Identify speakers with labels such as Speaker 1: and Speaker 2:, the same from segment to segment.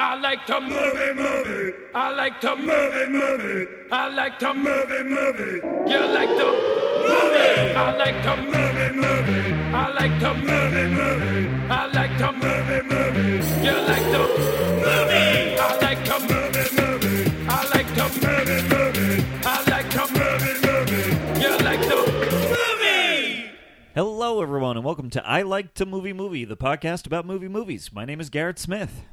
Speaker 1: I like to move it, move it. I like to move it, move it. I like to move it, move it. You like to move it. I like to move it, move it. I like to move it, move it. I like to move it, move it. You like to move it. I like to move it, move it. I like to move it, move it. I like to move it, move it. You like to move it.
Speaker 2: Hello, everyone, and welcome to I Like to Movie Movie, the podcast about movie movies. My name is Garrett Smith.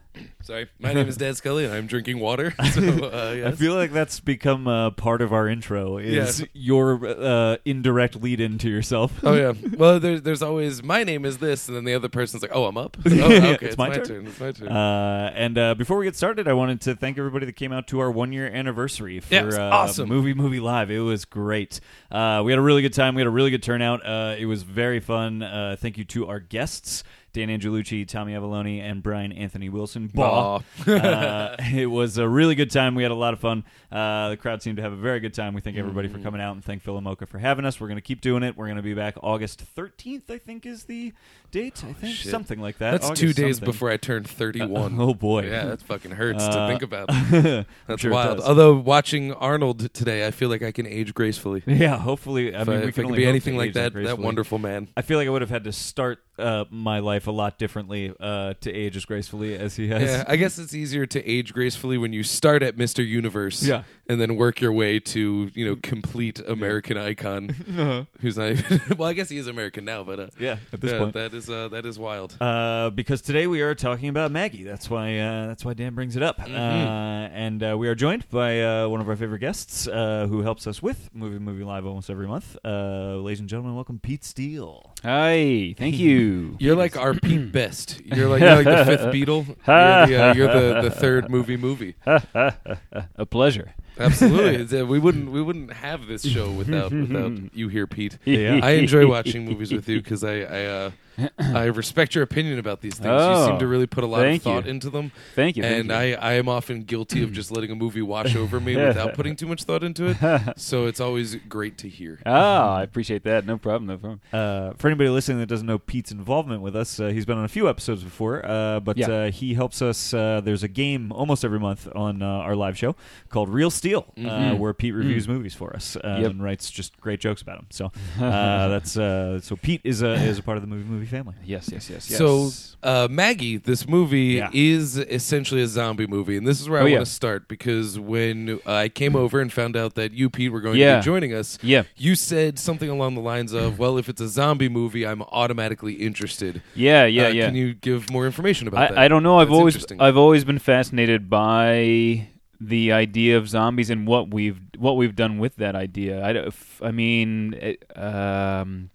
Speaker 3: Sorry, my name is Dan Scully, and I'm drinking water. So, uh,
Speaker 2: I
Speaker 3: yes.
Speaker 2: feel like that's become uh, part of our intro. Is
Speaker 3: Yeah.
Speaker 2: your uh, indirect lead in to yourself?
Speaker 3: oh yeah. Well, there's there's always my name is this, and then the other person's like, oh, I'm up. Oh, okay,
Speaker 2: It's my turn.
Speaker 3: It's my turn.
Speaker 2: Uh, and uh, before we get started, I wanted to thank everybody that came out to our one year anniversary for
Speaker 3: Yeah, it was
Speaker 2: uh,
Speaker 3: awesome.
Speaker 2: Movie Movie Live. It was great. Uh, we had a really good time. We had a really good turnout. Uh, it was very fun. Uh, thank you to our guests. Dan Angelucci, Tommy Avalone, and Brian Anthony Wilson. Bah. uh, it was a really good time. We had a lot of fun. Uh, the crowd seemed to have a very good time. We thank everybody
Speaker 3: Mm-hmm.
Speaker 2: for coming out and thank Philomoka for having us. We're going to keep doing it. We're going to be back August 13th, I think, is the date. I think
Speaker 3: Oh, shit.
Speaker 2: something like that.
Speaker 3: that's
Speaker 2: August
Speaker 3: two days
Speaker 2: something.
Speaker 3: before I turned 31.
Speaker 2: Oh boy.
Speaker 3: Yeah, that fucking hurts to
Speaker 2: Uh,
Speaker 3: think about.
Speaker 2: I'm
Speaker 3: That's
Speaker 2: sure it
Speaker 3: wild.
Speaker 2: does.
Speaker 3: Although watching Arnold today, I feel like I can age gracefully.
Speaker 2: yeah, hopefully. I
Speaker 3: if I,
Speaker 2: mean, we
Speaker 3: if I
Speaker 2: can
Speaker 3: could
Speaker 2: only
Speaker 3: be
Speaker 2: hope
Speaker 3: anything
Speaker 2: to
Speaker 3: like
Speaker 2: age that
Speaker 3: that, that
Speaker 2: gracefully.
Speaker 3: wonderful man.
Speaker 2: I feel like I would have had to start uh, my life a lot differently uh, to age as gracefully as he has.
Speaker 3: Yeah, I guess it's easier to age gracefully when you start at Mr. Universe
Speaker 2: Yeah.
Speaker 3: and then work your way to, you know, complete American icon who's not even Well, I guess he is American now, but uh,
Speaker 2: Uh-huh. Yeah, at this
Speaker 3: yeah,
Speaker 2: point.
Speaker 3: that is uh, that is wild.
Speaker 2: Uh, because today we are talking about Maggie. That's why uh, that's why Dan brings it up.
Speaker 3: Mm-hmm.
Speaker 2: Uh, and uh, we are joined by uh, one of our favorite guests uh, who helps us with Movie Movie Live almost every month. Uh, ladies and gentlemen, welcome Pete Steele.
Speaker 4: Hi, thank you.
Speaker 3: You're like our Pete Best. You're like, you're like the fifth Beatle. You're the, uh, you're the, the third movie movie.
Speaker 4: A pleasure.
Speaker 3: Absolutely, It's, uh, we wouldn't we wouldn't have this show without without you here, Pete.
Speaker 2: Yeah.
Speaker 3: I enjoy watching movies with you because I I, uh, I respect your opinion about these things. you
Speaker 4: Oh,
Speaker 3: seem to really put a lot of
Speaker 4: thank you.
Speaker 3: thought into them.
Speaker 4: Thank you, thank
Speaker 3: And
Speaker 4: you.
Speaker 3: I I am often guilty of just letting a movie wash over me without putting too much thought into it. So it's always great to hear.
Speaker 4: Ah, I appreciate that. No problem. No problem.
Speaker 2: Uh, for anybody listening that doesn't know Pete's involvement with us, uh, he's been on a few episodes before, uh, but
Speaker 4: Yeah.
Speaker 2: uh, he helps us. Uh, there's a game almost every month on uh, our live show called Real Steel, uh, where Pete reviews movies for us uh,
Speaker 4: Yep.
Speaker 2: and writes just great jokes about them. So uh, that's uh, so Pete is a is a part of the movie movie family.
Speaker 4: Yes, yes, yes, yes.
Speaker 3: So uh, Maggie, this movie
Speaker 2: Yeah.
Speaker 3: is essentially a zombie movie, and this is where I
Speaker 4: Oh,
Speaker 3: want to
Speaker 4: yeah.
Speaker 3: start because when uh, I came over and found out that you Pete were going to
Speaker 4: Yeah.
Speaker 3: be joining us,
Speaker 4: Yeah.
Speaker 3: you said something along the lines of, "Well, if it's a zombie movie, I'm automatically interested."
Speaker 4: yeah, yeah,
Speaker 3: Uh,
Speaker 4: yeah.
Speaker 3: Can you give more information about that?
Speaker 4: I, I don't know. I've
Speaker 3: That's
Speaker 4: always
Speaker 3: interesting.
Speaker 4: I've always been fascinated by the idea of zombies and what we've what we've done with that idea. I, don't- f- I mean, it, um,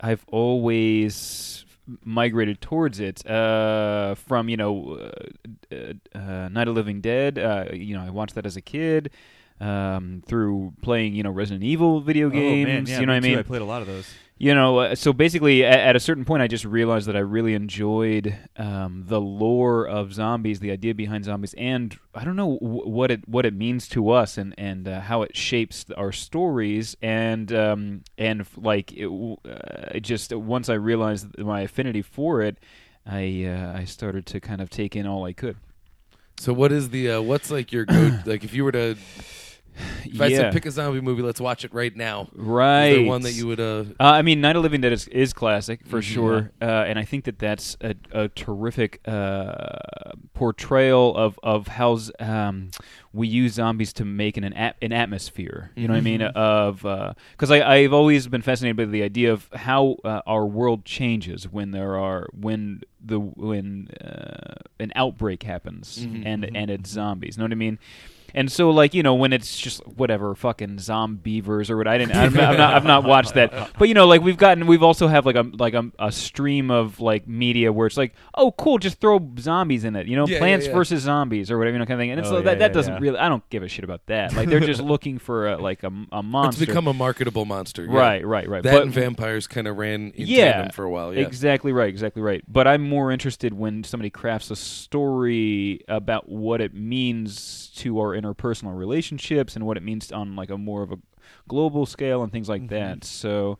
Speaker 4: I've always migrated towards it uh, from you know uh, uh, uh, Night of Living Dead. Uh, you know, I watched that as a kid. Um, through playing, you know, Resident Evil
Speaker 3: Oh,
Speaker 4: video
Speaker 2: Oh,
Speaker 4: games, you know what I mean?
Speaker 2: I played a lot of those.
Speaker 4: You know, uh, so basically, at, at a certain point, I just realized that I really enjoyed um, the lore of zombies, the idea behind zombies, and I don't know w- what it what it means to us, and and uh, how it shapes our stories, and um, and f- like it, w- uh, it just once I realized my affinity for it, I uh, I started to kind of take in all I could.
Speaker 3: So, what is the uh, what's like your go? like, if you were to, if I said pick a zombie movie, let's watch it right now.
Speaker 4: right
Speaker 3: Is there one that you would uh,
Speaker 4: Uh, I mean, Night of Living Dead is, is classic for sure, uh, and I think that that's a, a terrific uh, portrayal of of how z- um, we use zombies to make an an, at- an atmosphere. You know what I mean? Of because I I've always been fascinated by the idea of how uh, our world changes when there are when the when uh, an outbreak happens and and it's zombies. You know what I mean? And so, like you know, when it's just whatever fucking zombievers or what I didn't, I'm not, I'm not, I've not watched that. But you know, like we've gotten, we've also have like a like a, a stream of like media where it's like, oh, cool, just throw zombies in it. You know,
Speaker 3: Yeah, yeah,
Speaker 4: Plants
Speaker 3: yeah.
Speaker 4: versus Zombies or whatever you know, kind of thing. And it's
Speaker 2: Oh,
Speaker 4: like,
Speaker 2: yeah,
Speaker 4: that that
Speaker 2: yeah,
Speaker 4: doesn't
Speaker 2: yeah.
Speaker 4: really, I don't give a shit about that. Like they're just looking for a, like a, a
Speaker 3: it's
Speaker 4: monster.
Speaker 3: become a marketable monster? yeah.
Speaker 4: Right, right, right.
Speaker 3: That
Speaker 4: But-
Speaker 3: and vampires kind of ran in tandem for a while. Yeah.
Speaker 4: Exactly right, exactly right. But I'm more interested when somebody crafts a story about what it means to our interpersonal relationships and what it means on like a more of a global scale and things like
Speaker 3: Mm-hmm.
Speaker 4: that. So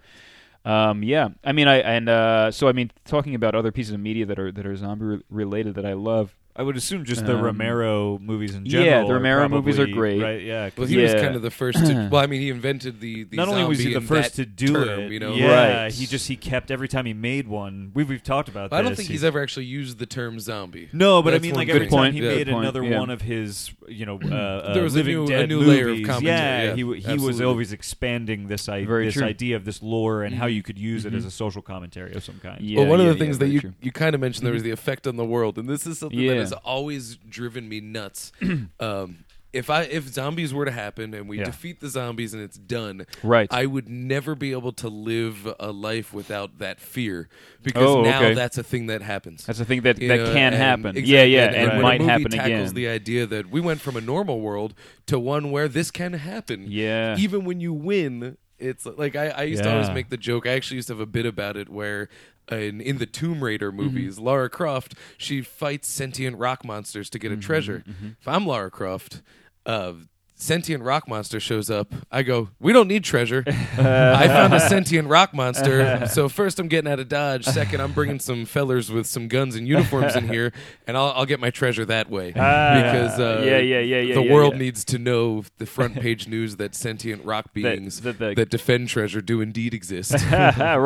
Speaker 4: um, yeah, I mean, I and uh, so I mean, talking about other pieces of media that are that are zombie re- related that I love.
Speaker 2: I would assume just the
Speaker 4: Um,
Speaker 2: Romero movies in
Speaker 4: yeah,
Speaker 2: general.
Speaker 4: the Romero
Speaker 2: are probably-
Speaker 4: movies are great.
Speaker 2: Right? Yeah. 'cause
Speaker 3: Well, he was
Speaker 4: Yeah.
Speaker 3: kind of the first. To, well, I mean, he invented the, the
Speaker 2: not only was he
Speaker 3: zombie
Speaker 2: the
Speaker 3: in
Speaker 2: first to
Speaker 3: that
Speaker 2: do
Speaker 3: term,
Speaker 2: it,
Speaker 3: you know.
Speaker 2: yeah,
Speaker 4: Right.
Speaker 2: he just he kept every time he made one. We've we've talked about.
Speaker 3: I don't
Speaker 2: this.
Speaker 3: think
Speaker 2: He-
Speaker 3: he's ever actually used the term zombie.
Speaker 2: No, but
Speaker 3: That's
Speaker 2: I mean,
Speaker 3: one
Speaker 2: like
Speaker 3: thing.
Speaker 2: every
Speaker 3: Good
Speaker 2: time
Speaker 4: point,
Speaker 2: he
Speaker 4: yeah,
Speaker 2: made
Speaker 4: good point,
Speaker 2: another
Speaker 4: yeah.
Speaker 2: one of his, you know, uh, uh,
Speaker 3: There was a
Speaker 2: Living
Speaker 3: new- a
Speaker 2: Dead
Speaker 3: new
Speaker 2: movies.
Speaker 3: layer of commentary,
Speaker 2: Yeah,
Speaker 3: yeah,
Speaker 2: he w- he was
Speaker 3: absolutely.
Speaker 2: always expanding this i-
Speaker 4: Very
Speaker 2: this
Speaker 4: true.
Speaker 2: idea of this lore and
Speaker 3: Mm-hmm.
Speaker 2: how you could use it as a social commentary of some kind.
Speaker 4: Yeah.
Speaker 3: Well, one of
Speaker 4: yeah,
Speaker 3: the things
Speaker 4: yeah,
Speaker 3: that
Speaker 4: very
Speaker 3: you
Speaker 4: true.
Speaker 3: you kind of mentioned there
Speaker 2: Mm-hmm.
Speaker 3: was the effect on the world, and this is something
Speaker 4: Yeah.
Speaker 3: that has always driven me nuts. um, if I if zombies were to happen and we
Speaker 2: Yeah.
Speaker 3: defeat the zombies and it's done,
Speaker 4: Right.
Speaker 3: I would never be able to live a life without that fear because
Speaker 4: Oh,
Speaker 3: now
Speaker 4: okay.
Speaker 3: that's a thing that happens.
Speaker 4: That's the thing that
Speaker 3: You
Speaker 4: that
Speaker 3: know,
Speaker 4: can
Speaker 3: and-
Speaker 4: happen.
Speaker 3: exactly,
Speaker 4: Yeah, yeah, and,
Speaker 3: when a
Speaker 4: might
Speaker 3: movie
Speaker 4: happen
Speaker 3: tackles
Speaker 4: again.
Speaker 3: The idea that we went from a normal world to one where this can happen.
Speaker 4: Yeah.
Speaker 3: even when you win, it's like I, I used to always
Speaker 2: Yeah.
Speaker 3: make the joke. I actually used to have a bit about it where. In, in the Tomb Raider
Speaker 4: Mm-hmm.
Speaker 3: movies, Lara Croft she fights sentient rock monsters to get
Speaker 4: Mm-hmm,
Speaker 3: a treasure. If I'm Lara Croft, uh, sentient rock monster shows up. I go, we don't need treasure. I found a sentient rock monster. So first, I'm getting out of dodge. Second, I'm bringing some fellers with some guns and uniforms in here, and I'll, I'll get my treasure that way because uh,
Speaker 4: Ah, yeah, yeah, yeah, yeah,
Speaker 3: the
Speaker 4: yeah,
Speaker 3: world
Speaker 4: yeah.
Speaker 3: needs to know the front page news that sentient rock beings
Speaker 4: that
Speaker 3: that,
Speaker 4: the-
Speaker 3: defend treasure do indeed exist.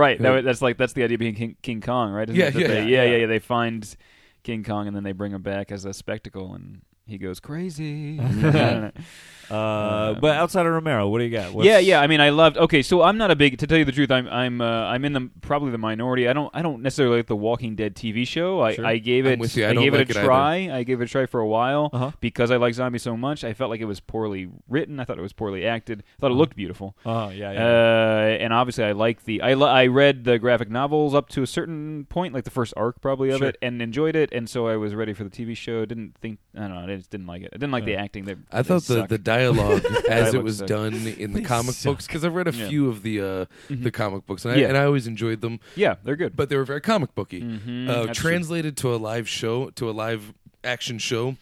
Speaker 4: right. That, that's like that's the idea being King, King Kong, right? Isn't
Speaker 3: Yeah,
Speaker 4: it? That
Speaker 3: yeah,
Speaker 4: they,
Speaker 3: yeah.
Speaker 4: yeah, yeah, yeah. They find King Kong and then they bring him back as a spectacle, and he goes crazy.
Speaker 2: Uh, but outside of Romero, what do you got? What's-
Speaker 4: yeah, yeah. I mean, I loved. Okay, so I'm not a big. To tell you the truth, I'm I'm uh, I'm in the probably the minority. I don't I don't necessarily like the Walking Dead TV show. I, I gave
Speaker 3: I'm
Speaker 4: it
Speaker 3: with you. I
Speaker 4: I
Speaker 3: don't
Speaker 4: gave
Speaker 3: like
Speaker 4: it
Speaker 3: it
Speaker 4: a
Speaker 3: either.
Speaker 4: try. I gave it a try for a while
Speaker 2: Uh-huh.
Speaker 4: because I like zombies so much. I felt like it was poorly written. I thought it was poorly acted. I
Speaker 3: Uh-huh.
Speaker 4: thought it looked beautiful.
Speaker 2: Uh, yeah, yeah.
Speaker 4: Uh, and obviously, I like the I, li- I read the graphic novels up to a certain point, like the first arc probably of
Speaker 2: Sure.
Speaker 4: it, and enjoyed it. And so I was ready for the TV show. Didn't think I don't know. I just didn't like it. I didn't like the acting. That
Speaker 3: I thought the, the dialogue as it
Speaker 4: Dialogue
Speaker 3: was
Speaker 4: sucked.
Speaker 3: done in the
Speaker 2: They
Speaker 3: comic
Speaker 2: suck.
Speaker 3: books because I've read a
Speaker 4: Yeah. Mm-hmm.
Speaker 3: few of the uh, the comic books and I,
Speaker 4: Yeah.
Speaker 3: and I always enjoyed them,
Speaker 4: yeah, they're good.
Speaker 3: but they were very comic booky.
Speaker 4: Mhm,
Speaker 3: uh,
Speaker 4: that's true.
Speaker 3: translated to a live show to a live action show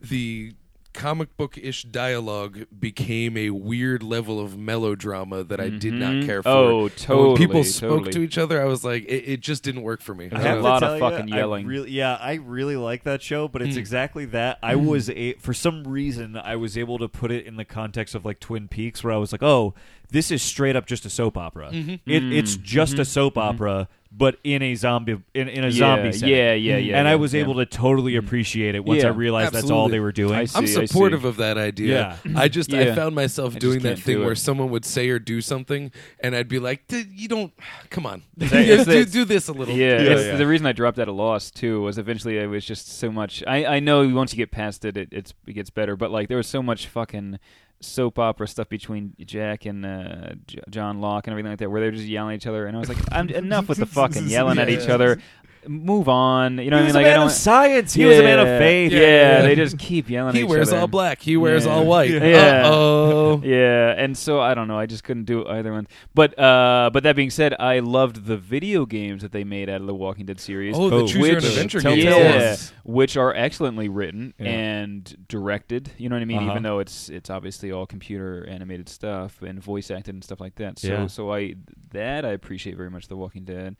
Speaker 3: the comic book ish dialogue became a weird level of melodrama that I did not
Speaker 4: Mhm.
Speaker 3: care for.
Speaker 4: Oh,
Speaker 3: And When
Speaker 4: totally,
Speaker 3: people spoke
Speaker 4: totally.
Speaker 3: to each other, I was like, it, it just didn't work for me.
Speaker 2: I
Speaker 3: I
Speaker 4: had
Speaker 2: have
Speaker 3: don't
Speaker 4: a
Speaker 2: to
Speaker 3: know.
Speaker 4: lot of
Speaker 2: tell you,
Speaker 4: fucking
Speaker 2: I
Speaker 4: yelling. Hmm.
Speaker 2: really- yeah, I really like that show, but it's exactly that. I was a for some reason I was able to put it in the context of like Twin Peaks, where I was like, oh, this is straight up just a soap opera.
Speaker 4: Mm-hmm.
Speaker 2: It, It's just a soap opera, but in a zombie in, in a
Speaker 4: Yeah,
Speaker 2: zombie setting.
Speaker 4: yeah, yeah, yeah,
Speaker 2: And I
Speaker 4: yeah,
Speaker 2: was
Speaker 4: yeah. Mm.
Speaker 2: able to totally appreciate it once I
Speaker 4: Yeah,
Speaker 2: realized that's all
Speaker 3: absolutely.
Speaker 2: they were doing.
Speaker 4: I
Speaker 2: I,
Speaker 4: see.
Speaker 3: I'm
Speaker 4: I
Speaker 3: supportive
Speaker 4: see.
Speaker 3: of that idea. I just
Speaker 4: Yeah.
Speaker 3: I found myself
Speaker 4: just
Speaker 3: doing that
Speaker 4: can't
Speaker 3: thing
Speaker 4: do
Speaker 3: where
Speaker 4: it.
Speaker 3: someone would say or do something, and I'd be like, "D- "You don't, come on,
Speaker 4: It's-
Speaker 3: do,
Speaker 4: it's-
Speaker 3: do this a little."
Speaker 4: Yeah, it's
Speaker 2: yeah.
Speaker 4: the reason I dropped out of Lost too was eventually it was just so much. I, I know once you get past it, it it's, it gets better, but like there was so much fucking soap opera stuff between Jack and uh, J- John Locke and everything like that, where they're just yelling at each other, and I was like, I'm enough with the fucking yelling at each
Speaker 3: Yeah.
Speaker 4: other. Move on, you
Speaker 2: he
Speaker 4: know what I mean?
Speaker 2: was
Speaker 4: Like
Speaker 2: a
Speaker 4: I
Speaker 2: man
Speaker 4: don't.
Speaker 2: of science. He was a man of faith.
Speaker 4: Yeah,
Speaker 3: Yeah.
Speaker 4: they just keep yelling.
Speaker 3: He
Speaker 4: at each
Speaker 3: wears
Speaker 4: other.
Speaker 3: all black. He wears
Speaker 4: Yeah.
Speaker 3: all white.
Speaker 4: Yeah.
Speaker 3: oh.
Speaker 4: Yeah, and so I don't know. I just couldn't do either one. But uh, but that being said, I loved the video games that they made out of the Walking Dead series.
Speaker 3: Oh, the Choose Your Own
Speaker 4: which,
Speaker 3: Adventure
Speaker 4: yeah,
Speaker 3: games.
Speaker 2: Telltale ones.
Speaker 4: which are excellently written
Speaker 2: Yeah.
Speaker 4: and directed. You know what I mean?
Speaker 2: Uh-huh.
Speaker 4: Even though it's it's obviously all computer animated stuff and voice acted and stuff like that. So
Speaker 2: Yeah.
Speaker 4: so I that I appreciate very much. The Walking Dead.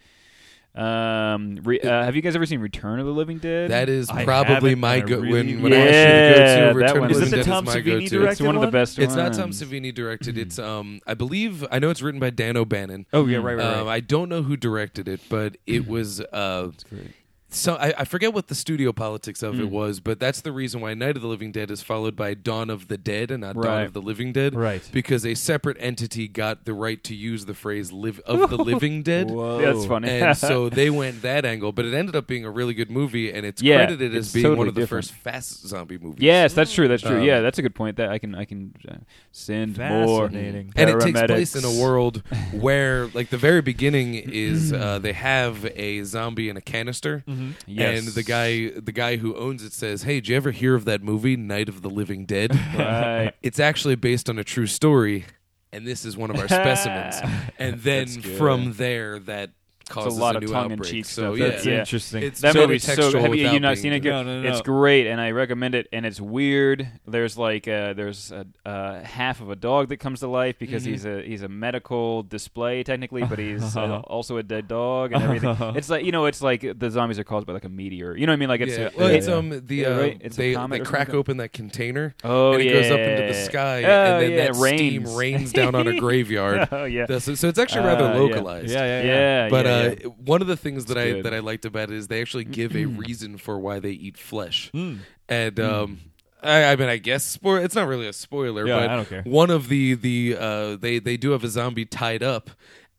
Speaker 4: Um, re, uh, have you guys ever seen Return of the Living Dead?
Speaker 3: That is
Speaker 2: I
Speaker 3: probably
Speaker 2: haven't,
Speaker 3: my
Speaker 2: but I
Speaker 3: go-
Speaker 2: really-
Speaker 3: when when I
Speaker 4: Yeah,
Speaker 3: actually go
Speaker 4: that
Speaker 3: to Return of
Speaker 4: one. Is
Speaker 3: the
Speaker 4: it
Speaker 3: Living
Speaker 4: the
Speaker 3: Dead is
Speaker 2: Tom
Speaker 3: my
Speaker 2: Savini
Speaker 3: go-to.
Speaker 2: director?
Speaker 4: it's one of the
Speaker 2: one?
Speaker 4: best.
Speaker 3: It's not Tom
Speaker 4: ones.
Speaker 3: Savini directed. It's um, I believe I know it's written by Dan O'Bannon.
Speaker 2: Oh yeah, right, right, right.
Speaker 3: Um, I don't know who directed it, but it was uh, so I, I forget what the studio politics of
Speaker 4: Hmm.
Speaker 3: it was, but that's the reason why Night of the Living Dead is followed by Dawn of the Dead and not Dawn
Speaker 4: Right.
Speaker 3: of the Living Dead,
Speaker 2: Right.
Speaker 3: Because a separate entity got the right to use the phrase "live of the Living Dead."
Speaker 2: Whoa.
Speaker 4: That's funny.
Speaker 3: Oh. and so they went that angle, but it ended up being a really good movie, and it's
Speaker 4: Yeah,
Speaker 3: credited as
Speaker 4: it's
Speaker 3: being one
Speaker 4: totally
Speaker 3: of the
Speaker 4: different.
Speaker 3: first fast zombie movies.
Speaker 4: Yes, that's true. That's true.
Speaker 3: Um,
Speaker 4: yeah, that's a good point. That I can I can uh, send more.
Speaker 2: Fascinating.
Speaker 3: and it takes place in
Speaker 4: paramedics.
Speaker 3: a world where, like, the very beginning is uh, they have a zombie in a canister,
Speaker 4: Mm-hmm. Yes.
Speaker 3: and the guy the guy who owns it says, "Hey, did you ever hear of that movie, Night of the Living Dead?
Speaker 4: Right.
Speaker 3: it's actually based on a true story, and this is one of our specimens." And then from there, that causes
Speaker 4: lot
Speaker 3: a
Speaker 4: of
Speaker 3: new
Speaker 4: tongue-in-cheek
Speaker 3: outbreak. So
Speaker 4: stuff.
Speaker 3: yeah,
Speaker 2: That's interesting.
Speaker 3: It's
Speaker 4: that
Speaker 3: so
Speaker 4: movie's so
Speaker 3: textual
Speaker 4: have you, you
Speaker 3: without
Speaker 4: not
Speaker 3: being-
Speaker 4: seen it? yet?
Speaker 2: No, no, no.
Speaker 4: It's great, and I recommend it. And it's weird. There's like uh, there's a, uh, half of a dog that comes to life because
Speaker 2: Mm-hmm.
Speaker 4: he's a he's a medical display technically, but he's uh, also a dead dog and everything. it's like you know, it's like the zombies are caused by like a meteor. You know what I mean? Like it's
Speaker 3: Yeah.
Speaker 4: it-
Speaker 3: Well, it's
Speaker 4: it-
Speaker 3: um the
Speaker 4: Yeah,
Speaker 3: uh,
Speaker 4: right? It's a
Speaker 3: they
Speaker 4: comet
Speaker 3: they
Speaker 4: or
Speaker 3: crack
Speaker 4: something.
Speaker 3: open that container
Speaker 4: Oh,
Speaker 3: and it goes up into the
Speaker 4: yeah.
Speaker 3: sky
Speaker 4: Oh,
Speaker 3: and then
Speaker 4: yeah,
Speaker 3: that
Speaker 4: it
Speaker 3: steam
Speaker 4: rains.
Speaker 3: rains down on a graveyard.
Speaker 4: Oh, yeah.
Speaker 3: That's- so it's actually rather
Speaker 4: Uh, yeah.
Speaker 3: localized.
Speaker 2: yeah,
Speaker 4: yeah,
Speaker 3: But
Speaker 4: yeah,
Speaker 3: uh,
Speaker 4: yeah.
Speaker 3: one of the things that I
Speaker 4: good. Mm.
Speaker 3: that I liked about it is they actually give a reason for why they eat flesh, and um, I, I mean, I guess spoil. It's not really a spoiler,
Speaker 2: Yeah,
Speaker 3: but
Speaker 2: I don't care.
Speaker 3: one of the the uh, they they do have a zombie tied up,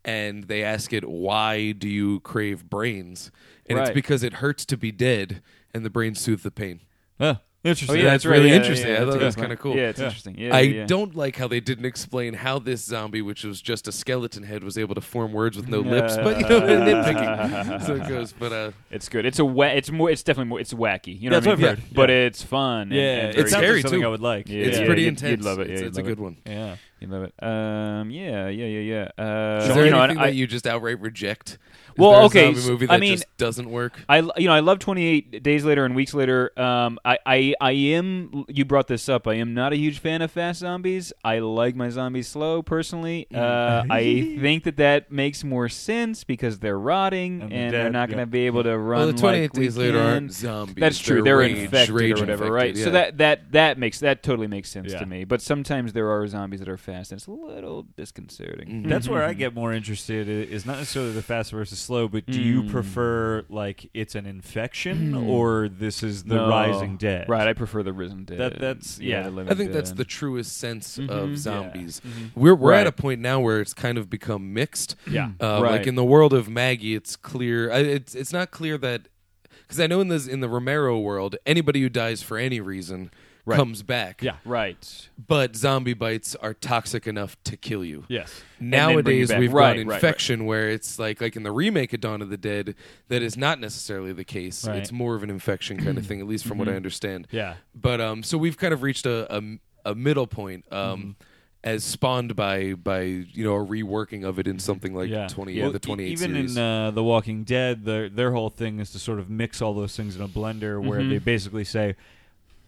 Speaker 3: and they ask it, "Why do you crave brains?" And it's
Speaker 4: Right.
Speaker 3: because it hurts to be dead, and the brains soothe the pain.
Speaker 2: Huh. interesting.
Speaker 4: Oh, yeah,
Speaker 3: that's
Speaker 4: that's right.
Speaker 3: really
Speaker 4: Yeah, yeah,
Speaker 3: interesting.
Speaker 4: yeah,
Speaker 3: I thought
Speaker 4: that's
Speaker 3: that was
Speaker 4: right.
Speaker 3: kind of cool.
Speaker 4: Yeah, it's
Speaker 2: Yeah.
Speaker 4: interesting. Yeah,
Speaker 3: I
Speaker 4: yeah.
Speaker 3: don't like how they didn't explain how this zombie, which was just a skeleton head, was able to form words with no lips. But you know, they're nitpicking, so it goes. But uh,
Speaker 4: It's good. It's a wa- It's more. It's definitely more. It's wacky. You know
Speaker 2: That's
Speaker 4: what I mean?
Speaker 2: what I've heard.
Speaker 4: But
Speaker 2: Yeah.
Speaker 4: it's fun. and-
Speaker 2: Yeah,
Speaker 4: and
Speaker 2: it sounds
Speaker 4: very good.
Speaker 3: scary,
Speaker 2: like something
Speaker 3: too.
Speaker 2: I would like.
Speaker 4: Yeah.
Speaker 3: it's pretty
Speaker 4: you'd-
Speaker 3: intense.
Speaker 4: you'd love it. Yeah,
Speaker 3: it's
Speaker 4: you'd
Speaker 3: it's a
Speaker 4: love it.
Speaker 3: good one.
Speaker 2: Yeah.
Speaker 4: You love it. Um, yeah, yeah, yeah, yeah. Uh,
Speaker 3: Is there
Speaker 4: you know,
Speaker 3: anything
Speaker 4: I,
Speaker 3: that you just outright reject? Is
Speaker 4: Well,
Speaker 3: there a
Speaker 4: okay,
Speaker 3: zombie
Speaker 4: s-
Speaker 3: movie that
Speaker 4: I mean-
Speaker 3: just doesn't work.
Speaker 4: I, you know, I love 28 Days Later and Weeks Later. Um, I, I, I am, you brought this up, I am not a huge fan of fast zombies. I like my zombies slow, personally. Uh, I think that that makes more sense because they're rotting
Speaker 2: And
Speaker 4: and,
Speaker 2: they're
Speaker 4: they're
Speaker 2: dead,
Speaker 4: not going to
Speaker 2: yeah.
Speaker 4: be able to run
Speaker 3: Well, the Twenty Eight
Speaker 4: like we
Speaker 3: Days Later
Speaker 4: can.
Speaker 3: aren't zombies.
Speaker 4: That's true. They're,
Speaker 3: rage,
Speaker 4: infected
Speaker 3: rage
Speaker 4: or whatever,
Speaker 3: infected,
Speaker 4: right? So
Speaker 3: yeah.
Speaker 4: that that that makes that totally makes sense
Speaker 2: Yeah.
Speaker 4: to me. But sometimes there are zombies that are fast, and it's a little disconcerting.
Speaker 2: That's where I get more interested. i- Is not necessarily the fast versus slow, but do you prefer like it's an infection or this is the
Speaker 4: No.
Speaker 2: Rising Dead?
Speaker 4: Oh, Right, I prefer the Risen Dead.
Speaker 2: That- that's- yeah.
Speaker 4: the Living
Speaker 3: I think that's
Speaker 4: Dead.
Speaker 3: the truest sense of zombies. We're we're at
Speaker 4: Right.
Speaker 3: a point now where it's kind of become mixed.
Speaker 2: Yeah.
Speaker 3: uh,
Speaker 4: Right.
Speaker 3: like in the world of Maggie, it's clear. I- It's it's not clear that because I know in this in the Romero world, anybody who dies for any reason comes back.
Speaker 2: Yeah.
Speaker 4: right.
Speaker 3: but zombie bites are toxic enough to kill you.
Speaker 2: Yes.
Speaker 4: then bring you
Speaker 3: Nowadays
Speaker 4: back.
Speaker 3: we've
Speaker 4: Right,
Speaker 3: got
Speaker 4: right, right.
Speaker 3: infection where it's like like in the remake of Dawn of the Dead, that is not necessarily the case.
Speaker 2: Right.
Speaker 3: It's more of an infection kind of thing, at least from
Speaker 4: Mm-hmm.
Speaker 3: what I understand.
Speaker 2: Yeah.
Speaker 3: But um, so we've kind of reached a a, a middle point. Um.
Speaker 4: Mm-hmm.
Speaker 3: As spawned by by you know a reworking of it in something like
Speaker 2: yeah.
Speaker 3: twenty
Speaker 2: Well,
Speaker 3: the
Speaker 2: e-
Speaker 3: twenty eight
Speaker 2: Even
Speaker 3: series.
Speaker 2: in uh, The Walking Dead, their their whole thing is to sort of mix all those things in a blender where
Speaker 4: Mm-hmm.
Speaker 2: they basically say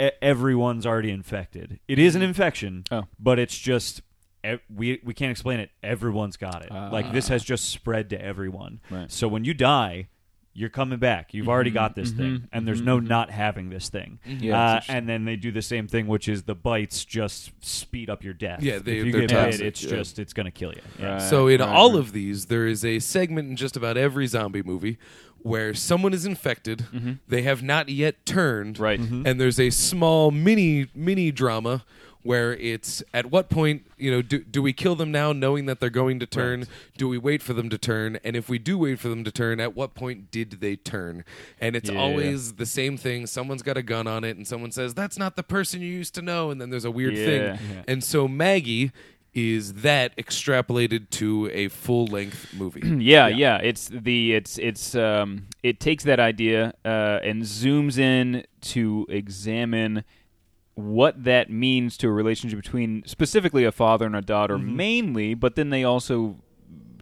Speaker 2: "E- everyone's already infected. It is an infection,
Speaker 4: Oh.
Speaker 2: but it's just e- we we can't explain it. Everyone's got it. like this has just spread to everyone.
Speaker 4: Ah. Right. Mm-hmm.
Speaker 2: So when you die, you're coming back. You've already got this thing, and there's no not having this thing.
Speaker 3: Mm-hmm.
Speaker 4: Yeah, that's
Speaker 2: uh, and then they do the same thing, which is the bites just speed up your death.
Speaker 3: Yeah, they-
Speaker 2: if you
Speaker 3: they're
Speaker 2: get bit,
Speaker 3: toxic,
Speaker 2: it's
Speaker 3: yeah.
Speaker 2: just it's gonna kill you. Yeah.
Speaker 4: Right,
Speaker 3: So in
Speaker 4: right,
Speaker 3: all
Speaker 4: right.
Speaker 3: of these, there is a segment in just about every zombie movie where someone is infected, they have not yet turned,
Speaker 4: Mm-hmm. Right.
Speaker 3: And there's a small mini mini drama where it's at what point you know do, do we kill them now knowing that they're going to turn do we wait for them to turn and if we do wait for them to turn at what point did they turn and it's
Speaker 4: Yeah.
Speaker 3: always the same thing someone's got a gun on it and someone says that's not the person you used to know and then there's a weird
Speaker 4: Yeah.
Speaker 3: thing and so Maggie is that extrapolated to a full length movie.
Speaker 4: Yeah, yeah, It's the it's it's um it takes that idea uh, and zooms in to examine what that means to a relationship between specifically a father and a daughter mainly, but then they also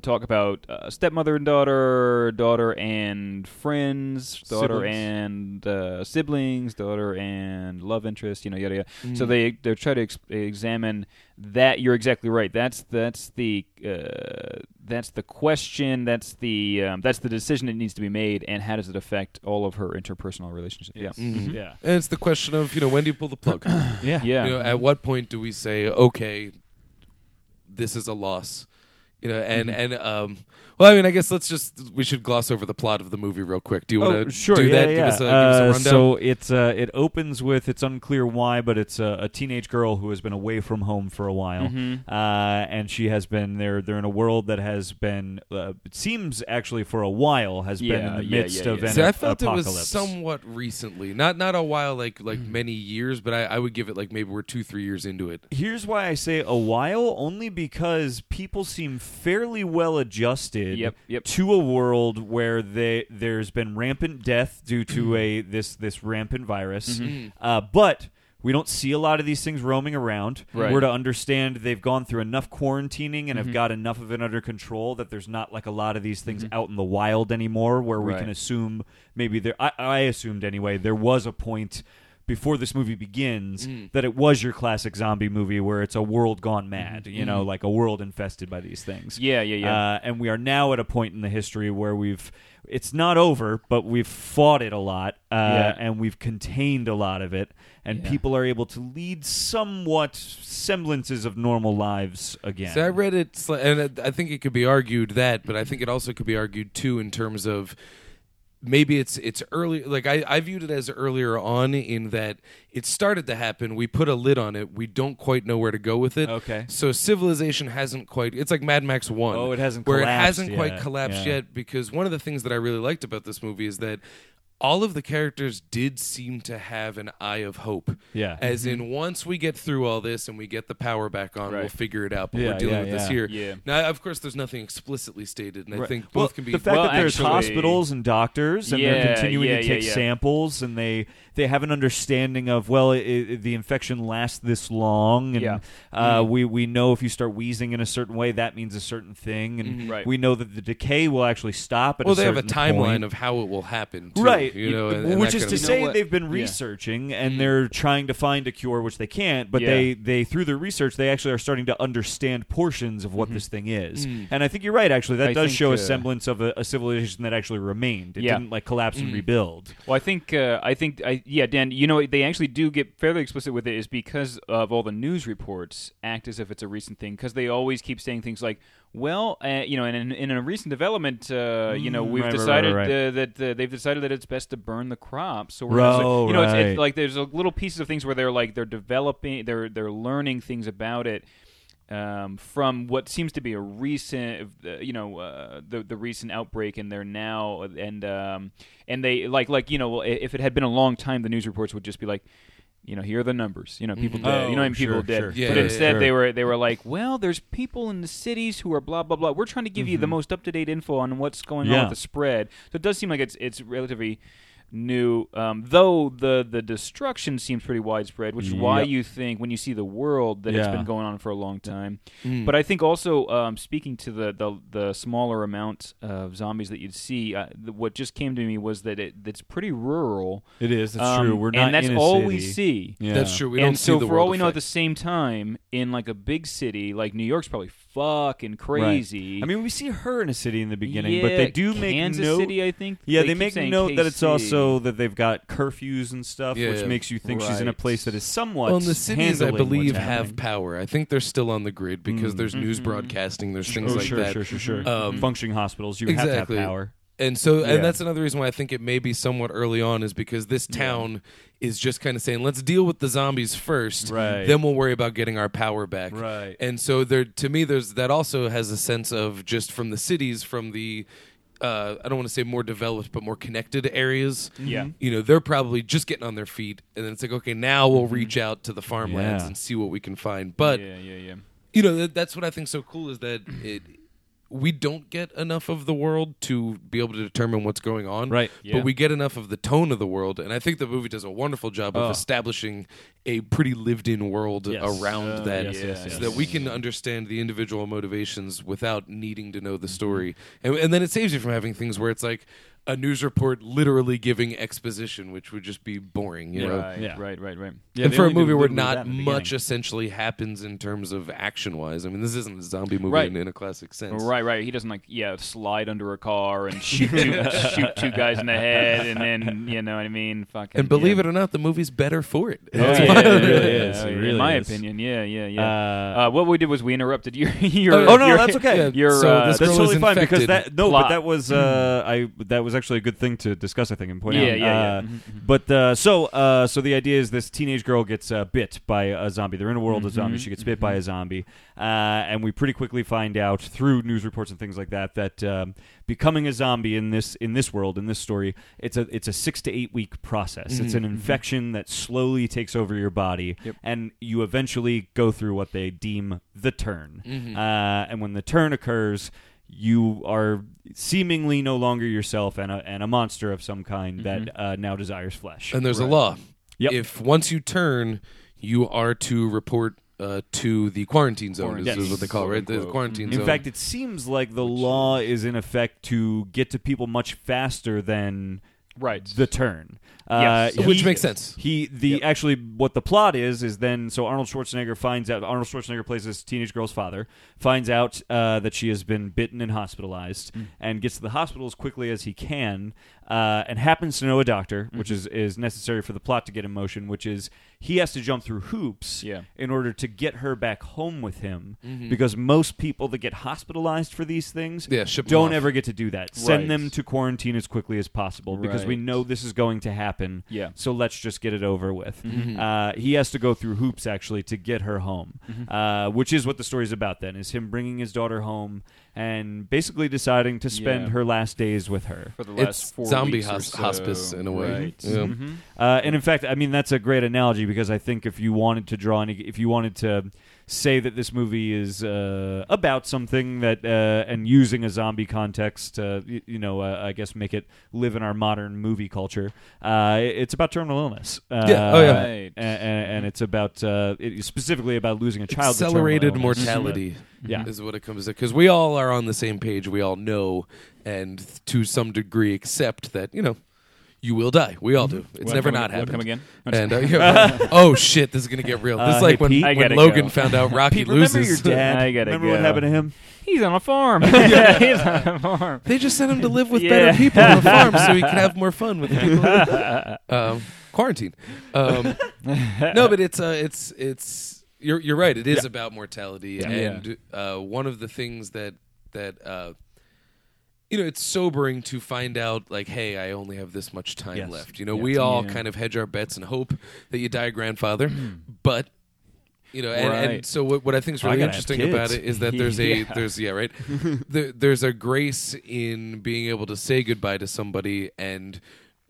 Speaker 4: talk about uh, stepmother and daughter, daughter and friends, daughter
Speaker 2: Siblings.
Speaker 4: and uh, siblings, daughter and love interest, you know, yada yada. So they they try to ex- examine that. You're exactly right. That's that's the uh, that's the question. That's the um, that's the decision that needs to be made, and how does it affect all of her interpersonal relationships? Yeah,
Speaker 2: Yeah.
Speaker 3: And it's the question of, you know, when do you pull the plug? you
Speaker 2: Yeah.
Speaker 4: yeah.
Speaker 3: know, at what point do we say, okay, this is a loss? You know, and
Speaker 2: Mm-hmm.
Speaker 3: and um well, I mean, I guess let's just we should gloss over the plot of the movie real quick. Do you want to do
Speaker 2: Oh, yeah,
Speaker 3: that?
Speaker 2: yeah.
Speaker 3: Give us a, give us a
Speaker 2: Uh,
Speaker 3: rundown.
Speaker 2: So it's uh, it opens with it's unclear why, but it's a, a teenage girl who has been away from home for a while,
Speaker 3: Mm-hmm.
Speaker 2: uh, and she has been there. They're in a world that has been uh, it seems actually for a while has been in
Speaker 4: Yeah,
Speaker 2: the
Speaker 4: yeah,
Speaker 2: midst
Speaker 4: yeah,
Speaker 2: of
Speaker 4: yeah.
Speaker 2: an
Speaker 3: See,
Speaker 2: a-
Speaker 3: I felt
Speaker 2: apocalypse. Mm.
Speaker 3: it was somewhat recently, not not a while, like like many years, but I, I would give it like maybe we're two three years into it.
Speaker 2: Here's why I say a while, only because people seem fairly well adjusted
Speaker 4: Yep, yep.
Speaker 2: to a world where they
Speaker 4: Mm-hmm.
Speaker 2: there's been rampant death due to a this this rampant virus, uh, but. We don't see a lot of these things roaming around.
Speaker 4: Right. Mm-hmm.
Speaker 2: We're to understand they've gone through enough quarantining and have got enough of it under control that there's not like a lot of these things out in the wild anymore where we
Speaker 4: Right.
Speaker 2: can assume maybe there I, I assumed anyway there was a point before this movie begins
Speaker 4: Mm.
Speaker 2: that it was your classic zombie movie where it's a world gone mad you know like a world infested by these things
Speaker 4: Mm-hmm. Yeah, yeah, yeah.
Speaker 2: uh, and we are now at a point in the history where we've it's not over but we've fought it a lot uh,
Speaker 4: Yeah.
Speaker 2: and we've contained a lot of it and
Speaker 4: Yeah.
Speaker 2: people are able to lead somewhat semblances of normal lives again
Speaker 3: So I read it, sli- and I I think it could be argued that, but I think it also could be argued too in terms of maybe it's it's early. Like I, I viewed it as earlier on in that it started to happen. We put a lid on it. We don't quite know where to go with it.
Speaker 2: Okay.
Speaker 3: So civilization hasn't quite. It's like Mad Max One.
Speaker 2: Oh, it hasn't
Speaker 3: where
Speaker 2: collapsed
Speaker 3: it hasn't quite
Speaker 2: yet.
Speaker 3: collapsed
Speaker 2: Yeah.
Speaker 3: yet. Because one of the things that I really liked about this movie is that. All of the characters did seem to have an eye of hope.
Speaker 2: Yeah. Mm-hmm.
Speaker 3: As in, once we get through all this and we get the power back on, we'll
Speaker 4: Right.
Speaker 3: figure it out. But
Speaker 2: Yeah,
Speaker 3: we're dealing
Speaker 2: yeah,
Speaker 3: with this
Speaker 2: yeah.
Speaker 3: here.
Speaker 4: Yeah.
Speaker 3: Now, of course, there's nothing explicitly stated, and I
Speaker 2: Right.
Speaker 3: think both
Speaker 2: Well,
Speaker 3: can be.
Speaker 2: the fact
Speaker 4: Well,
Speaker 2: that there's
Speaker 4: actually-
Speaker 2: hospitals and doctors and
Speaker 4: Yeah,
Speaker 2: they're continuing
Speaker 4: yeah,
Speaker 2: to
Speaker 4: yeah,
Speaker 2: take
Speaker 4: yeah.
Speaker 2: samples and they they have an understanding of well i i the infection lasts this long and
Speaker 4: Yeah. Mm-hmm.
Speaker 2: uh, we we know if you start wheezing in a certain way that means a certain thing and
Speaker 4: Mm-hmm. Right.
Speaker 2: we know that the decay will actually stop at
Speaker 3: well,
Speaker 2: a
Speaker 3: they have a
Speaker 2: certain
Speaker 3: timeline
Speaker 2: point.
Speaker 3: of how it will happen, too,
Speaker 2: right
Speaker 3: You know, and-
Speaker 2: Well,
Speaker 3: and
Speaker 2: which
Speaker 3: that
Speaker 2: is
Speaker 3: kind
Speaker 2: to
Speaker 3: of-
Speaker 4: know
Speaker 2: say
Speaker 4: what?
Speaker 2: they've been
Speaker 4: Yeah. Mm-hmm.
Speaker 2: researching and they're trying to find a cure which they can't but
Speaker 4: Yeah.
Speaker 2: they they through their research they actually are starting to understand portions of what this thing is and i think you're right actually that
Speaker 4: Mm-hmm. Mm. I
Speaker 2: does
Speaker 4: think,
Speaker 2: show
Speaker 4: uh,
Speaker 2: a semblance of a, a civilization that actually remained it
Speaker 4: Yeah. Mm.
Speaker 2: didn't like collapse and rebuild
Speaker 4: Well, I think uh, I think I, yeah, Dan. You know, they actually do get fairly explicit with it, is because of all the news reports act as if it's a recent thing because they always keep saying things like, "Well, uh, you know, and in, in a recent development, uh, you know,
Speaker 2: Mm,
Speaker 4: we've
Speaker 2: right, right,
Speaker 4: decided
Speaker 2: right, right.
Speaker 4: Uh, that uh, they've decided that it's best to burn the crops." So we're gonna-
Speaker 2: Oh,
Speaker 4: you know, it's,
Speaker 2: right.
Speaker 4: it's like there's a little pieces of things where they're like they're developing, they're they're learning things about it. Um, from what seems to be a recent, uh, you know, uh, the the recent outbreak, and they're now and um, and they like like you know, i- if it had been a long time, the news reports would just be like, you know, here are the numbers, you know, people dead,
Speaker 2: Oh,
Speaker 4: you know, and people
Speaker 2: sure,
Speaker 4: dead.
Speaker 2: sure.
Speaker 3: Yeah,
Speaker 4: but
Speaker 3: yeah,
Speaker 4: instead,
Speaker 2: yeah.
Speaker 4: they were they were like, well, there's people in the cities who are blah blah blah. We're trying to give you the most up to date info on what's going
Speaker 2: Mm-hmm. Yeah.
Speaker 4: on with the spread. So it does seem like it's it's relatively new um, though the the destruction seems pretty widespread which is why
Speaker 2: Yep.
Speaker 4: you think when you see the world that it's
Speaker 2: Yeah. Mm.
Speaker 4: been going on for a long time but i think also um, speaking to the, the the smaller amount of zombies that you'd see uh, the, what just came to me was that it it's pretty rural
Speaker 2: it is it's
Speaker 4: um,
Speaker 2: true we're not
Speaker 4: and that's
Speaker 2: in a
Speaker 4: all
Speaker 2: city.
Speaker 4: we see
Speaker 2: yeah.
Speaker 3: That's true. We
Speaker 4: and
Speaker 3: don't see
Speaker 4: so
Speaker 3: the
Speaker 4: for all
Speaker 3: world
Speaker 4: we know at the
Speaker 3: effect.
Speaker 4: same time in like a big city like new york's probably fucking crazy
Speaker 2: i mean we see her in a city in the beginning
Speaker 4: yeah,
Speaker 2: but they do make
Speaker 4: Kansas
Speaker 2: note
Speaker 4: City, I think.
Speaker 2: Yeah, they,
Speaker 4: keep
Speaker 2: make
Speaker 4: saying
Speaker 2: note that it's
Speaker 4: KC.
Speaker 2: also that they've got curfews and stuff,
Speaker 3: Yeah.
Speaker 2: which makes you think she's in a
Speaker 4: Right.
Speaker 2: place that is somewhat.
Speaker 3: well, and the cities, I
Speaker 2: handling what's
Speaker 3: believe,
Speaker 2: happening.
Speaker 3: have power. I think they're still on the grid because there's news broadcasting. There's things
Speaker 2: oh,
Speaker 3: like
Speaker 2: sure,
Speaker 3: that.
Speaker 2: sure, sure, sure,
Speaker 3: Um,
Speaker 2: Functioning hospitals, you have to
Speaker 3: exactly.
Speaker 2: have power.
Speaker 3: And so,
Speaker 2: Yeah.
Speaker 3: and that's another reason why I think it may be somewhat early on is because this town is just kind of saying, let's deal with the zombies first,
Speaker 2: Right.
Speaker 3: then we'll worry about getting our power back.
Speaker 2: Right.
Speaker 3: And so, there to me, there's that also has a sense of just from the cities, from the. Uh, I don't want to say more developed, but more connected areas.
Speaker 2: Mm-hmm.
Speaker 4: Yeah.
Speaker 3: you know they're probably just getting on their feet, and then it's like, okay, now we'll reach out to the
Speaker 2: Mm-hmm.
Speaker 3: farmlands
Speaker 2: Yeah.
Speaker 3: and see what we can find. But
Speaker 4: Yeah, yeah, yeah.
Speaker 3: you know that, that's what i think's so cool is that it we don't get enough of the world to be able to determine what's going on
Speaker 2: Right.
Speaker 4: Yeah.
Speaker 3: but we get enough of the tone of the world and i think the movie does a wonderful job of establishing a pretty lived in world
Speaker 2: Oh. Yes.
Speaker 3: around
Speaker 2: Oh,
Speaker 3: that
Speaker 2: yes, yes,
Speaker 3: so
Speaker 2: yes.
Speaker 3: that we can understand the individual motivations without needing to know the story
Speaker 2: Mm-hmm.
Speaker 3: and, and then it saves you from having things where it's like a news report literally giving exposition which would just be boring you know
Speaker 4: Right,
Speaker 2: Yeah.
Speaker 4: right, right, right.
Speaker 3: and for a movie where not much essentially happens in terms of action wise, I mean, this isn't a zombie movie
Speaker 4: Right.
Speaker 3: in, in a classic sense.
Speaker 4: Right, right. He doesn't like yeah slide under a car and shoot two, shoot two guys in the head, and then you know what I mean. Fucking
Speaker 3: And believe
Speaker 4: yeah.
Speaker 3: it or not, the movie's better for it.
Speaker 2: Oh,
Speaker 3: That's
Speaker 2: yeah,
Speaker 3: why-
Speaker 2: it really is. It
Speaker 4: in
Speaker 2: really
Speaker 4: my
Speaker 2: is.
Speaker 4: opinion, yeah, yeah, yeah.
Speaker 2: Uh,
Speaker 4: Uh, what we did was we interrupted your. your
Speaker 3: Oh,
Speaker 2: no,
Speaker 4: your-
Speaker 2: that's okay. Yeah,
Speaker 4: Your,
Speaker 3: so
Speaker 4: uh,
Speaker 3: this
Speaker 2: That's
Speaker 3: girl
Speaker 2: totally
Speaker 3: is
Speaker 2: fine because
Speaker 3: infected. Hmm.
Speaker 2: that no,
Speaker 4: Plot.
Speaker 2: but that was uh, I that was actually a good thing to discuss. I think and point
Speaker 4: Yeah,
Speaker 2: out.
Speaker 4: yeah, yeah. Mm-hmm,
Speaker 2: Uh, But uh, so uh, so the idea is this teenage girl gets uh, bit by a zombie. They're in a world of
Speaker 4: Mm-hmm,
Speaker 2: zombies. She gets bit by a zombie, uh, and we pretty quickly find out through news reports and things like that that um, becoming a zombie in this in this world in this story it's a it's a six to eight week process. It's
Speaker 4: Mm-hmm,
Speaker 2: an infection that slowly takes over your body, and you eventually go through what they deem the turn.
Speaker 4: Mm-hmm.
Speaker 2: Uh, and when the turn occurs you are seemingly
Speaker 4: Mm-hmm.
Speaker 2: no longer yourself and a, and a monster of some kind that uh, now desires flesh.
Speaker 3: And there's a law.
Speaker 2: Yep.
Speaker 3: If once you turn, you are to report uh, to the quarantine zone. Is, is
Speaker 2: Yes.
Speaker 3: what they call it, right? The
Speaker 5: Quote-unquote.
Speaker 3: quarantine
Speaker 2: In
Speaker 3: zone.
Speaker 2: fact, it seems like the law is in effect to get to people much faster than
Speaker 4: Right.
Speaker 2: the turn.
Speaker 4: Yes.
Speaker 2: Uh,
Speaker 3: Which
Speaker 2: he-
Speaker 3: makes sense.
Speaker 2: He the actually what the plot is is then so Arnold Schwarzenegger finds out Arnold Schwarzenegger plays this teenage girl's father finds out uh, that she has been bitten and hospitalized and gets to the hospital as quickly as he can uh, and happens to know a doctor which is is necessary for the plot to get in motion which is he has to jump through hoops
Speaker 4: Yeah.
Speaker 2: in order to get her back home with him because most people that get hospitalized for these things
Speaker 3: Yeah, ship 'em
Speaker 2: don't
Speaker 3: off.
Speaker 2: ever get to do that send
Speaker 4: Right.
Speaker 2: them to quarantine as quickly as possible because we
Speaker 4: Right.
Speaker 2: know this is going to happen
Speaker 4: Yeah. Mm-hmm.
Speaker 2: so let's just get it over with. Uh, he has to go through hoops actually to get her home,
Speaker 4: Mm-hmm.
Speaker 2: uh, which is what the story's about. Then is him bringing his daughter home and basically deciding to spend
Speaker 4: Yeah.
Speaker 2: her last days with her.
Speaker 4: for the last
Speaker 3: it's
Speaker 4: four
Speaker 3: zombie
Speaker 4: weeks or
Speaker 3: hos-
Speaker 4: so.
Speaker 3: hospice in a way.
Speaker 4: Right.
Speaker 3: Yeah.
Speaker 2: Uh, and in fact, I mean that's a great analogy because I think if you wanted to draw any, if you wanted to say that this movie is uh, about something that uh, and using a zombie context, uh, you, you know, uh, I guess make it live in our modern movie culture. Uh, it's about terminal illness. Uh,
Speaker 3: Yeah. Oh, yeah.
Speaker 4: Right.
Speaker 2: And, and, and it's about uh, it, specifically about losing a child. with terminal
Speaker 3: accelerated
Speaker 2: illness.
Speaker 3: mortality
Speaker 2: Yeah.
Speaker 3: is what it comes to because we all are on the same page we all know and to some degree accept that you know you will die we all do it's
Speaker 4: Wanna
Speaker 3: never
Speaker 4: come
Speaker 3: not
Speaker 4: again- wanna
Speaker 3: happened
Speaker 4: come again?
Speaker 3: and uh, yeah. oh shit this is gonna get real this
Speaker 2: Uh,
Speaker 3: is like
Speaker 2: hey, Pete? I
Speaker 3: when, when
Speaker 4: gotta
Speaker 3: Logan
Speaker 4: go.
Speaker 3: found out Rocky
Speaker 2: Pete, remember your
Speaker 3: loses
Speaker 2: dad?
Speaker 4: I gotta
Speaker 2: remember what
Speaker 4: go.
Speaker 2: happened to him?
Speaker 4: He's on a farm. yeah, he's on a farm.
Speaker 3: they just sent him to live with
Speaker 4: Yeah.
Speaker 3: better people on the farm so he could have more fun with the people um, quarantine um, no but it's uh, it's it's you're you're right it is about mortality and Uh, one of the things that that uh, you know it's sobering to find out like hey i only have this much time
Speaker 2: Yes.
Speaker 3: left you know we all kind of hedge our bets and hope that you die a grandfather
Speaker 2: Hmm.
Speaker 3: but you know and,
Speaker 4: Right.
Speaker 3: and so what, what i think is
Speaker 2: I
Speaker 3: really
Speaker 2: gotta have
Speaker 3: interesting about
Speaker 2: kids.
Speaker 3: it is that there's a there's yeah right there, there's a grace in being able to say goodbye to somebody and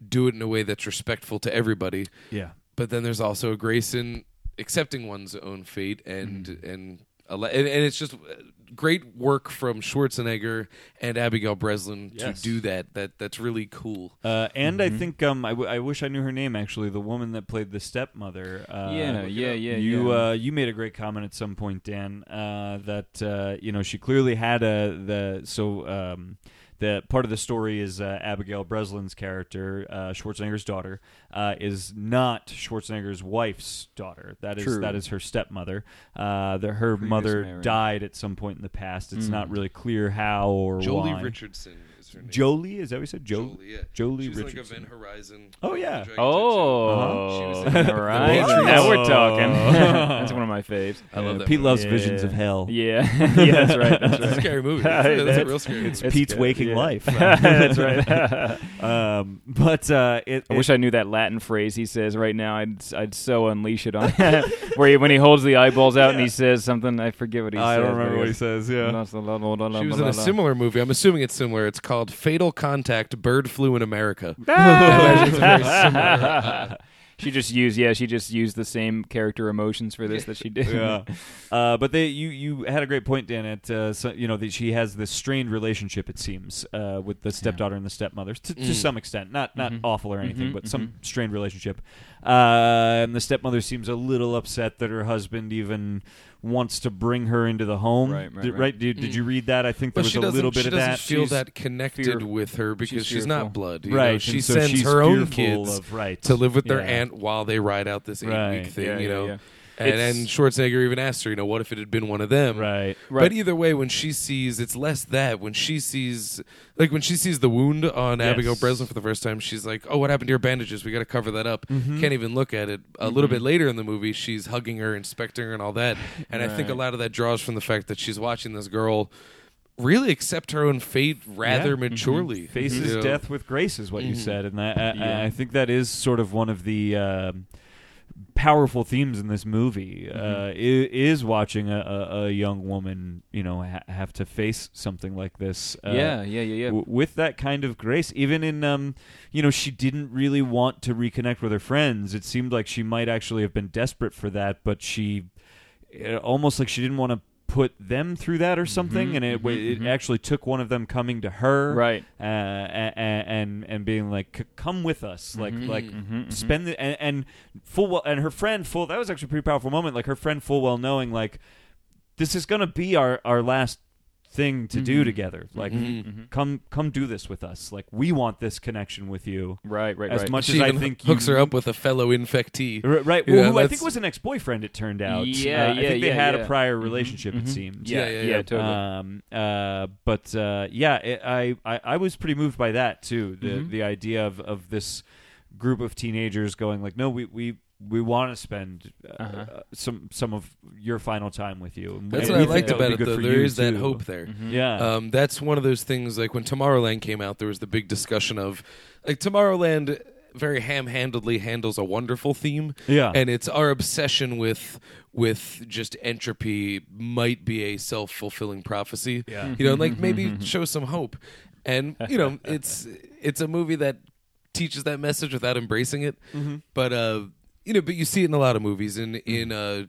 Speaker 3: do it in a way that's respectful to everybody
Speaker 2: Yeah.
Speaker 3: but then there's also a grace in accepting one's own fate and
Speaker 2: Mm-hmm.
Speaker 3: and, alle- and and it's just uh, great work from Schwarzenegger and Abigail Breslin
Speaker 2: Yes.
Speaker 3: to do that that that's really cool
Speaker 2: Uh, and
Speaker 4: Mm-hmm.
Speaker 2: I think um, I, w- I wish I knew her name actually. The woman that played the stepmother. Uh,
Speaker 4: Yeah, yeah, yeah,
Speaker 2: You
Speaker 4: yeah.
Speaker 2: Uh, you made a great comment at some point, Dan, uh, that uh, you know she clearly had a the so. Um, the part of the story is uh, Abigail Breslin's character, uh, Schwarzenegger's daughter, uh, is not Schwarzenegger's wife's daughter. That is
Speaker 4: True.
Speaker 2: that is her stepmother. Uh, the, her mother
Speaker 4: marriage.
Speaker 2: died at some point in the past. It's
Speaker 4: Mm.
Speaker 2: not really clear how or
Speaker 3: Jolie
Speaker 2: why.
Speaker 3: Richardson is her name
Speaker 2: Jolie is that what you said? Jo-
Speaker 3: Jolie yeah
Speaker 2: Jolie
Speaker 3: she's like
Speaker 2: Richardson.
Speaker 3: Event Horizon
Speaker 2: Oh, yeah.
Speaker 3: Dragon
Speaker 4: Oh,
Speaker 3: Tattoo. She was in the-
Speaker 4: all right.
Speaker 3: the
Speaker 4: Now we're
Speaker 2: Patriots.
Speaker 4: talking. That's one of my faves.
Speaker 3: I love that
Speaker 2: Pete
Speaker 3: movie.
Speaker 2: loves
Speaker 4: Yeah.
Speaker 2: visions of hell.
Speaker 4: Yeah, yeah, that's right. That's
Speaker 3: It's a
Speaker 4: right.
Speaker 3: scary movie that's, that's a
Speaker 4: That's-
Speaker 3: real scary movie
Speaker 2: It's Pete's
Speaker 4: good,
Speaker 2: waking
Speaker 4: yeah.
Speaker 2: life.
Speaker 4: that's right.
Speaker 2: um, but uh, it,
Speaker 4: I wish I knew that Latin phrase he says right now. I'd I'd so unleash it on where he, when he holds the eyeballs out and he says something. I forget what he says. but
Speaker 2: says.
Speaker 4: goes,
Speaker 3: she was in a similar movie. I'm assuming it's similar. It's called Fatal Contact: Bird Flu in America.
Speaker 4: she just used yeah. She just used the same character emotions for this that she did.
Speaker 2: yeah. Uh, but they, you, you had a great point, Dan. At uh, so, you know that she has this strained relationship. It seems uh, with the stepdaughter and the stepmother to, to some extent, not not
Speaker 4: Mm-hmm.
Speaker 2: awful or anything, but some strained relationship. Uh, and the stepmother seems a little upset that her husband even wants to bring her into the home.
Speaker 4: Right, right,
Speaker 2: Did,
Speaker 4: right.
Speaker 2: Did, did you read that? I think there
Speaker 3: But
Speaker 2: was
Speaker 3: she
Speaker 2: a
Speaker 3: doesn't-
Speaker 2: little bit
Speaker 3: she
Speaker 2: of
Speaker 3: doesn't
Speaker 2: that.
Speaker 3: feel
Speaker 4: Mm. She's
Speaker 3: that connected
Speaker 4: fear-
Speaker 3: with her because she's,
Speaker 4: fearful.
Speaker 3: not blood. you
Speaker 2: right.
Speaker 3: know? She
Speaker 2: and so
Speaker 3: sends
Speaker 2: she's
Speaker 3: her own
Speaker 2: fearful
Speaker 3: kids
Speaker 2: of, right.
Speaker 3: to live with their
Speaker 2: Yeah.
Speaker 3: aunt while they ride out this eight
Speaker 2: Right.
Speaker 3: week thing.
Speaker 4: Yeah,
Speaker 3: you
Speaker 4: yeah,
Speaker 3: know,
Speaker 4: yeah.
Speaker 3: and,
Speaker 4: It's-
Speaker 3: and Schwarzenegger even asked her, you know, what if it had been one of them?
Speaker 2: Right.
Speaker 4: Right.
Speaker 3: But either way, when she sees, it's less that when she sees, like when she sees the wound on Abigail
Speaker 2: Yes.
Speaker 3: Breslin for the first time, she's like, "Oh, what happened to your bandages? We got to cover that up."
Speaker 2: Mm-hmm.
Speaker 3: Can't even look at it. A little bit later in the movie, she's hugging her, inspecting her, and all that. And I think a lot of that draws from the fact that she's watching this girl really accept her own fate rather
Speaker 2: Yeah. Mm-hmm.
Speaker 3: maturely.
Speaker 2: faces
Speaker 3: You know?
Speaker 2: death with grace is what
Speaker 3: Mm-hmm.
Speaker 2: you said and that, I, I-
Speaker 4: Yeah.
Speaker 2: I think that is sort of one of the um powerful themes in this movie
Speaker 3: Mm-hmm.
Speaker 2: uh, i- is watching a, a, a young woman you know ha- have to face something like this uh,
Speaker 4: yeah, yeah, yeah, yeah.
Speaker 2: w- with that kind of grace even in um you know she didn't really want to reconnect with her friends it seemed like she might actually have been desperate for that but she it- eh, almost like she didn't want to put them through that or
Speaker 4: Mm-hmm,
Speaker 2: something, and it wa- it actually took one of them coming to her,
Speaker 4: Right.
Speaker 2: uh, and, and and being like, "C- "Come with us," like
Speaker 4: Mm-hmm,
Speaker 2: like spend the and, and full well, and her friend full. That was actually a pretty powerful moment. Like her friend full well knowing like this is gonna be our our last thing to do together. Like come come do this with us. Like we want this connection with you.
Speaker 4: Right, right,
Speaker 2: As
Speaker 4: right.
Speaker 2: much
Speaker 3: She
Speaker 2: as I
Speaker 3: even
Speaker 2: think
Speaker 3: hooks
Speaker 2: you
Speaker 3: her up with a fellow infectee.
Speaker 2: R- Right.
Speaker 3: Yeah,
Speaker 2: Well, who I
Speaker 3: that's-
Speaker 2: think was an ex boyfriend, it turned out. Uh, I
Speaker 4: Yeah, yeah,
Speaker 2: think they
Speaker 4: yeah,
Speaker 2: had
Speaker 4: yeah.
Speaker 2: a prior relationship, it seemed.
Speaker 3: Yeah, yeah, yeah.
Speaker 4: totally.
Speaker 2: Um, uh, but uh, yeah, it, I, I, I was pretty moved by that too. The the idea of, of this group of teenagers going like, no, we we, we want to spend uh, uh, some some of your final time with you. And
Speaker 3: That's
Speaker 2: we
Speaker 3: what I
Speaker 2: think
Speaker 3: liked
Speaker 2: that would
Speaker 3: about
Speaker 2: be
Speaker 3: it,
Speaker 2: good
Speaker 3: though.
Speaker 2: for
Speaker 3: There
Speaker 2: you,
Speaker 3: is that
Speaker 2: too. Mm-hmm.
Speaker 3: hope there.
Speaker 2: Yeah.
Speaker 3: Um, that's one of those things. Like when Tomorrowland came out, there was the big discussion of like Tomorrowland very ham-handedly handles a wonderful theme.
Speaker 2: Yeah.
Speaker 3: and it's our obsession with with just entropy might be a self-fulfilling prophecy. Yeah, you know, like maybe show some hope. And you know, it's it's a movie that teaches that message without embracing it. But uh, you know, but you see it in a lot of movies. In in uh,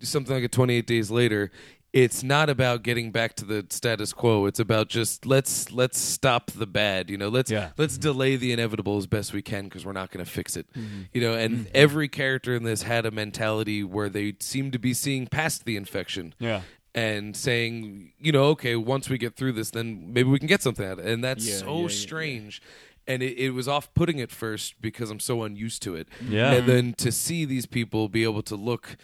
Speaker 3: something like a 28 days later it's not about getting back to the status quo it's about just let's let's stop the bad you know let's
Speaker 2: Yeah.
Speaker 3: let's delay the inevitable as best we can because we're not going to fix it
Speaker 2: Mm-hmm.
Speaker 3: you know and every character in this had a mentality where they seemed to be seeing past the infection
Speaker 2: Yeah.
Speaker 3: and saying you know okay once we get through this then maybe we can get something out of it and that's so strange and it, it was off putting at first because i'm so unused to it
Speaker 2: Yeah.
Speaker 3: and then to see these people be able to look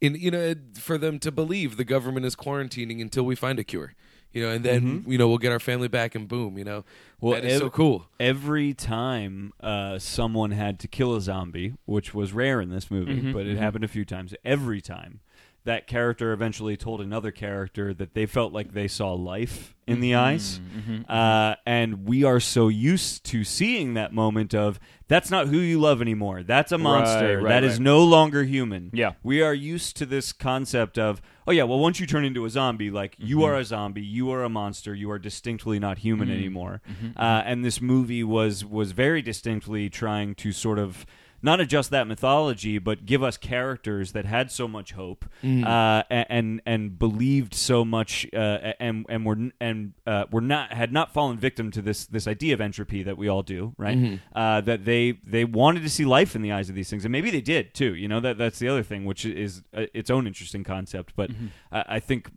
Speaker 3: in you know for them to believe the government is quarantining until we find a cure you know and then you know we'll get our family back and boom you know
Speaker 2: Mm-hmm. Well,
Speaker 3: that is
Speaker 2: ev-
Speaker 3: so cool
Speaker 2: Every time uh, someone had to kill a zombie, which was rare in this movie,
Speaker 3: Mm-hmm.
Speaker 2: but it happened a few times, every time that character eventually told another character that they felt like they saw life in
Speaker 3: Mm-hmm.
Speaker 2: the eyes. Uh, and we are so used to seeing that moment of, that's not who you love anymore. That's a monster. That is
Speaker 4: right, right.
Speaker 2: no longer human.
Speaker 4: Yeah.
Speaker 2: We are used to this concept of, oh yeah, well once you turn into a zombie, like you are a zombie, you are a monster, you are distinctly not human anymore. Uh, and this movie was was very distinctly trying to sort of not adjust that mythology, but give us characters that had so much hope uh, a- and and believed so much, uh, a- and and were n- and uh, were not had not fallen victim to this this idea of entropy that we all do, right?
Speaker 4: Mm-hmm.
Speaker 2: Uh, that they they wanted to see life in the eyes of these things, and maybe they did too. You know that that's the other thing, which is uh, its own interesting concept. But
Speaker 4: Mm-hmm.
Speaker 2: I, I think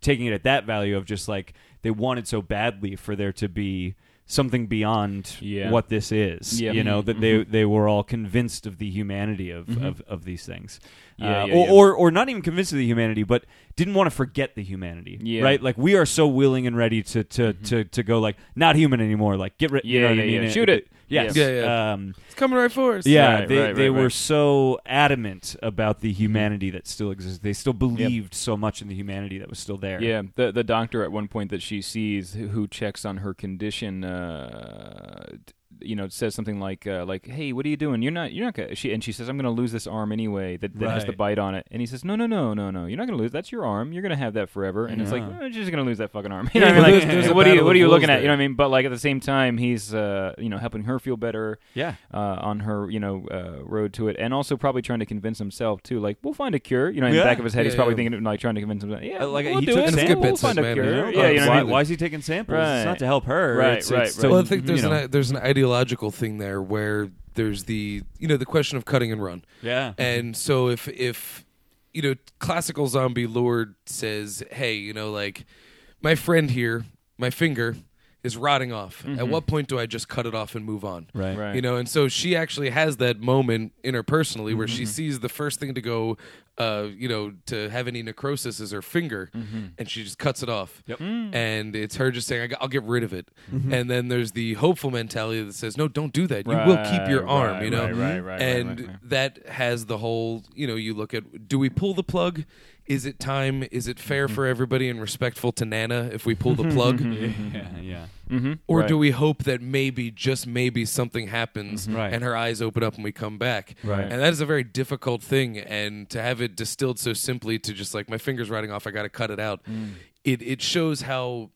Speaker 2: taking it at that value of just like they wanted so badly for there to be something beyond
Speaker 4: Yeah.
Speaker 2: what this is
Speaker 4: Yeah. Mm-hmm.
Speaker 2: you know that they they were all convinced of the humanity of of, of these things
Speaker 4: Yeah,
Speaker 2: Uh,
Speaker 4: yeah,
Speaker 2: or,
Speaker 4: yeah.
Speaker 2: or or not even convinced of the humanity but didn't want to forget the humanity
Speaker 4: Yeah. Mm-hmm.
Speaker 2: right like we are so willing and ready to to to, to go like not human anymore like get rid you
Speaker 4: Yeah,
Speaker 2: know what
Speaker 4: yeah,
Speaker 2: I mean?
Speaker 4: yeah. Shoot it.
Speaker 2: yes
Speaker 3: Yeah, yeah.
Speaker 2: um
Speaker 3: it's coming right for us
Speaker 2: yeah,
Speaker 4: Right,
Speaker 2: they,
Speaker 4: right,
Speaker 2: they
Speaker 4: right, Mm-hmm.
Speaker 2: were
Speaker 4: right.
Speaker 2: so adamant about the humanity that still exists. They still believed so much in the humanity that was still there.
Speaker 4: Yeah, the the doctor at one point that she sees who checks on her condition, uh, t- you know, says something like uh, like Hey, what are you doing? You're not you're not gonna." She and she says, "I'm going to lose this arm anyway that, that has the
Speaker 2: Right.
Speaker 4: bite on it." And he says, "No, no, no, no, no. You're not going to lose. That's your arm. You're going to have that forever." And it's like
Speaker 2: Yeah.
Speaker 4: "Oh, she's going to lose that fucking arm. You know what I
Speaker 3: but
Speaker 4: mean? Like,
Speaker 3: there's- there's a
Speaker 4: what are you
Speaker 3: battle
Speaker 4: what
Speaker 3: of
Speaker 4: are you
Speaker 3: wills
Speaker 4: looking at?
Speaker 3: there.
Speaker 4: You know what I mean? But like at the same time, he's uh, you know helping her feel better
Speaker 2: yeah.
Speaker 4: uh, on her, you know, uh, road to it, and also probably trying to convince himself too. Like, we'll find a cure. You know, in
Speaker 2: Yeah.
Speaker 4: the back of his head, he's
Speaker 3: Yeah,
Speaker 4: probably
Speaker 3: yeah.
Speaker 4: thinking, like, trying to convince himself. Yeah,
Speaker 2: Uh, like,
Speaker 4: we'll
Speaker 2: he
Speaker 4: do
Speaker 2: took
Speaker 4: it.
Speaker 2: samples,
Speaker 4: We'll find a
Speaker 3: man.
Speaker 4: cure.
Speaker 3: You know,
Speaker 4: Yeah, you know what
Speaker 2: why,
Speaker 4: I mean.
Speaker 2: why is he taking samples?
Speaker 4: Right.
Speaker 2: It's not to help her.
Speaker 4: Right,
Speaker 2: it's, it's
Speaker 4: right,
Speaker 2: to,
Speaker 4: right.
Speaker 3: well, I think there's
Speaker 2: you know.
Speaker 3: an there's an ideological thing there where there's the you know the question of cutting and run.
Speaker 2: Yeah.
Speaker 3: And so if if you know classical zombie lord says, "Hey, you know like my friend here, my finger is rotting off. At what point do I just cut it off and move on?"
Speaker 2: Mm-hmm. Right.
Speaker 4: Right.
Speaker 3: You know, and so she actually has that moment in her personally where
Speaker 4: Mm-hmm.
Speaker 3: she sees the first thing to go, uh, you know, to have any necrosis is her finger,
Speaker 4: Mm-hmm.
Speaker 3: and she just cuts it off. Yep. And it's her just saying, I g- "I'll get rid of it."
Speaker 4: Mm-hmm.
Speaker 3: And then there's the hopeful mentality that says, "No, don't do that. You will keep your
Speaker 4: Right,
Speaker 3: arm."
Speaker 4: right,
Speaker 3: you know,
Speaker 4: right, right, right,
Speaker 3: and
Speaker 4: right, right.
Speaker 3: that has the whole. You know, you look at: Do we pull the plug? Is it time? Is it
Speaker 4: Mm-hmm.
Speaker 3: fair for everybody and respectful to Nana if we pull the plug?
Speaker 2: Yeah. Yeah.
Speaker 3: Or
Speaker 4: Right.
Speaker 3: do we hope that maybe, just maybe, something happens
Speaker 2: Mm-hmm. Right.
Speaker 3: and her eyes open up and we come back?
Speaker 2: Right.
Speaker 3: And that is a very difficult thing. And to have it distilled so simply to just like, my finger's
Speaker 2: Mm.
Speaker 3: rotting off, I got to cut it out, it, it shows how,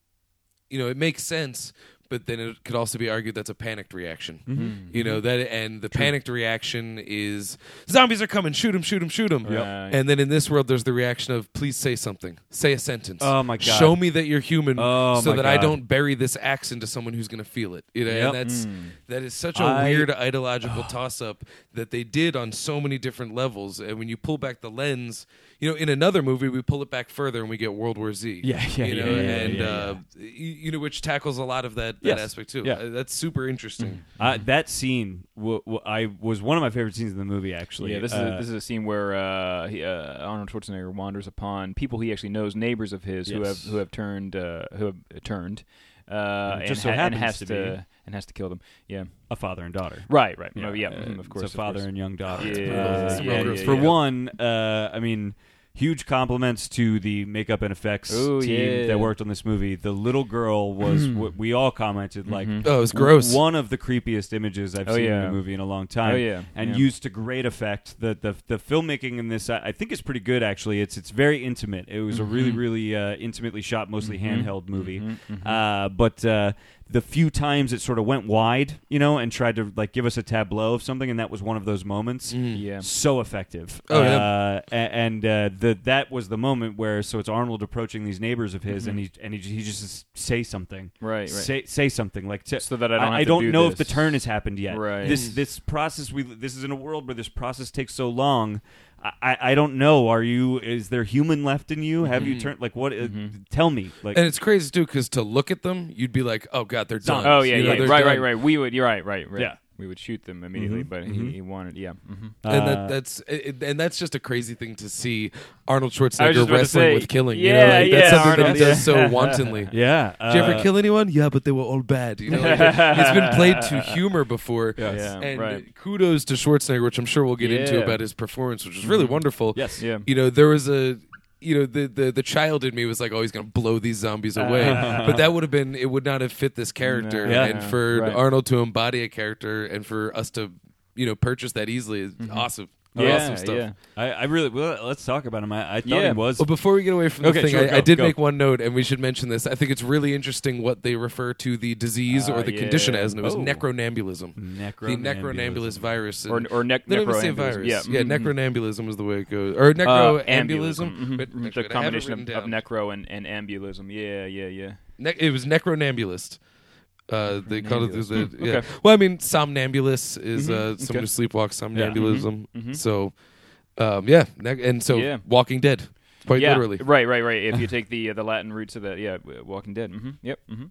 Speaker 3: you know, it makes sense, but then it could also be argued that's a panicked reaction.
Speaker 2: Mm-hmm.
Speaker 3: You know that, and the panicked reaction is zombies are coming, shoot them, shoot them, shoot them.
Speaker 4: Right.
Speaker 3: And then in this world, there's the reaction of please say something, say a sentence.
Speaker 2: Oh, my God.
Speaker 3: Show me that you're human,
Speaker 2: Oh,
Speaker 3: so
Speaker 2: my
Speaker 3: that I
Speaker 2: God.
Speaker 3: don't bury this axe into someone who's going to feel it. You know,
Speaker 2: Yep.
Speaker 3: and that's
Speaker 4: Hmm.
Speaker 3: that is such a
Speaker 2: I-
Speaker 3: weird ideological toss up that they did on so many different levels. And when you pull back the lens, you know, in another movie we pull it back further and we get World War Z.
Speaker 2: Yeah, yeah,
Speaker 3: you know,
Speaker 2: yeah, yeah,
Speaker 3: and
Speaker 2: yeah,
Speaker 3: uh, y- you know, which tackles a lot of that, that
Speaker 2: Yes.
Speaker 3: aspect too.
Speaker 2: Yeah.
Speaker 3: Uh, that's super interesting.
Speaker 2: Uh, that scene w- w- I was one of my favorite scenes in the movie. Actually,
Speaker 4: Yeah, this is
Speaker 2: Uh,
Speaker 4: a, this is a scene where uh, he, uh, Arnold Schwarzenegger wanders upon people he actually knows, neighbors of his who have
Speaker 2: Yes.
Speaker 4: who have turned uh, who have turned, uh,
Speaker 2: It
Speaker 4: and,
Speaker 2: just so
Speaker 4: ha- and
Speaker 2: happens
Speaker 4: has
Speaker 2: to
Speaker 4: to,
Speaker 2: be.
Speaker 4: and has to kill them. Yeah,
Speaker 2: Uh, a father and daughter.
Speaker 4: right, right. Yeah, yeah,
Speaker 2: Uh,
Speaker 4: mm, of course.
Speaker 2: It's a father
Speaker 4: of course.
Speaker 2: and young daughter.
Speaker 4: Yeah,
Speaker 2: Uh,
Speaker 4: yeah,
Speaker 2: and
Speaker 3: yeah, yeah,
Speaker 2: for
Speaker 3: yeah.
Speaker 2: one, uh, I mean, huge compliments to the makeup and effects
Speaker 4: Ooh,
Speaker 2: team
Speaker 4: yeah.
Speaker 2: that worked on this movie. The little girl was what we all commented like.
Speaker 3: Hmm. Oh, it was gross.
Speaker 2: One of the creepiest images I've
Speaker 4: Mm-hmm. Oh,
Speaker 2: seen in
Speaker 4: yeah.
Speaker 2: a movie in a long time.
Speaker 4: Oh, yeah.
Speaker 2: and
Speaker 4: Yeah.
Speaker 2: used to great effect. The the the filmmaking in this, I, I think, is pretty good. Actually, it's it's very intimate. It was a really really uh, intimately shot, mostly handheld movie. Uh, but uh, the few times it sort of went wide, you know, and tried to like give us a tableau of something, and that was one of those moments
Speaker 4: yeah.
Speaker 2: so effective.
Speaker 3: Oh, yeah.
Speaker 2: Uh, a- and uh, the that was the moment where so it's Arnold approaching these neighbors of his, and he and he, he just s- say something,
Speaker 4: Mm-hmm. Right, right.
Speaker 2: Say say something like to,
Speaker 4: So that I don't have to do
Speaker 2: know if the
Speaker 4: this.
Speaker 2: turn has happened yet.
Speaker 4: Right.
Speaker 2: This this process we this is in a world where this process takes so long. I, I I don't know. Are you? Is there human left in you? Have
Speaker 4: Mm-hmm.
Speaker 2: you turned like what? Uh, tell me. Like
Speaker 3: and it's crazy too because to look at them, you'd be like, "Oh God, they're done."
Speaker 2: Zombies.
Speaker 4: Oh yeah,
Speaker 3: You know,
Speaker 4: yeah.
Speaker 3: they're
Speaker 4: Right,
Speaker 3: done.
Speaker 4: right, right. We would. You're right, right, right.
Speaker 2: Yeah. Mm-hmm.
Speaker 4: We would shoot them immediately, but He, he wanted. Yeah. Mm-hmm.
Speaker 3: And
Speaker 2: Uh,
Speaker 3: that, that's it- and that's just a crazy thing to see Arnold
Speaker 4: I was just
Speaker 3: Schwarzenegger
Speaker 4: about to
Speaker 3: wrestling
Speaker 4: say,
Speaker 3: with killing.
Speaker 4: yeah,
Speaker 3: you know, like, that's
Speaker 4: yeah,
Speaker 3: something that
Speaker 4: Arnold,
Speaker 3: he does so
Speaker 4: yeah.
Speaker 3: wantonly.
Speaker 2: yeah.
Speaker 3: Did you ever
Speaker 2: uh,
Speaker 3: kill anyone? Yeah, but they were all bad. You know, like, it's been played to humor before.
Speaker 4: Yeah,
Speaker 3: and
Speaker 4: right.
Speaker 3: kudos to Schwarzenegger, which I'm sure we'll get into
Speaker 4: Yeah. Mm-hmm.
Speaker 3: about his performance, which was really wonderful.
Speaker 2: Yes.
Speaker 4: Yeah.
Speaker 3: You know, there was a. You know, the, the the child in me was like, "Oh, he's gonna blow these zombies
Speaker 2: Uh.
Speaker 3: away," but that would have been it. Would not have fit this character,
Speaker 4: No, Yeah.
Speaker 3: and for
Speaker 4: right.
Speaker 3: Arnold to embody a character, and for us to, you know, purchase that easily is awesome.
Speaker 4: Mm-hmm. Yeah,
Speaker 3: awesome stuff.
Speaker 4: yeah.
Speaker 2: I, I really well. Let's talk about him. I, I thought
Speaker 4: Yeah.
Speaker 2: he was.
Speaker 3: Well, before we get away from the
Speaker 2: Okay,
Speaker 3: thing,
Speaker 2: sure,
Speaker 3: I,
Speaker 2: go,
Speaker 3: I did
Speaker 2: go.
Speaker 3: make one note, and we should mention this. I think it's really interesting what they refer to the disease or
Speaker 4: Ah,
Speaker 3: the
Speaker 4: yeah.
Speaker 3: condition as, and it was
Speaker 2: Oh.
Speaker 3: necronambulism. The
Speaker 2: Necronambulism.
Speaker 3: necronambulist virus. and-
Speaker 4: Or or nec-
Speaker 3: they don't even say virus.
Speaker 4: necroambulism. Yeah.
Speaker 3: yeah,
Speaker 4: mhm.
Speaker 3: necronambulism is the way it goes. Or
Speaker 4: Uh,
Speaker 3: necroambulism.
Speaker 4: ambulism, mhm.
Speaker 3: but actually, I have
Speaker 4: the
Speaker 3: it
Speaker 4: combination
Speaker 3: written
Speaker 4: of, of
Speaker 3: down.
Speaker 4: necro and, and ambulism. Yeah, yeah, yeah.
Speaker 3: Ne- it was necronambulist. Uh, they called it the, the- yeah.
Speaker 4: okay. Mm-hmm.
Speaker 3: Well, I mean, somnambulist is uh, someone
Speaker 4: okay. Mm-hmm.
Speaker 3: who sleepwalks, somnambulism. So, um, yeah, ne- and so
Speaker 4: Yeah.
Speaker 3: Walking Dead, quite
Speaker 4: yeah,
Speaker 3: literally.
Speaker 4: Right, right, right. If you take the uh, the Latin roots of that, yeah, w- Walking Dead. hmm Yep. hmm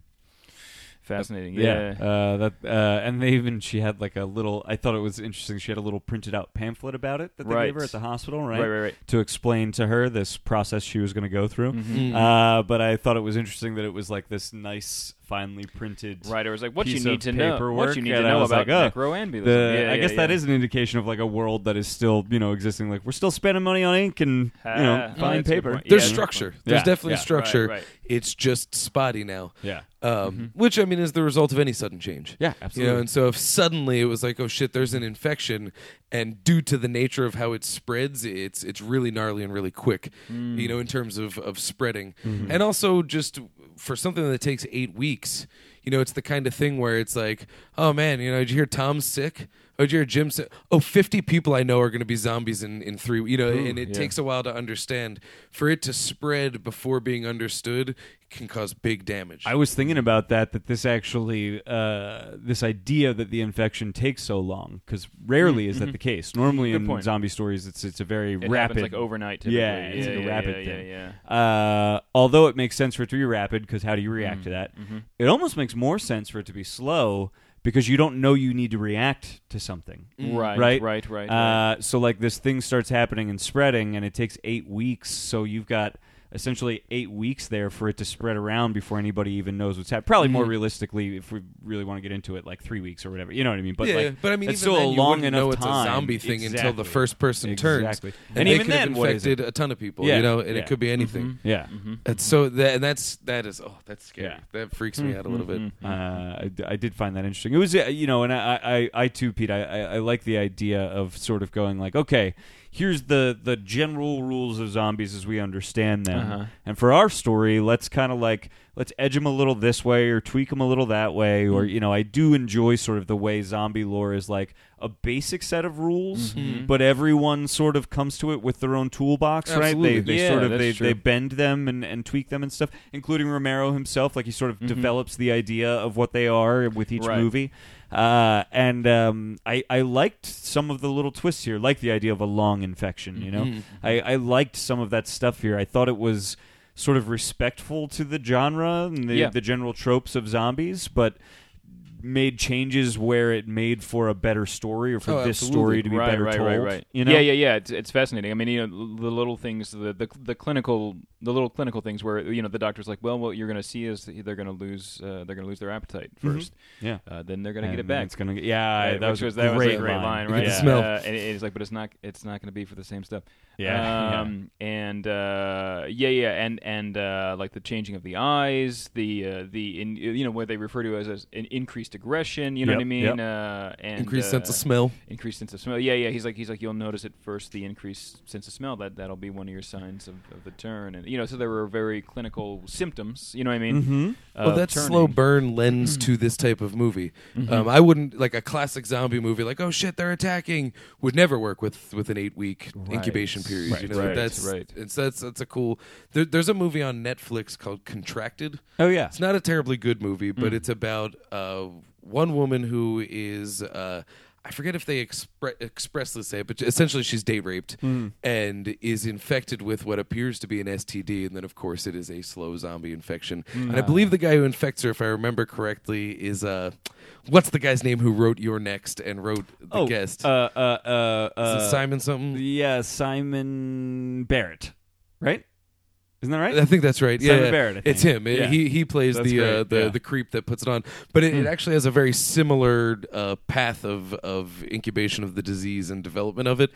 Speaker 4: Fascinating.
Speaker 2: Yeah,
Speaker 4: Yeah.
Speaker 2: Uh, that uh, and they even she had like a little. I thought it was interesting. She had a little printed out pamphlet about it that they gave
Speaker 4: Right.
Speaker 2: her at the hospital, right?
Speaker 4: Right, right, right.
Speaker 2: To explain to her this process she was going to go through.
Speaker 4: Mm-hmm.
Speaker 2: Uh, but I thought it was interesting that it was like this nice, finely printed.
Speaker 4: Right. It was like what you
Speaker 2: piece
Speaker 4: need
Speaker 2: of
Speaker 4: to know.
Speaker 2: paperwork,
Speaker 4: What you need
Speaker 2: and
Speaker 4: to
Speaker 2: I
Speaker 4: know
Speaker 2: was
Speaker 4: about
Speaker 2: like, oh,
Speaker 4: necroambulism.
Speaker 2: the-
Speaker 4: yeah,
Speaker 2: I
Speaker 4: yeah,
Speaker 2: guess that
Speaker 4: yeah.
Speaker 2: is an indication of like a world that is still, you know, existing. Like we're still spending money on ink and you know,
Speaker 4: Ah, oh,
Speaker 2: fine
Speaker 4: that's a good
Speaker 2: paper.
Speaker 4: point.
Speaker 3: There's
Speaker 4: Yeah.
Speaker 3: structure.
Speaker 2: Yeah,
Speaker 3: There's definitely
Speaker 2: yeah.
Speaker 3: structure.
Speaker 4: Right, Mm-hmm. right.
Speaker 3: It's just spotty now.
Speaker 2: Yeah.
Speaker 3: Um, Which, I mean, is the result of any sudden change.
Speaker 2: Yeah,
Speaker 3: You
Speaker 2: absolutely.
Speaker 3: know, and so if suddenly it was like, oh shit, there's an infection, and due to the nature of how it spreads, it's it's really gnarly and really quick, you know, in terms of, of spreading. And also just for something that takes eight weeks, you know, it's the kind of thing where it's like, oh man, you know, did you hear Tom's sick? Oh, did you hear Jim's sick? Oh, 50 people I know are going to be zombies in, in three, you know, and it takes a while to understand. For it to spread before being understood can cause big damage.
Speaker 2: I was thinking about that. That this actually, uh, this idea that the infection takes so long, because rarely is that the case. Normally in
Speaker 4: Mm, mm-hmm. point.
Speaker 2: zombie stories, it's it's a very
Speaker 4: It
Speaker 2: rapid,
Speaker 4: happens like overnight. Typically.
Speaker 2: Yeah, it's
Speaker 4: yeah,
Speaker 2: like a
Speaker 4: yeah,
Speaker 2: rapid
Speaker 4: yeah,
Speaker 2: thing.
Speaker 4: Yeah,
Speaker 2: Uh, although it makes sense for it to be rapid, because how do
Speaker 4: Mm,
Speaker 2: you react to that?
Speaker 4: mm-hmm.
Speaker 2: It almost makes more sense for it to be slow because you don't know you need to react to something.
Speaker 4: yeah. Right,
Speaker 2: Mm. Right,
Speaker 4: right, right, right.
Speaker 2: Uh, so like this thing starts happening and spreading, and it takes eight weeks. So you've got essentially eight weeks there for it to spread around before anybody even knows what's happening. Probably
Speaker 3: Mm-hmm.
Speaker 2: more realistically, if we really want to get into it, like three weeks or whatever. You know what I mean? But
Speaker 3: yeah,
Speaker 2: like,
Speaker 3: but I mean,
Speaker 2: it's
Speaker 3: even
Speaker 2: still
Speaker 3: then,
Speaker 2: a
Speaker 3: you
Speaker 2: long
Speaker 3: wouldn't
Speaker 2: enough
Speaker 3: know it's
Speaker 2: time.
Speaker 3: a zombie thing until the
Speaker 2: Exactly.
Speaker 3: first person turns.
Speaker 2: Exactly.
Speaker 3: and,
Speaker 2: And
Speaker 3: they
Speaker 2: even
Speaker 3: could have
Speaker 2: then, what is
Speaker 3: infected a ton of people.
Speaker 2: Yeah.
Speaker 3: you know, and
Speaker 2: Yeah. Mm-hmm.
Speaker 3: it could be anything.
Speaker 2: Yeah.
Speaker 4: Mm-hmm.
Speaker 3: And so that and that's that is oh that's scary.
Speaker 2: Yeah.
Speaker 3: That freaks me out a little bit.
Speaker 4: Mm-hmm.
Speaker 2: Uh, I, d- I did find that interesting. It was, uh, you know, and I, I, I too, Pete, I, I, I like the idea of sort of going like, okay, here's the the general rules of zombies as we understand them.
Speaker 4: Uh-huh.
Speaker 2: And for our story, let's kind of like let's edge them a little this way or tweak them a little that way. Or
Speaker 4: Mm-hmm.
Speaker 2: you know, I do enjoy sort of the way zombie lore is like a basic set of rules,
Speaker 4: Mm-hmm.
Speaker 2: but everyone sort of comes to it with their own toolbox,
Speaker 3: Absolutely.
Speaker 2: right? They they
Speaker 4: Yeah,
Speaker 2: sort of
Speaker 4: that's
Speaker 2: they,
Speaker 4: true.
Speaker 2: they bend them and, and tweak them and stuff, including Romero himself. Like he sort of develops the idea of what they are with each
Speaker 4: Mm-hmm. Right.
Speaker 2: movie. Uh, and um, I, I liked some of the little twists here, like the idea of a long infection, you know?
Speaker 4: Mm-hmm.
Speaker 2: I, I liked some of that stuff here. I thought it was sort of respectful to the genre and the,
Speaker 4: Yeah.
Speaker 2: the general tropes of zombies, but made changes where it made for a better story or for
Speaker 3: Oh,
Speaker 2: this
Speaker 3: absolutely.
Speaker 2: story to be
Speaker 4: right,
Speaker 2: better
Speaker 4: right,
Speaker 2: told.
Speaker 4: right, right.
Speaker 2: You know?
Speaker 4: Yeah, yeah, yeah. It's, it's fascinating. I mean, you know, l- the little things, the, the the clinical, the little clinical things where you know the doctor's like, well, what you're going to see is that they're going to lose, uh, they're going to lose their appetite 1st
Speaker 2: Yeah.
Speaker 4: Uh, then they're going to
Speaker 2: Mm-hmm. And
Speaker 4: get it back.
Speaker 2: It's gonna get, yeah,
Speaker 4: Right,
Speaker 2: that
Speaker 4: which
Speaker 2: was, a
Speaker 4: that was
Speaker 2: great
Speaker 4: a great line,
Speaker 3: You
Speaker 4: right?
Speaker 3: could
Speaker 2: Yeah.
Speaker 3: smell.
Speaker 4: Uh, and it- it's like, but it's not, it's not going to be for the same stuff.
Speaker 2: Yeah,
Speaker 4: Um, And uh, yeah, yeah, and and uh, like the changing of the eyes, the uh, the in, you know what they refer to as, as an increased aggression. You know what
Speaker 2: Yep,
Speaker 4: I mean?
Speaker 2: yep.
Speaker 4: Uh, and
Speaker 3: Increased
Speaker 4: uh,
Speaker 3: sense of smell.
Speaker 4: Increased sense of smell. Yeah, yeah. He's like, he's like, you'll notice at first the increased sense of smell. That that'll be one of your signs of, of the turn. And you know, so there were very clinical symptoms. You know what I mean? Mm-hmm.
Speaker 3: Well, that slow burn lends
Speaker 2: Mm-hmm.
Speaker 3: to this type of movie. Um, I wouldn't like a classic zombie movie, like oh shit, they're attacking, would never work with with an eight week incubation period. you
Speaker 4: Right,
Speaker 3: know,
Speaker 4: right,
Speaker 3: that's
Speaker 4: right.
Speaker 3: It's that's that's a cool. There, there's a movie on Netflix called Contracted.
Speaker 2: Oh yeah.
Speaker 3: It's not a terribly good movie,
Speaker 2: Mm.
Speaker 3: but it's about uh, one woman who is. Uh, I forget if they expre- expressly say it, but essentially she's date raped
Speaker 2: Mm.
Speaker 3: and is infected with what appears to be an STD. And then, of course, it is a slow zombie infection.
Speaker 2: Mm.
Speaker 3: And I believe the guy who infects her, if I remember correctly, is uh, what's the guy's name who wrote Your Next and wrote The
Speaker 2: oh,
Speaker 3: Guest?
Speaker 2: Uh, uh, uh,
Speaker 3: is
Speaker 2: uh,
Speaker 3: it Simon something?
Speaker 2: Yeah, Simon Barrett, right? Isn't that right?
Speaker 3: I think that's right. Yeah,
Speaker 2: Simon
Speaker 3: yeah.
Speaker 2: Barrett, I
Speaker 3: It's
Speaker 2: think.
Speaker 3: him. It-
Speaker 2: Yeah.
Speaker 3: He he plays
Speaker 2: That's
Speaker 3: the uh,
Speaker 2: great,
Speaker 3: the
Speaker 2: yeah. Hmm.
Speaker 3: the creep that puts it on. But it, it actually has a very similar uh, path of of incubation of the disease and development of it.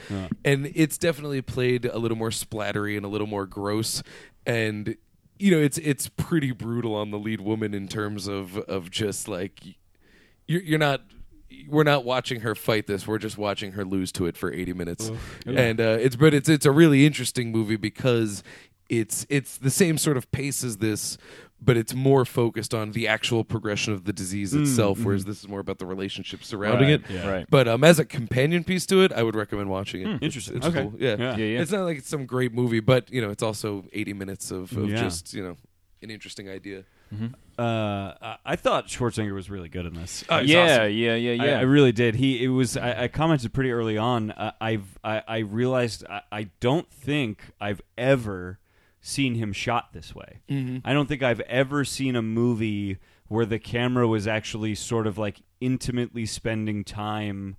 Speaker 3: And it's definitely played a little more splattery and a little more gross. And you know, it's it's pretty brutal on the lead woman in terms of of just like you're, you're not we're not watching her fight this we're just watching her lose to it for 80 minutes and uh, it's but it's it's a really interesting movie because it's it's the same sort of pace as this but it's more focused on the actual progression of the disease
Speaker 2: Hmm,
Speaker 3: itself whereas this is more about the relationship surrounding
Speaker 4: Right,
Speaker 3: it
Speaker 4: yeah. Right.
Speaker 3: but um as a companion piece to it i would recommend watching it It's-
Speaker 2: Hmm, Interesting.
Speaker 3: it's,
Speaker 2: Okay.
Speaker 3: cool yeah.
Speaker 2: Yeah.
Speaker 4: Yeah, yeah.
Speaker 3: it's not like it's some great movie but you know it's also 80 minutes of, of
Speaker 2: Yeah.
Speaker 3: just you know an interesting idea
Speaker 2: Uh, I- I thought Schwarzenegger was really good in this.
Speaker 3: Oh, he's
Speaker 4: yeah,
Speaker 3: awesome.
Speaker 4: yeah, yeah,
Speaker 2: I-
Speaker 4: yeah.
Speaker 2: I, really did. He it was. I, I commented pretty early on. Uh, I've I, I realized I, I don't think I've ever seen him shot this way.
Speaker 4: Mm-hmm.
Speaker 2: I don't think I've ever seen a movie where the camera was actually sort of like intimately spending time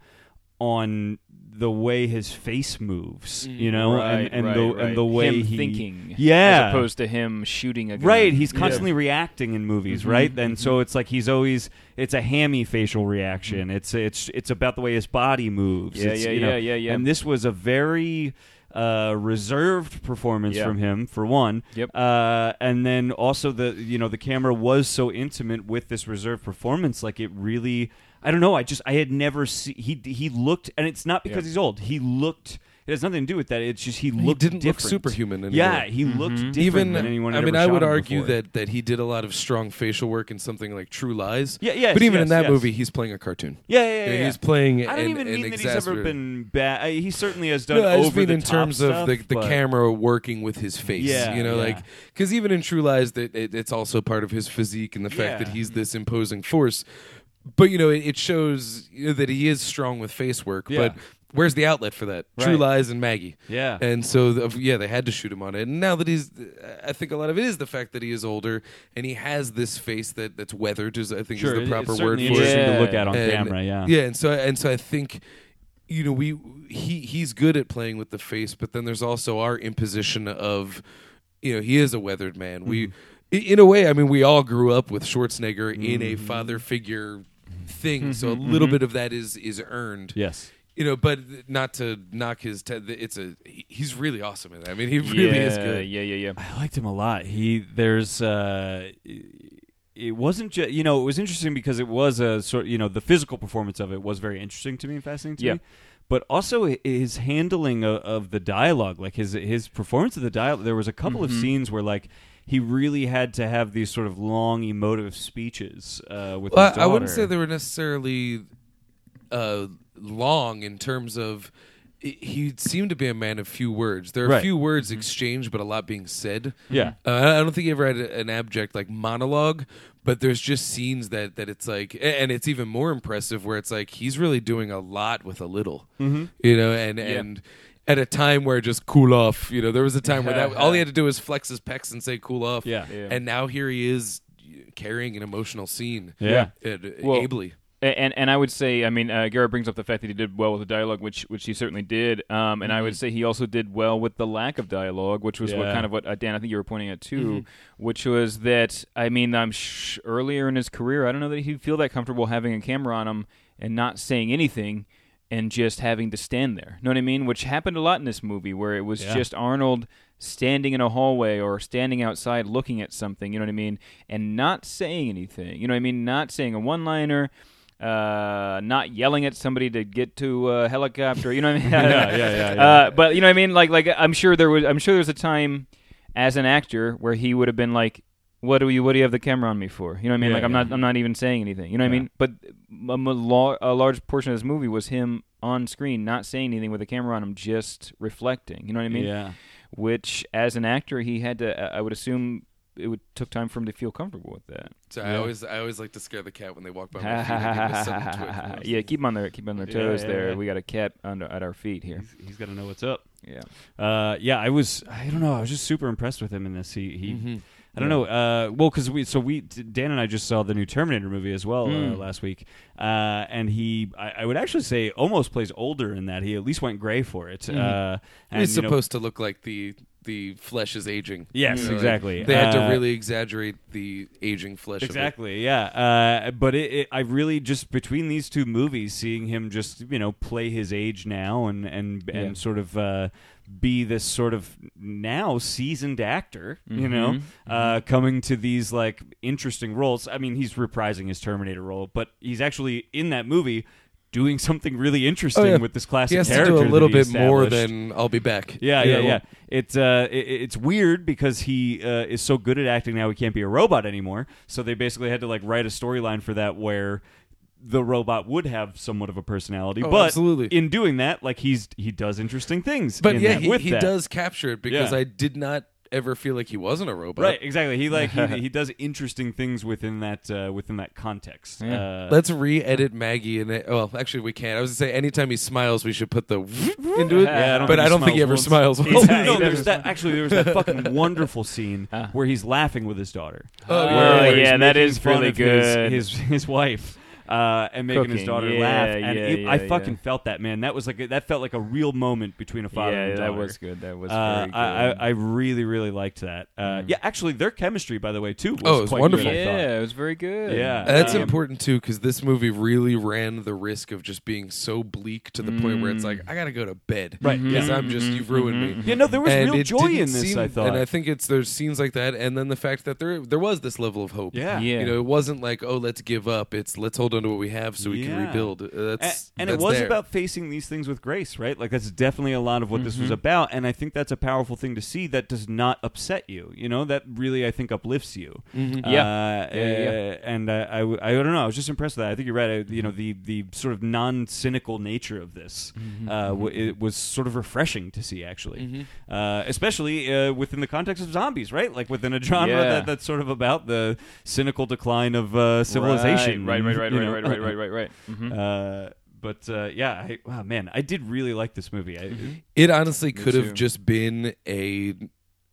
Speaker 2: on the way his face moves, you know,
Speaker 4: Mm-hmm. Right,
Speaker 2: and, and
Speaker 4: right,
Speaker 2: the
Speaker 4: right.
Speaker 2: and the way
Speaker 4: him
Speaker 2: he
Speaker 4: thinking,
Speaker 2: yeah,
Speaker 4: as opposed to him shooting a gun.
Speaker 2: Right, he's constantly reacting in movies,
Speaker 4: Mm-hmm,
Speaker 2: right? And so it's like he's always it's a hammy facial reaction. It's it's it's about the way his body moves.
Speaker 4: Mm. Yeah,
Speaker 2: It's,
Speaker 4: yeah,
Speaker 2: you know,
Speaker 4: yeah, yeah, yeah.
Speaker 2: And this was a very uh, reserved performance
Speaker 4: Yeah.
Speaker 2: from him for one.
Speaker 4: Yep.
Speaker 2: Uh, and then also the you know the camera was so intimate with this reserved performance, like it really. I don't know. I just I had never seen he he looked, and it's not because
Speaker 4: Yeah.
Speaker 2: he's old. He looked. It has nothing to do with that. It's just he looked
Speaker 3: didn't look
Speaker 2: different.
Speaker 3: superhuman anymore.
Speaker 2: Yeah, he looked
Speaker 4: Mm-hmm.
Speaker 2: different than anyone.
Speaker 3: I
Speaker 2: had
Speaker 3: mean,
Speaker 2: ever
Speaker 3: I
Speaker 2: shot
Speaker 3: would
Speaker 2: him
Speaker 3: argue
Speaker 2: before.
Speaker 3: that that he did a lot of strong facial work in something like True Lies.
Speaker 2: Yeah, yes,
Speaker 3: But even in
Speaker 2: yes,
Speaker 3: that
Speaker 2: yes.
Speaker 3: movie, he's playing a cartoon.
Speaker 2: Yeah, yeah, yeah. yeah.
Speaker 3: he's playing.
Speaker 2: I don't
Speaker 3: an-
Speaker 2: even
Speaker 3: an
Speaker 2: mean that he's ever
Speaker 3: exacerbated-
Speaker 2: been bad. I- He certainly has done
Speaker 3: No, I just
Speaker 2: over
Speaker 3: mean
Speaker 2: the
Speaker 3: in
Speaker 2: top
Speaker 3: terms
Speaker 2: stuff,
Speaker 3: of the, the
Speaker 2: but-
Speaker 3: camera working with his face.
Speaker 2: Yeah,
Speaker 3: you know,
Speaker 2: yeah.
Speaker 3: like because even in True Lies, that it, it's also part of his physique and the fact
Speaker 2: Yeah.
Speaker 3: that he's this imposing force. But you know, it, it shows you know, that he is strong with face work.
Speaker 2: Yeah.
Speaker 3: But where's the outlet for that? True
Speaker 2: Right.
Speaker 3: Lies and Maggie.
Speaker 2: Yeah.
Speaker 3: And so, the, yeah, they had to shoot him on it. And now that he's, I think a lot of it is the fact that he is older and he has this face that that's weathered. Is I think
Speaker 2: Sure,
Speaker 3: is
Speaker 2: it-
Speaker 3: the proper
Speaker 2: it's
Speaker 3: word
Speaker 2: certainly
Speaker 3: for it
Speaker 2: interesting to
Speaker 4: Yeah.
Speaker 2: look at on
Speaker 3: and-
Speaker 2: camera. Yeah,
Speaker 3: yeah, and so and so I think you know we he he's good at playing with the face, but then there's also our imposition of you know he is a weathered man. We
Speaker 2: Mm-hmm.
Speaker 3: i- in a way, I mean, we all grew up with Schwarzenegger in a
Speaker 2: Mm-hmm.
Speaker 3: father figure thing, so a little bit of that is is earned.
Speaker 2: yes.
Speaker 3: You know, but not to knock his. Te- it's a he- he's really awesome in it. I mean, he really
Speaker 4: yeah,
Speaker 3: is good.
Speaker 4: Yeah, yeah, yeah.
Speaker 2: I liked him a lot. He there's uh it wasn't just you know it was interesting because it was a sort you know the physical performance of it was very interesting to me and fascinating to
Speaker 4: Yeah.
Speaker 2: me. but also hi- his handling of, of the dialogue, like his his performance of the dialogue. There was a couple of scenes where like he really had to have these sort of long emotive speeches uh, with
Speaker 3: Well,
Speaker 2: his
Speaker 3: I I wouldn't
Speaker 2: daughter.
Speaker 3: say they were necessarily uh, long in terms of. he- He seemed to be a man of few words. There are
Speaker 2: Right.
Speaker 3: few words exchanged, but a lot being said.
Speaker 2: Yeah.
Speaker 3: uh, I- I don't think he ever had a- an abject like monologue, but there's just scenes that that it's like, a- and it's even more impressive where it's like he's really doing a lot with a little, mm-hmm. you know, and and. At a time where just cool off, you know, there was a time where that all he had to do was flex his pecs and say cool off.
Speaker 2: Yeah. Yeah.
Speaker 3: And now here he is carrying an emotional scene.
Speaker 2: Yeah.
Speaker 3: It-
Speaker 4: Well,
Speaker 3: ably.
Speaker 4: A- And and I would say, I mean, uh, Garrett brings up the fact that he did well with the dialogue, which which he certainly did. Um, and I would say he also did well with the lack of dialogue, which was what
Speaker 2: Yeah.
Speaker 4: kind of what uh, Dan, I think you were pointing at too,
Speaker 2: Mm-hmm.
Speaker 4: which was that I mean, I'm sh- earlier in his career, I don't know that he'd feel that comfortable having a camera on him and not saying anything. And just having to stand there, know what I mean? Which happened a lot in this movie, where it was
Speaker 2: Yeah.
Speaker 4: just Arnold standing in a hallway or standing outside looking at something, you know what I mean, and not saying anything, you know what I mean, not saying a one liner, uh, not yelling at somebody to get to a helicopter, you know what I mean?
Speaker 2: Yeah, yeah, yeah, yeah.
Speaker 4: Uh, but you know what I mean, like like I'm sure there was I'm sure there was a time as an actor where he would have been like. What do you What do you have the camera on me for? You know what I mean.
Speaker 2: Yeah,
Speaker 4: like I'm
Speaker 2: yeah.
Speaker 4: not. I'm not even saying anything. You know what I mean. But um, a, m- lar- a large portion of this movie was him on screen, not saying anything with the camera on him, just reflecting. You know what I mean
Speaker 2: yeah.
Speaker 4: which as an actor he had to i I would assume it would took time for him to feel comfortable with that
Speaker 3: So I always I always like to scare the cat when they walk by my feet. and give us something to it for us.
Speaker 4: yeah keep 'em on their keep 'em on their
Speaker 2: Yeah,
Speaker 4: toes
Speaker 2: yeah,
Speaker 4: there
Speaker 2: yeah.
Speaker 4: we got a cat under, at our feet here
Speaker 2: He's, he's got to know what's up.
Speaker 4: yeah
Speaker 2: Uh, yeah, I was. I don't know. I was just super impressed with him in this. He, he
Speaker 3: Mm-hmm.
Speaker 2: I don't know. Uh, well, because we, so we, Dan and I just saw the new Terminator movie as well
Speaker 3: Mm.
Speaker 2: uh, last week, uh, and he, I, I would actually say, almost plays older in that. He at least went gray for it. Uh, and,
Speaker 3: Mm-hmm. He's
Speaker 2: you know-
Speaker 3: supposed to look like the the flesh is aging.
Speaker 2: Yes,
Speaker 3: You know, like,
Speaker 2: exactly.
Speaker 3: they had to
Speaker 2: Uh,
Speaker 3: really exaggerate the aging flesh. of it.
Speaker 2: Exactly. Yeah. Uh, but it, it, I really just between these two movies, seeing him just you know play his age now and and and sort of uh, be this sort of now seasoned actor, you know,
Speaker 3: Mm-hmm.
Speaker 2: uh, coming to these like interesting roles. I mean, he's reprising his Terminator role, but he's actually in that movie doing something really interesting
Speaker 3: Oh, yeah.
Speaker 2: with this classic
Speaker 3: He has to
Speaker 2: character.
Speaker 3: do a
Speaker 2: that
Speaker 3: little
Speaker 2: he
Speaker 3: bit more
Speaker 2: established.
Speaker 3: than I'll be back.
Speaker 2: Yeah,
Speaker 3: You
Speaker 2: yeah,
Speaker 3: know?
Speaker 2: yeah. It's uh, i- i it's weird because he uh, is so good at acting now he can't be a robot anymore. So they basically had to like write a storyline for that where the robot would have somewhat of a personality.
Speaker 3: Oh,
Speaker 2: but
Speaker 3: absolutely.
Speaker 2: in doing that, like he's he does interesting things.
Speaker 3: But
Speaker 2: in
Speaker 3: yeah,
Speaker 2: that,
Speaker 3: he,
Speaker 2: with
Speaker 3: he
Speaker 2: that.
Speaker 3: does capture it because
Speaker 2: Yeah.
Speaker 3: I did not ever feel like he wasn't a robot.
Speaker 2: Right, exactly. He like he, he does interesting things within that uh, within that context. Uh,
Speaker 3: Let's re-edit Maggie and it, well, actually we can't. I was gonna say anytime he smiles, we should put the into it.
Speaker 2: Yeah, I don't
Speaker 3: but
Speaker 2: think
Speaker 3: I
Speaker 2: he
Speaker 3: don't think he ever
Speaker 2: smiles
Speaker 3: smiles.
Speaker 2: Oh,
Speaker 3: once.
Speaker 2: no, there's that actually there was that fucking wonderful scene where he's laughing with his daughter.
Speaker 3: Oh, yeah.
Speaker 2: Where
Speaker 4: Oh,
Speaker 2: he's
Speaker 4: yeah, that
Speaker 2: making
Speaker 4: is
Speaker 2: fun
Speaker 4: really
Speaker 2: of his-
Speaker 4: good.
Speaker 2: His his, wife. Uh, and making his
Speaker 4: Cooking.
Speaker 2: daughter
Speaker 4: Yeah,
Speaker 2: laugh, and
Speaker 4: yeah,
Speaker 2: it-
Speaker 4: yeah,
Speaker 2: I fucking
Speaker 4: yeah.
Speaker 2: felt that man. That was like a, that felt like a real moment between a father
Speaker 4: yeah
Speaker 2: and a daughter.
Speaker 4: that was good that was
Speaker 2: Uh,
Speaker 4: very good Mm.
Speaker 2: I, I I really really liked that. Uh, Yeah, actually, their chemistry, by the way, too, was
Speaker 3: Oh, it was
Speaker 2: quite
Speaker 3: wonderful.
Speaker 2: Good, I thought.
Speaker 4: yeah it was very good
Speaker 2: Yeah.
Speaker 3: And That's
Speaker 2: Um,
Speaker 3: important too, because this movie really ran the risk of just being so bleak to the point where it's like, I gotta go to bed,
Speaker 2: Mm. Right,
Speaker 3: Because
Speaker 2: yeah. Mm-hmm.
Speaker 3: I'm just you've ruined me.
Speaker 2: Yeah, no, there was
Speaker 3: And
Speaker 2: real
Speaker 3: it
Speaker 2: joy
Speaker 3: didn't
Speaker 2: in this.
Speaker 3: seem-
Speaker 2: I thought.
Speaker 3: and I think it's there's scenes like that, and then the fact that there there was this level of hope.
Speaker 2: Yeah.
Speaker 4: Yeah.
Speaker 3: you know, it wasn't like oh, let's give up. It's let's hold on to what we have so we can
Speaker 2: Yeah.
Speaker 3: rebuild. Uh,
Speaker 2: A-
Speaker 3: That's
Speaker 2: and
Speaker 3: that's
Speaker 2: it was
Speaker 3: there.
Speaker 2: about facing these things with grace, right? Like that's definitely a lot of what
Speaker 4: Mm-hmm.
Speaker 2: this was about, and I think that's a powerful thing to see that does not upset you. You know, that really I think uplifts you. Uh,
Speaker 4: Mm-hmm. Yeah. Yeah, yeah,
Speaker 2: uh, and I, I, w- I don't know. I was just impressed with that. I think you're right. I, you know, the the sort of non cynical nature of this
Speaker 4: Mm-hmm.
Speaker 2: uh, w- it was sort of refreshing to see, actually,
Speaker 4: Mm-hmm.
Speaker 2: uh, especially uh, within the context of zombies, right? Like within a genre
Speaker 4: Yeah.
Speaker 2: that, that's sort of about the cynical decline of uh, civilization.
Speaker 4: right right right
Speaker 2: you know?
Speaker 4: right right right right right right Mhm.
Speaker 2: Uh, but uh, yeah, I, wow, man, I did really like this movie. I,
Speaker 4: Mm-hmm.
Speaker 3: It honestly could
Speaker 4: too.
Speaker 3: have just been a,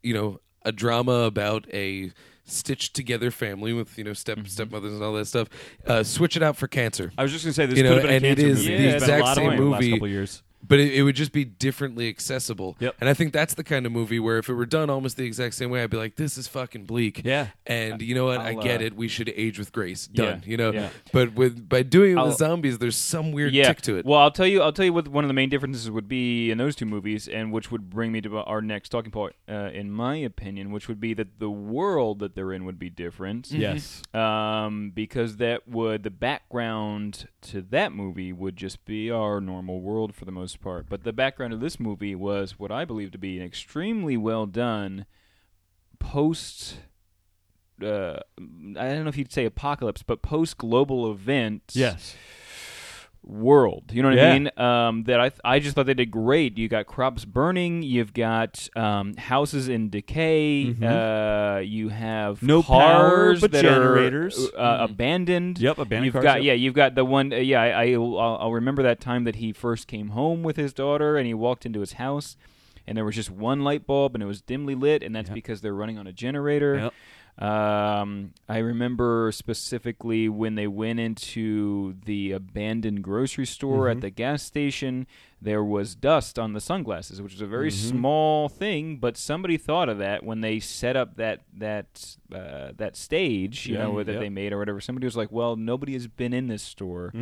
Speaker 3: you know, a drama about a stitched together family with you know step
Speaker 2: Mm-hmm.
Speaker 3: stepmothers and all that stuff. Uh, switch it out for cancer.
Speaker 2: I was just gonna say this
Speaker 3: You know,
Speaker 2: could have been a
Speaker 3: and it
Speaker 2: cancer
Speaker 3: is
Speaker 2: movie.
Speaker 4: the
Speaker 2: There's been a
Speaker 4: exact
Speaker 2: lot of
Speaker 4: same
Speaker 2: money in the last
Speaker 3: movie
Speaker 2: couple years.
Speaker 3: but it, it would just be differently accessible.
Speaker 2: Yep.
Speaker 3: And I think that's the kind of movie where if it were done almost the exact same way, I'd be like, this is fucking bleak.
Speaker 2: Yeah.
Speaker 3: And you know what? i
Speaker 4: I'll,
Speaker 3: get
Speaker 4: uh,
Speaker 3: it. We should age with grace.
Speaker 4: Yeah,
Speaker 3: Done. You know.
Speaker 4: yeah.
Speaker 3: But with by doing it
Speaker 4: I'll-
Speaker 3: with zombies, there's some weird
Speaker 4: yeah.
Speaker 3: tick to it.
Speaker 4: Well, I'll tell you. I'll tell you what one of the main differences would be in those two movies, and which would bring me to our next talking point, uh, in my opinion, which would be that the world that they're in would be different.
Speaker 2: Yes.
Speaker 4: Um, because that would the background to that movie would just be our normal world for the most part. But the background of this movie was what I believe to be an extremely well done post. Uh, I don't know if you'd say apocalypse, but post global events
Speaker 2: Yes.
Speaker 4: world. You know what
Speaker 2: Yeah.
Speaker 4: I mean? Um, that I th- I just thought they did great. You got crops burning. You've got um, houses in decay. Uh, you have
Speaker 2: Mm-hmm. No power,
Speaker 4: cars
Speaker 2: but
Speaker 4: that
Speaker 2: generators. Mm-hmm.
Speaker 4: are uh, abandoned.
Speaker 2: Yep, abandoned
Speaker 4: You've
Speaker 2: cars,
Speaker 4: got
Speaker 2: yep.
Speaker 4: yeah. You've got the one. Uh, yeah, I, I I'll, I'll remember that time that he first came home with his daughter and he walked into his house. And there was just one light bulb, and it was dimly lit, and that's because they're running on a generator.
Speaker 2: Yep.
Speaker 4: Um, I remember specifically when they went into the abandoned grocery store
Speaker 2: Mm-hmm.
Speaker 4: at the gas station, there was dust on the sunglasses, which is a very
Speaker 2: Mm-hmm.
Speaker 4: small thing, but somebody thought of that when they set up that that uh, that stage, you
Speaker 2: Yeah.
Speaker 4: know, that
Speaker 2: Yep.
Speaker 4: they made or whatever. Somebody was like, "Well, nobody has been in this store."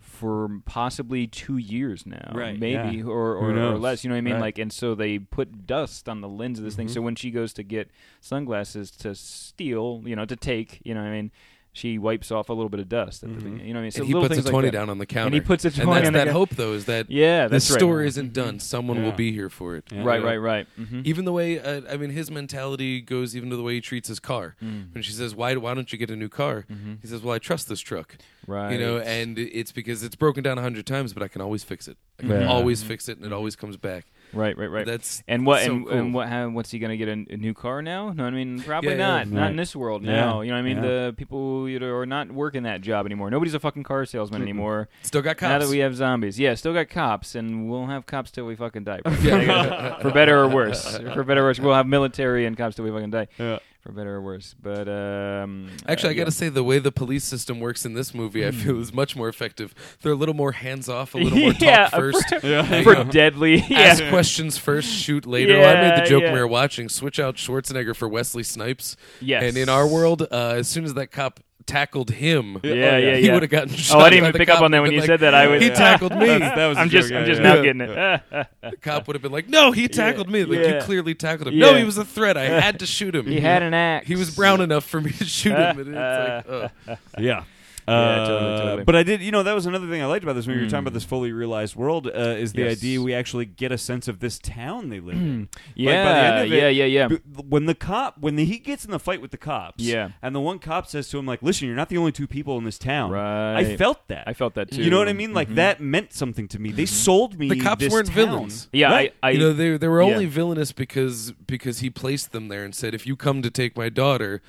Speaker 4: For possibly two years now,
Speaker 2: Mm-hmm. Right,
Speaker 4: maybe
Speaker 2: yeah.
Speaker 4: or,
Speaker 2: Who
Speaker 4: or, or
Speaker 2: knows?
Speaker 4: less. You know what I mean?
Speaker 2: Right. Mm-hmm.
Speaker 4: Like, and so they put dust on the lens of this thing. So when she goes to get sunglasses to steal, you know, to take, you know, what I mean, she wipes off a little bit of dust. At
Speaker 2: Mm-hmm.
Speaker 4: the beginning, you know, what I mean, so
Speaker 3: and he
Speaker 4: little
Speaker 3: puts a
Speaker 4: things like
Speaker 3: twenty
Speaker 4: that.
Speaker 3: down on the counter.
Speaker 4: he puts a 20
Speaker 3: that's
Speaker 4: on the
Speaker 3: that
Speaker 4: coun-
Speaker 3: hope though is that
Speaker 4: Yeah, that's
Speaker 3: this
Speaker 4: right. Mm-hmm.
Speaker 3: store isn't done. Someone will
Speaker 2: Yeah.
Speaker 3: be here for it.
Speaker 2: Yeah.
Speaker 4: Right,
Speaker 3: You know?
Speaker 4: right, right. hmm
Speaker 3: Even the way, uh, I mean, his mentality goes even to the way he treats his car.
Speaker 4: Mm.
Speaker 3: When she says, "Why, why don't you get a new car?"
Speaker 4: Mm-hmm.
Speaker 3: He says, "Well, I trust this truck,
Speaker 4: Right.
Speaker 3: You know, and it's because it's broken down a hundred times, but I can always fix it. I can
Speaker 2: Yeah.
Speaker 3: always fix it, and it always comes back.
Speaker 4: Right, right, right.
Speaker 3: That's
Speaker 4: and what
Speaker 3: so
Speaker 4: and,
Speaker 3: cool.
Speaker 4: and what how, what's he gonna get a, a new car now? No, I mean probably
Speaker 3: Yeah, yeah.
Speaker 4: not. Not
Speaker 2: Right.
Speaker 4: in this world
Speaker 2: Yeah.
Speaker 4: now. You know what I mean?
Speaker 2: Yeah.
Speaker 4: The people you know, are not working that job anymore. Nobody's a fucking car salesman anymore.
Speaker 3: Still got cops.
Speaker 4: Now that we have zombies, yeah, still got cops, and we'll have cops till we fucking die. for better or worse. For better or worse, we'll have military and cops till we fucking die.
Speaker 2: Yeah.
Speaker 4: For better or worse, but um,
Speaker 3: Actually, I
Speaker 4: uh,
Speaker 3: got to say, the way the police system works in this movie, I feel is much more effective. They're a little more hands off, a little more
Speaker 4: Yeah,
Speaker 3: talk first.
Speaker 2: Yeah.
Speaker 3: you
Speaker 4: for
Speaker 3: know,
Speaker 4: deadly. Yeah,
Speaker 3: Ask questions first, shoot later. Well, I made
Speaker 4: Yeah,
Speaker 3: the joke
Speaker 4: yeah.
Speaker 3: we were watching. Switch out Schwarzenegger for Wesley Snipes.
Speaker 4: Yes.
Speaker 3: And in our world, uh, as soon as that cop tackled him,
Speaker 4: yeah, yeah.
Speaker 3: he
Speaker 4: yeah.
Speaker 3: would have gotten.
Speaker 4: Oh,
Speaker 3: Shot
Speaker 4: I didn't
Speaker 3: by
Speaker 4: even
Speaker 3: the
Speaker 4: pick up
Speaker 3: cop
Speaker 4: on that
Speaker 3: and
Speaker 4: when
Speaker 3: been
Speaker 4: you
Speaker 3: like,
Speaker 4: said that. I was
Speaker 3: He tackled me.
Speaker 2: That's- that was
Speaker 4: I'm
Speaker 2: a joke,
Speaker 4: just, I'm
Speaker 2: yeah,
Speaker 4: just
Speaker 2: yeah.
Speaker 4: now getting it.
Speaker 3: The cop would have been like, "No, he tackled me. Like you
Speaker 4: Yeah.
Speaker 3: clearly tackled him.
Speaker 4: Yeah.
Speaker 3: No, he was a threat. I had to shoot him.
Speaker 4: he had an axe.
Speaker 3: He was brown enough for me to shoot him." And it's like, oh.
Speaker 2: Yeah.
Speaker 4: Yeah, totally,
Speaker 2: Uh,
Speaker 4: totally. Mm.
Speaker 2: But I did, you know, that was another thing I liked about this movie. You're talking about this fully realized world. Uh, is the
Speaker 4: Yes.
Speaker 2: idea we actually get a sense of this town they live in?
Speaker 4: Yeah,
Speaker 2: by the end of it,
Speaker 4: yeah, yeah, yeah.
Speaker 2: b- when the cop, when the, he gets in the fight with the cops,
Speaker 4: Yeah.
Speaker 2: and the one cop says to him, like, "Listen, you're not the only two people in this town." I
Speaker 4: Right.
Speaker 2: felt that.
Speaker 4: I felt that too.
Speaker 2: You know what I mean? Like that meant something to me. They sold me.
Speaker 3: Mm-hmm. The cops
Speaker 2: this
Speaker 3: weren't
Speaker 2: town.
Speaker 3: villains.
Speaker 4: Yeah,
Speaker 2: Right?
Speaker 4: I, I
Speaker 3: you know they they were
Speaker 4: yeah.
Speaker 3: only villainous because because he placed them there and said if you come to take my daughter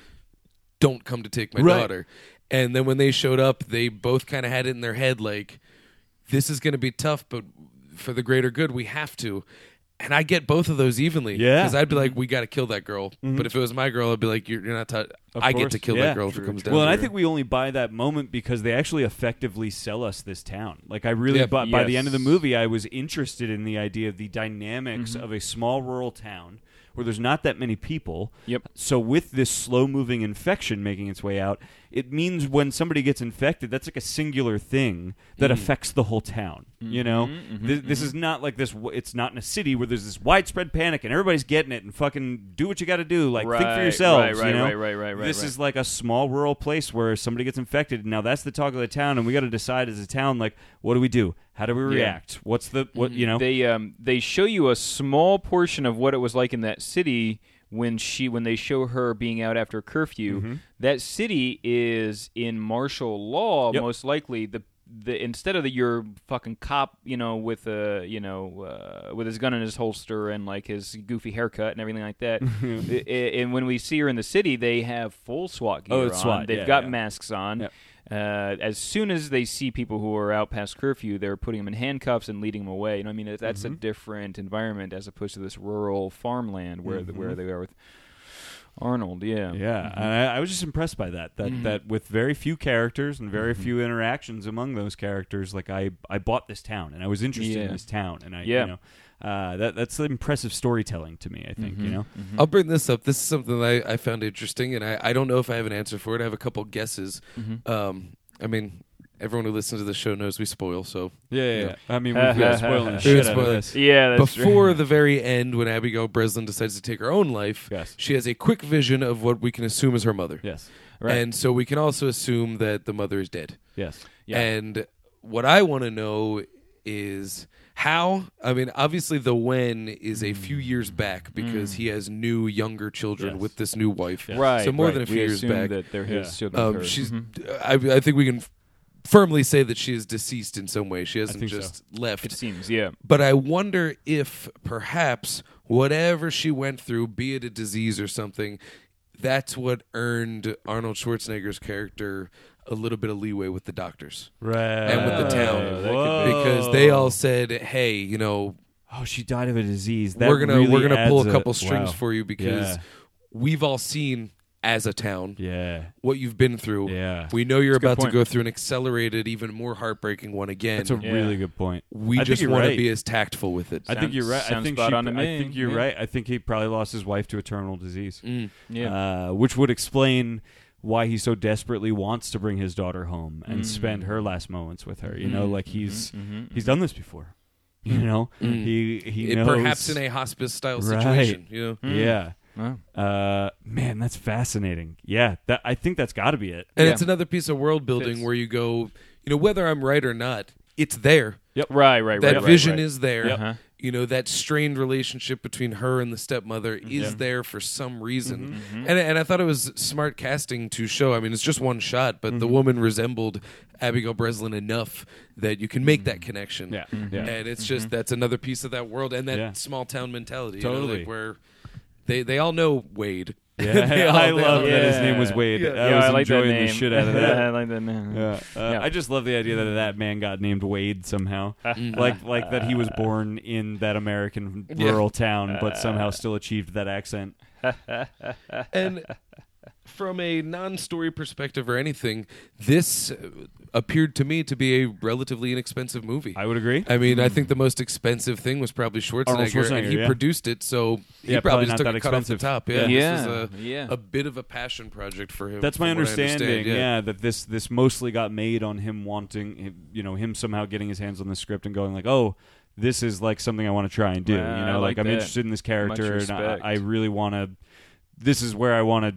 Speaker 3: don't come to take my
Speaker 2: Right.
Speaker 3: daughter and then when they showed up they both kind of had it in their head like this is going to be tough but for the greater good we have to and I get both of those evenly.
Speaker 2: Yeah. Mm-hmm.
Speaker 3: Because I'd be like, we got to kill that girl. But if it was my girl, I'd be like, you're, you're not. tou-
Speaker 2: Of
Speaker 3: I get
Speaker 2: course,
Speaker 3: to kill
Speaker 2: yeah.
Speaker 3: that girl if it comes down
Speaker 2: Well, and
Speaker 3: to
Speaker 2: I
Speaker 3: it.
Speaker 2: think we only buy that moment because they actually effectively sell us this town. Like I really,
Speaker 3: Yeah.
Speaker 2: bu- by the
Speaker 4: Yes.
Speaker 2: end of the movie, I was interested in the idea of the dynamics
Speaker 3: Mm-hmm.
Speaker 2: of a small rural town where there's not that many people.
Speaker 4: Yep.
Speaker 2: So with this slow-moving infection making its way out, it means when somebody gets infected, that's like a singular thing that
Speaker 4: Mm.
Speaker 2: affects the whole town.
Speaker 4: Mm-hmm,
Speaker 2: You know, Th- this is not like this. w- It's not in a city where there's this widespread panic and everybody's getting it and fucking do what you got to do. Like think for
Speaker 4: Right,
Speaker 2: yourselves.
Speaker 4: right,
Speaker 2: you
Speaker 4: right,
Speaker 2: know?
Speaker 4: right, right, right, right,
Speaker 2: This
Speaker 4: right.
Speaker 2: is like a small rural place where somebody gets infected. and Now that's the talk of the town, and we got to decide as a town, like, what do we do? How do we react? What's the what? You know,
Speaker 4: they um they show you a small portion of what it was like in that city when she when they show her being out after curfew
Speaker 2: Mm-hmm.
Speaker 4: that city is in martial law
Speaker 2: Yep.
Speaker 4: most likely the the instead of the your fucking cop you know with a you know uh, with his gun in his holster and like his goofy haircut and everything like that I- I- and when we see her in the city they have full SWAT gear
Speaker 2: Oh, it's
Speaker 4: on
Speaker 2: SWAT,
Speaker 4: they've
Speaker 2: yeah,
Speaker 4: got
Speaker 2: yeah.
Speaker 4: masks on
Speaker 2: Yep.
Speaker 4: uh, as soon as they see people who are out past curfew, they're putting them in handcuffs and leading them away. You know, what I mean, That- that's
Speaker 3: Mm-hmm. Mm-hmm.
Speaker 4: a different environment as opposed to this rural farmland where the where they are with Arnold, yeah.
Speaker 2: Yeah, and I, I was just impressed by that. That that with very few characters and very few interactions among those characters, like I I bought this town and I was interested in
Speaker 4: Yeah.
Speaker 2: this town, and I
Speaker 4: Yeah.
Speaker 2: you know uh, that that's impressive storytelling to me. I think you know
Speaker 3: I'll bring this up. This is something that I, I found interesting, and I, I don't know if I have an answer for it. I have a couple guesses. Um, I mean, everyone who listens to the show knows we spoil, so
Speaker 2: Yeah,
Speaker 3: yeah, yeah.
Speaker 2: I mean, we've been spoiling the shit out of
Speaker 3: Spoiling.
Speaker 2: this.
Speaker 4: Yeah, that's
Speaker 3: before the very end, when Abigail Breslin decides to take her own life,
Speaker 2: Yes.
Speaker 3: she has a quick vision of what we can assume is her mother.
Speaker 2: Yes,
Speaker 4: Right.
Speaker 3: And so we can also assume that the mother is dead.
Speaker 2: yes,
Speaker 4: Yeah.
Speaker 3: And what I want to know is how. I mean, obviously, the when is a few years back because he has new, younger children
Speaker 2: Mm. Yes.
Speaker 3: with this new wife.
Speaker 4: right.
Speaker 3: So more
Speaker 4: right.
Speaker 3: than a few
Speaker 4: we
Speaker 3: years
Speaker 4: assume
Speaker 3: back.
Speaker 4: that they're his
Speaker 2: Yeah.
Speaker 4: children.
Speaker 3: um,
Speaker 4: her.
Speaker 3: she's.
Speaker 2: Mm-hmm.
Speaker 3: I, I think we can f- firmly say that she is deceased in some way. She hasn't
Speaker 2: think so.
Speaker 3: just left.
Speaker 4: it seems, yeah.
Speaker 3: But I wonder if perhaps whatever she went through, be it a disease or something, that's what earned Arnold Schwarzenegger's character a little bit of leeway with the doctors.
Speaker 2: right.
Speaker 3: And with the town.
Speaker 2: Whoa.
Speaker 4: That could
Speaker 3: Because they all said, "Hey, you know,
Speaker 2: oh, she died of a disease. That
Speaker 3: we're gonna
Speaker 2: really
Speaker 3: we're gonna pull
Speaker 2: adds
Speaker 3: a couple strings
Speaker 2: wow.
Speaker 3: for you because
Speaker 2: Yeah.
Speaker 3: we've all seen as a town
Speaker 2: Yeah,
Speaker 3: what you've been through.
Speaker 2: Yeah.
Speaker 3: We know you're
Speaker 4: That's a good
Speaker 3: about to
Speaker 4: point.
Speaker 3: go through an accelerated, even more heartbreaking one again.
Speaker 2: that's a really good point.
Speaker 3: we
Speaker 2: I think
Speaker 3: just
Speaker 2: you're
Speaker 3: want to
Speaker 2: right.
Speaker 3: be as tactful with it.
Speaker 2: I think you're right. I
Speaker 4: sounds
Speaker 2: think
Speaker 4: spot
Speaker 2: she-
Speaker 4: on to
Speaker 2: I
Speaker 4: me.
Speaker 2: think you're
Speaker 4: Yeah. Mm,
Speaker 2: right. I think he probably lost his wife to a terminal disease.
Speaker 4: Yeah.
Speaker 2: uh, which would explain why he so desperately wants to bring his daughter home and
Speaker 4: Mm.
Speaker 2: spend her last moments with her. You
Speaker 4: Mm-hmm,
Speaker 2: know, like he's he's done this before. You know,
Speaker 4: Mm.
Speaker 2: he he
Speaker 3: It-
Speaker 2: knows
Speaker 3: perhaps in a hospice style
Speaker 2: Right. Hmm.
Speaker 3: situation. You know?
Speaker 2: yeah.
Speaker 4: Mm. Wow.
Speaker 2: Uh, man, that's fascinating. Yeah, that I think that's got to be it.
Speaker 3: And
Speaker 4: Yeah.
Speaker 3: it's another piece of world building
Speaker 4: Fits.
Speaker 3: where you go, you know, whether I'm right or not, it's there.
Speaker 4: Yep. Right, right,
Speaker 3: That
Speaker 4: right. right,
Speaker 3: vision
Speaker 4: right.
Speaker 3: is there.
Speaker 4: Yep. Uh-huh.
Speaker 3: You know, that strained relationship between her and the stepmother
Speaker 2: Mm-hmm.
Speaker 3: is there for some reason. And, and I thought it was smart casting to show. I mean, it's just one shot, but
Speaker 2: Mm-hmm.
Speaker 3: the woman resembled Abigail Breslin enough that you can make that connection.
Speaker 2: Yeah. Mhm. Yeah.
Speaker 3: And it's just that's another piece of that world and that
Speaker 2: Yeah.
Speaker 3: small town mentality. You know,
Speaker 2: Totally.
Speaker 3: like where they, they all know Wade.
Speaker 2: Yeah,
Speaker 3: They all-
Speaker 2: I
Speaker 3: they all
Speaker 2: love
Speaker 3: know
Speaker 2: that his
Speaker 4: Yeah.
Speaker 2: name was Wade.
Speaker 3: Yeah.
Speaker 2: I
Speaker 4: yeah,
Speaker 2: was
Speaker 4: I like that
Speaker 2: enjoying
Speaker 4: name.
Speaker 2: the shit out of that.
Speaker 4: I like that name.
Speaker 2: Yeah. Uh,
Speaker 4: Yeah.
Speaker 2: I just love the idea that that man got named Wade somehow. like like that he was born in that American
Speaker 3: Yeah.
Speaker 2: rural town but somehow still achieved that accent.
Speaker 3: and from a non-story perspective or anything, this uh, appeared to me to be a relatively inexpensive movie.
Speaker 2: I would agree.
Speaker 3: I mean, I think the most expensive thing was probably Schwarzenegger,
Speaker 2: Arnold Schwarzenegger,
Speaker 3: and he
Speaker 2: yeah.
Speaker 3: produced it, so he
Speaker 2: Yeah, probably
Speaker 3: probably just
Speaker 2: not
Speaker 3: took
Speaker 2: that
Speaker 3: a cut off the
Speaker 2: expensive.
Speaker 3: top.
Speaker 2: Yeah.
Speaker 3: Yeah,
Speaker 4: Yeah,
Speaker 3: this is a,
Speaker 4: yeah.
Speaker 3: a bit of a passion project for him.
Speaker 2: That's my
Speaker 3: from what I understand,
Speaker 2: understanding.
Speaker 3: yeah.
Speaker 2: yeah. that this this mostly got made on him wanting, you know, him somehow getting his hands on the script and going like, "Oh, this is like something I want to try and do."
Speaker 4: Ah,
Speaker 2: you
Speaker 4: I
Speaker 2: know,
Speaker 4: like
Speaker 2: I'm
Speaker 4: that.
Speaker 2: interested in this character, and I,
Speaker 4: respect.
Speaker 2: I really want to. This is where I want to,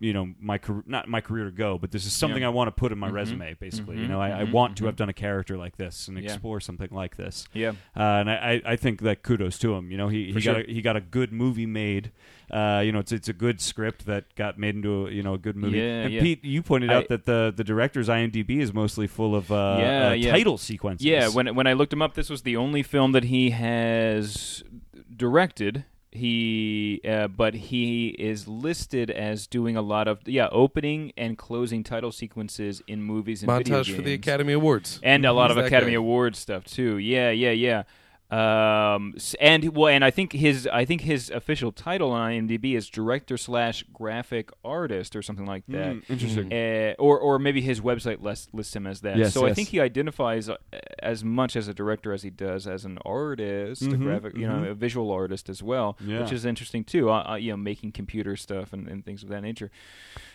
Speaker 2: you know, my car- not my career to go, but this is something I want to put in my resume. Basically, you know, I, I want to have done a character like this and
Speaker 4: Yeah.
Speaker 2: explore something like this.
Speaker 4: Yeah.
Speaker 2: Uh, and I, I I think that kudos to him. You know, he, he
Speaker 4: sure.
Speaker 2: got a, he got a good movie made. Uh, you know, it's it's a good script that got made into a, you know a good movie.
Speaker 4: Yeah,
Speaker 2: and
Speaker 4: yeah.
Speaker 2: Pete, you pointed
Speaker 4: I-
Speaker 2: out that the the director's IMDb is mostly full of uh,
Speaker 4: Yeah,
Speaker 2: uh,
Speaker 4: yeah.
Speaker 2: title sequences.
Speaker 4: Yeah, when when I looked him up, this was the only film that he has directed. He, uh, but he is listed as doing a lot of yeah opening and closing title sequences in movies and video
Speaker 3: montage for the
Speaker 4: games.
Speaker 3: Academy Awards.
Speaker 4: and a
Speaker 3: He's
Speaker 4: lot of
Speaker 3: that
Speaker 4: Academy
Speaker 3: guy.
Speaker 4: Award stuff too. Yeah, yeah, yeah. Um, s- and well, and I think his I think his official title on IMDb is director slash graphic artist or something like that.
Speaker 2: Mm, interesting.
Speaker 4: Uh, or or maybe his website lists, lists him as that.
Speaker 2: Yes,
Speaker 4: so I
Speaker 2: yes.
Speaker 4: think he identifies uh, as much as a director as he does as an artist, a graphic, you know, a visual artist as well,
Speaker 2: Mm-hmm, Yeah.
Speaker 4: which is interesting too. Uh, uh, you know, making computer stuff and, and things of that nature.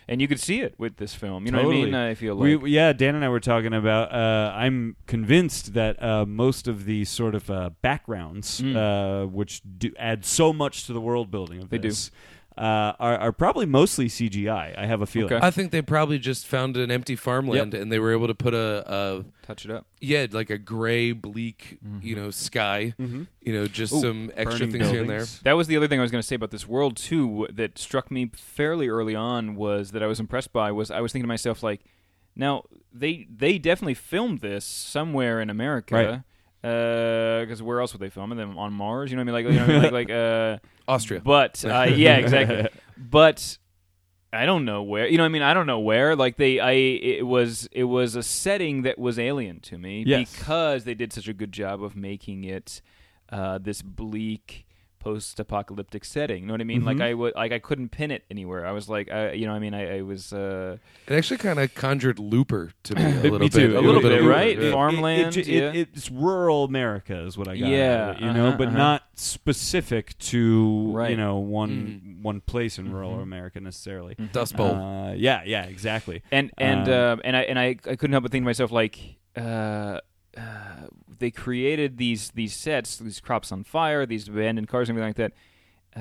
Speaker 4: And you could see it with this film. You know what I mean? I feel like
Speaker 2: we, yeah, Dan and I were talking about. Uh, I'm convinced that uh, most of the sort of uh, backgrounds,
Speaker 4: Hmm.
Speaker 2: uh, which do add so much to the world building of
Speaker 4: They do.
Speaker 2: this, Uh, are, are probably mostly CGI. I have a feeling.
Speaker 4: Okay.
Speaker 3: I think they probably just found an empty farmland and they were able to put a, a
Speaker 4: touch it up.
Speaker 3: yeah, like a gray, bleak, you know, sky. You know, just some extra
Speaker 2: burning
Speaker 3: things here and there.
Speaker 2: buildings.
Speaker 4: That was the other thing I was going to say about this world too w- that struck me fairly early on was that I was impressed by was I was thinking to myself like now they they definitely filmed this somewhere in America because where else would they film it? Them on Mars? You know what I mean? Like you know what I mean? like like uh,
Speaker 3: Austria.
Speaker 4: but uh, yeah, exactly. But I don't know where. You know, what I mean, I don't know where. Like they, I, it was, it was a setting that was alien to me
Speaker 2: Yes.
Speaker 4: because they did such a good job of making it uh, this bleak, post-apocalyptic setting. You know what I mean? Like I would, like I couldn't pin it anywhere. I was like, I, you know, I mean, I, I was uh,
Speaker 3: It actually kind of conjured Looper to me a little
Speaker 4: me too.
Speaker 3: bit.
Speaker 4: A
Speaker 3: It
Speaker 4: little
Speaker 3: was
Speaker 4: bit,
Speaker 3: Looper,
Speaker 4: right?
Speaker 3: yeah.
Speaker 4: Farm- Farmland,
Speaker 2: It, it,
Speaker 4: yeah.
Speaker 2: it- it's rural America is what I got. out of
Speaker 4: Yeah,
Speaker 2: it, you know,
Speaker 4: uh-huh,
Speaker 2: but
Speaker 4: uh-huh.
Speaker 2: not specific to you
Speaker 4: Right. Mm-hmm.
Speaker 2: know one one place in rural America necessarily.
Speaker 3: Dust Bowl.
Speaker 2: Uh, yeah, yeah, exactly.
Speaker 4: and and
Speaker 2: Uh,
Speaker 4: uh, and I and I, I couldn't help but think to myself like uh, uh, they created these these sets, these crops on fire, these abandoned cars, and everything like that.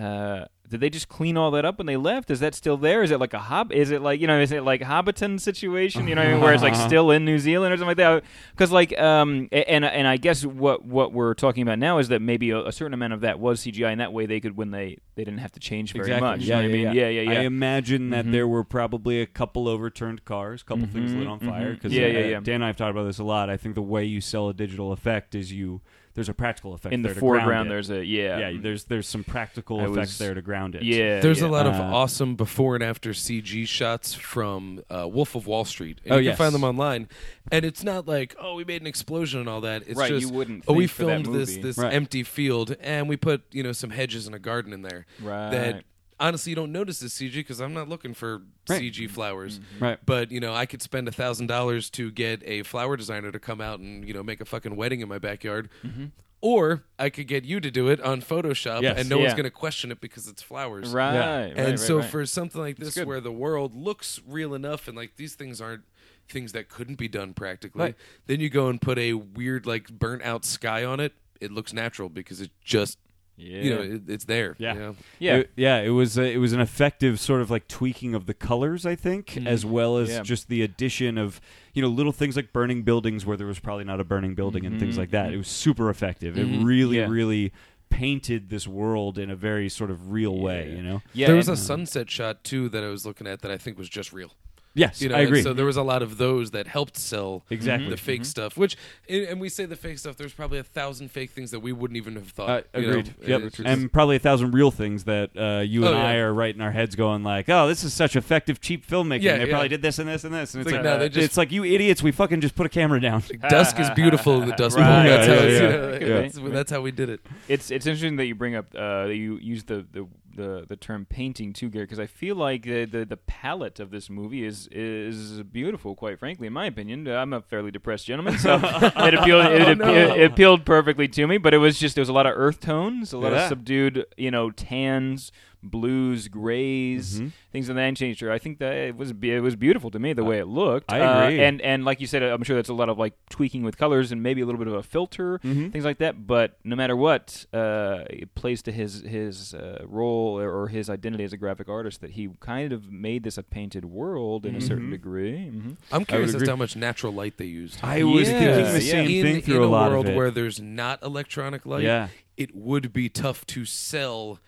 Speaker 4: Uh, did they just clean all that up when they left? Is that still there? Is it like a hob? Is it like you know? Is it like Hobbiton situation? You know, what I mean? where it's
Speaker 2: Uh-huh.
Speaker 4: like still in New Zealand or something like that? Because like um a- and and I guess what what we're talking about now is that maybe a, a certain amount of that was CGI, and that way they could when they they didn't have to change very
Speaker 2: exactly.
Speaker 4: much.
Speaker 2: Yeah,
Speaker 4: you know
Speaker 2: yeah,
Speaker 4: what I mean? Yeah, yeah, Mm-hmm. yeah.
Speaker 2: I imagine that there were probably a couple overturned cars, a couple things lit on fire. Because
Speaker 4: Mm-hmm, Yeah, yeah, yeah.
Speaker 2: Dan and I have talked about this a lot. I think the way you sell a digital effect is you there's a practical effect
Speaker 4: in the
Speaker 2: there to ground
Speaker 4: foreground,
Speaker 2: it.
Speaker 4: there's a yeah,
Speaker 2: yeah, there's there's some practical
Speaker 4: I
Speaker 2: effects
Speaker 4: was-
Speaker 2: there to ground it.
Speaker 4: Yeah,
Speaker 3: There's
Speaker 4: yeah.
Speaker 3: a lot of
Speaker 2: Uh,
Speaker 3: awesome before and after CG shots from uh, Wolf of Wall Street. And
Speaker 2: Oh,
Speaker 3: you
Speaker 2: yes.
Speaker 3: can find them online. And it's not like, oh, we made an explosion and all that. It's
Speaker 4: Right, you
Speaker 3: just,
Speaker 4: wouldn't
Speaker 3: oh, we
Speaker 4: think for that
Speaker 3: filmed this
Speaker 4: movie.
Speaker 3: this
Speaker 2: Right.
Speaker 3: empty field and we put you know some hedges and a garden in there.
Speaker 4: Right.
Speaker 3: That honestly you don't notice this CG because I'm not looking for
Speaker 2: Right.
Speaker 3: CG flowers.
Speaker 4: Mm-hmm.
Speaker 2: Right.
Speaker 3: But you know, I could spend a thousand dollars to get a flower designer to come out and you know make a fucking wedding in my backyard.
Speaker 4: Mm-hmm.
Speaker 3: Or I could get you to do it on Photoshop,
Speaker 2: Yes.
Speaker 3: and no one's
Speaker 4: Yeah.
Speaker 3: going to question it because it's flowers.
Speaker 4: Right.
Speaker 2: Yeah.
Speaker 4: right,
Speaker 3: and
Speaker 4: right,
Speaker 3: so
Speaker 4: right.
Speaker 3: for something like this
Speaker 4: good.
Speaker 3: where the world looks real enough and like these things aren't things that couldn't be done practically
Speaker 2: Right.
Speaker 3: then you go and put a weird like burnt out sky on it it looks natural because it just you know it, it's there
Speaker 2: Yeah.
Speaker 3: you know?
Speaker 4: Yeah.
Speaker 2: It- yeah. It was a, it was an effective sort of like tweaking of the colors, I think,
Speaker 4: Mm-hmm.
Speaker 2: as well as
Speaker 4: Yeah.
Speaker 2: just the addition of you know little things like burning buildings where there was probably not a burning building and things like that. It was super effective. It really,
Speaker 4: Mm-hmm. Yeah.
Speaker 2: really painted this world in a very sort of real way. You know.
Speaker 4: yeah,
Speaker 3: there was
Speaker 4: and-
Speaker 3: a sunset shot too that i was looking at that i think was just real
Speaker 2: Yes,
Speaker 3: you know
Speaker 2: I
Speaker 3: and
Speaker 2: agree.
Speaker 3: so there was a lot of those that helped sell
Speaker 2: Exactly. Mm-hmm.
Speaker 3: the fake stuff which and and we say the fake stuff there's probably a thousand fake things that we wouldn't even have thought
Speaker 2: Uh,
Speaker 3: you know?
Speaker 2: agreed.
Speaker 3: It-
Speaker 2: yep.
Speaker 3: it's just-
Speaker 2: and probably a thousand real things that uh, you and
Speaker 3: Oh, yeah.
Speaker 2: I are right in our heads, going like, "Oh, this is such effective, cheap filmmaking.
Speaker 3: Yeah,
Speaker 2: they
Speaker 3: yeah.
Speaker 2: probably did this and this and this." And it's
Speaker 3: It's
Speaker 2: like,
Speaker 3: like, no, they just-
Speaker 2: it's like you idiots. We fucking just put a camera down.
Speaker 3: Dusk is beautiful in the Dust Bowl.
Speaker 4: Right.
Speaker 3: That's,
Speaker 2: Yeah,
Speaker 3: how it's,
Speaker 2: yeah,
Speaker 3: you know,
Speaker 4: yeah.
Speaker 3: that's- that's how we did it.
Speaker 4: it's it's interesting that you bring up uh, that you use the, the, the, the term painting too, Gary, because I feel like the, the the palette of this movie is is beautiful, quite frankly, in my opinion. Uh, I'm a fairly depressed gentleman, so it appealed it,
Speaker 3: Oh,
Speaker 4: appe- it appealed perfectly to me. But it was just there was a lot of earth tones, a lot
Speaker 2: Yeah.
Speaker 4: of subdued, you know, tans, blues, grays, things of that nature. I think that it was be- it was beautiful to me the way it looked.
Speaker 2: I
Speaker 4: Uh,
Speaker 2: agree.
Speaker 4: and and like you said, I'm sure that's a lot of like tweaking with colors and maybe a little bit of a filter, things like that. But no matter what, uh, it plays to his his uh, role or, or his identity as a graphic artist that he kind of made this a painted world in a certain degree. hmm
Speaker 3: I'm curious as
Speaker 2: agree.
Speaker 3: to how much natural light they used.
Speaker 2: I was
Speaker 4: Yeah.
Speaker 2: thinking the
Speaker 4: Yeah.
Speaker 2: same
Speaker 3: in,
Speaker 2: thing through
Speaker 3: in
Speaker 2: a, lot
Speaker 3: world
Speaker 2: of it.
Speaker 3: where there's not electronic light,
Speaker 2: Yeah.
Speaker 3: it would be tough to sell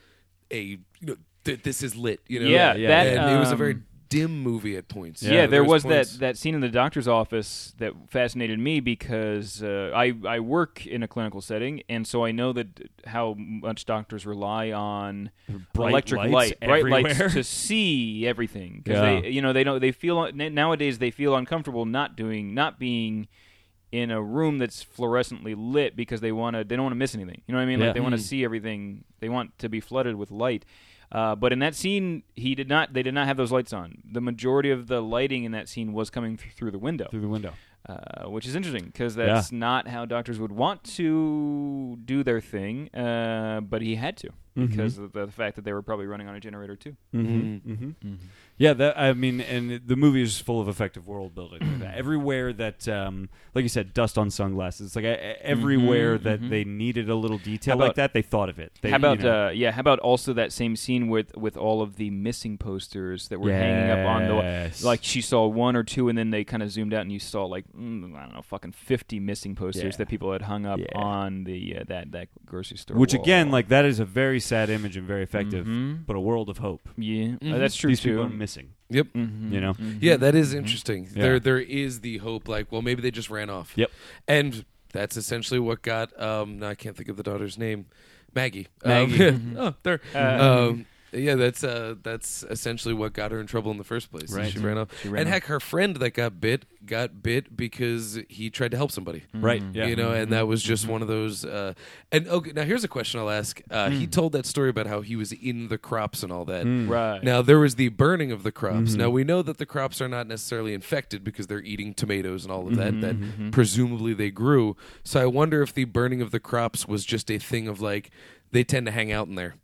Speaker 3: a you know th- this is lit. You know,
Speaker 4: Yeah,
Speaker 2: Yeah.
Speaker 4: that
Speaker 3: and it was a
Speaker 4: um,
Speaker 3: very dim movie at points.
Speaker 4: Yeah, there was that,
Speaker 3: points-
Speaker 4: that scene in the doctor's office that fascinated me because uh, I I work in a clinical setting, and so I know that how much doctors rely on
Speaker 2: Bright
Speaker 4: electric
Speaker 2: lights
Speaker 4: light, bright
Speaker 2: everywhere.
Speaker 4: lights to see everything. 'Cause
Speaker 2: Yeah.
Speaker 4: they, you know, they don't. They feel nowadays they feel uncomfortable not doing, not being in a room that's fluorescently lit because they want to. They don't want to miss anything. You know what I mean?
Speaker 2: Yeah.
Speaker 4: Like they want to see everything. They want to be flooded with light. Uh, but in that scene, he did not. They did not have those lights on. The majority of the lighting in that scene was coming th- through the window,
Speaker 2: through the window.
Speaker 4: uh, which is interesting because that's not how doctors would want to do their thing. Uh, but he had to
Speaker 2: Mm-hmm.
Speaker 4: because of the fact that they were probably running on a generator too.
Speaker 3: Mm-hmm.
Speaker 2: mm-hmm.
Speaker 4: Mm-hmm.
Speaker 2: Yeah, that I mean, and the movie is full of effective world building. like that. Everywhere that, um, like you said, dust on sunglasses. It's like uh, everywhere that they needed a little detail
Speaker 4: Mm-hmm, How
Speaker 2: like
Speaker 4: about-
Speaker 2: that, they thought of it. They,
Speaker 4: how about
Speaker 2: you know,
Speaker 4: uh, yeah? How about also that same scene with with all of the missing posters that were hanging up on the wa-
Speaker 2: Yes.
Speaker 4: like she saw one or two, and then they kind of zoomed out and you saw like mm, I don't know, fucking fifty missing posters
Speaker 2: Yeah.
Speaker 4: that people had hung up
Speaker 2: Yeah.
Speaker 4: on the uh, that that grocery store.
Speaker 2: which
Speaker 4: wall.
Speaker 2: again, like that is a very sad image and very effective,
Speaker 4: Mhm.
Speaker 2: but a world of hope.
Speaker 4: yeah, uh, that's true
Speaker 2: These
Speaker 4: too. Mm-hmm.
Speaker 2: people are missing.
Speaker 3: Yep.
Speaker 2: You know,
Speaker 3: Yeah, that is interesting.
Speaker 2: Mm-hmm. Yeah.
Speaker 3: There, there is the hope. Like, well, maybe they just ran off.
Speaker 2: Yep.
Speaker 3: And that's essentially what got. Um, now I can't think of the daughter's name, Maggie.
Speaker 2: Maggie. Mm-hmm.
Speaker 3: Um, oh, there. Um, Yeah, that's uh, that's essentially what got her in trouble in the first place. is
Speaker 2: Right.
Speaker 3: She ran off.
Speaker 2: She ran
Speaker 3: and
Speaker 2: off.
Speaker 3: heck, her friend that got bit got bit because he tried to help somebody.
Speaker 4: Mm-hmm.
Speaker 2: Right. Yeah. Mm-hmm.
Speaker 3: You know, and that was just one of those. Uh, and okay, now here's a question I'll ask. Uh,
Speaker 2: Mm.
Speaker 3: He told that story about how he was in the crops and all that.
Speaker 2: Mm-hmm.
Speaker 4: Right.
Speaker 3: Now there was the burning of the crops.
Speaker 4: Mm-hmm.
Speaker 3: Now we know that the crops are not necessarily infected because they're eating tomatoes and all of that.
Speaker 4: Mm-hmm.
Speaker 3: That presumably they grew. So I wonder if the burning of the crops was just a thing of like they tend to hang out in there,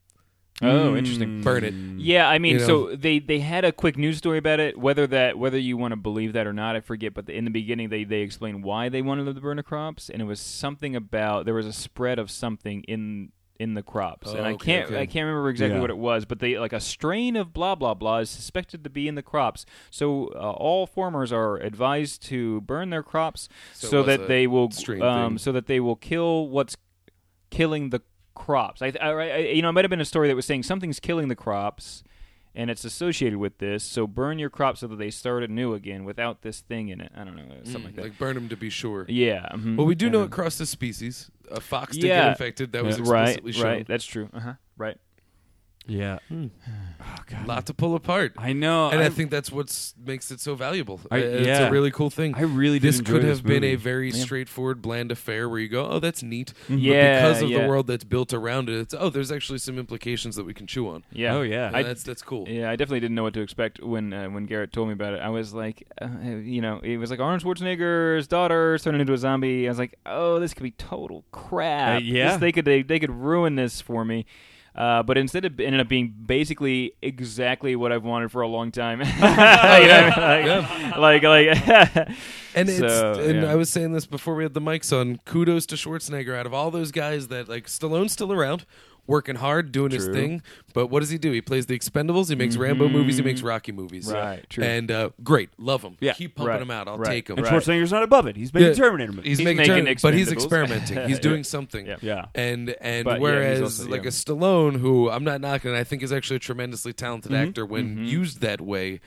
Speaker 3: Mm.
Speaker 4: Oh, interesting. Mm.
Speaker 3: burn it.
Speaker 4: Yeah, I mean,
Speaker 3: You know?
Speaker 4: so they they had a quick news story about it. Whether that whether you want to believe that or not, I forget. But in the beginning, they they explained why they wanted to burn the crops, and it was something about there was a spread of something in in the crops, and
Speaker 3: Oh,
Speaker 4: I
Speaker 3: okay,
Speaker 4: can't
Speaker 3: okay.
Speaker 4: I can't remember exactly
Speaker 2: Yeah.
Speaker 4: what it was, but they like a strain of blah blah blah is suspected to be in the crops. So uh, all farmers are advised to burn their crops
Speaker 3: So
Speaker 4: so,
Speaker 3: it was a
Speaker 4: that they will
Speaker 3: strain thing.
Speaker 4: um, so that they will kill what's killing the crops. I, I, I you know, it might have been a story that was saying something's killing the crops, and it's associated with this. So burn your crops so that they start anew again without this thing in it. I don't know, something like that.
Speaker 3: Like burn them to be sure.
Speaker 4: yeah. mhm.
Speaker 3: Well, Mm. we do
Speaker 4: And
Speaker 3: know
Speaker 4: then-
Speaker 3: it crossed the species. A fox did get
Speaker 4: Yeah.
Speaker 3: infected. That was
Speaker 4: Yeah.
Speaker 3: explicitly
Speaker 4: right.
Speaker 3: shown.
Speaker 4: Right. That's true. Uh huh. Right.
Speaker 2: Yeah. Oh God.
Speaker 3: Lot to pull apart.
Speaker 2: I know.
Speaker 3: and I,
Speaker 2: I-
Speaker 3: think that's what makes it so valuable.
Speaker 2: I-
Speaker 3: Uh, It's a
Speaker 2: yeah.
Speaker 3: really cool thing.
Speaker 2: I really did
Speaker 3: this
Speaker 2: enjoy
Speaker 3: could
Speaker 2: this
Speaker 3: have been a
Speaker 2: movie.
Speaker 3: very straightforward, bland affair where you go, "Oh, that's neat," but
Speaker 4: Yeah,
Speaker 3: because of
Speaker 4: Mm-hmm. yeah.
Speaker 3: the world that's built around it, it's oh, there's actually some implications that we can chew on.
Speaker 4: Yeah.
Speaker 2: Oh, yeah.
Speaker 3: And
Speaker 4: I,
Speaker 3: that's that's cool.
Speaker 4: Yeah, I definitely didn't know what to expect when uh, when Garrett told me about it. I was like, uh, you know, it was like Arnold Schwarzenegger's daughter turning into a zombie. I was like, oh, this could be total crap.
Speaker 2: Uh, yeah.
Speaker 4: This- they could they, they could ruin this for me. Uh, but instead, it ended up being basically exactly what I've wanted for a long time. You know what I mean? like, like, like,
Speaker 3: And it's
Speaker 4: So,
Speaker 3: and
Speaker 4: yeah.
Speaker 3: I was saying this before we had the mics on. Kudos to Schwarzenegger. Out of all those guys that like Stallone's still around, working hard, doing his thing. But what does he do? He plays the Expendables. He makes Rambo movies. He makes Rocky movies.
Speaker 4: Mm-hmm. Right, true.
Speaker 3: And uh, great, love him.
Speaker 2: Yeah,
Speaker 3: Keep pumping
Speaker 4: right,
Speaker 3: him out. I'll
Speaker 4: right,
Speaker 3: take him.
Speaker 2: and Schwarzenegger's not above it. He's making
Speaker 3: Yeah.
Speaker 2: Terminator movies.
Speaker 3: He's,
Speaker 4: He's
Speaker 3: making,
Speaker 4: making
Speaker 3: turn- but he's
Speaker 4: Expendables.
Speaker 3: experimenting. He's doing something.
Speaker 4: Yeah.
Speaker 2: Yeah.
Speaker 3: And and
Speaker 4: But, yeah, he's
Speaker 3: whereas
Speaker 4: also-
Speaker 3: like
Speaker 4: yeah.
Speaker 3: a Stallone, who I'm not knocking, I think is actually a tremendously talented
Speaker 2: Mm-hmm.
Speaker 3: actor when used that way.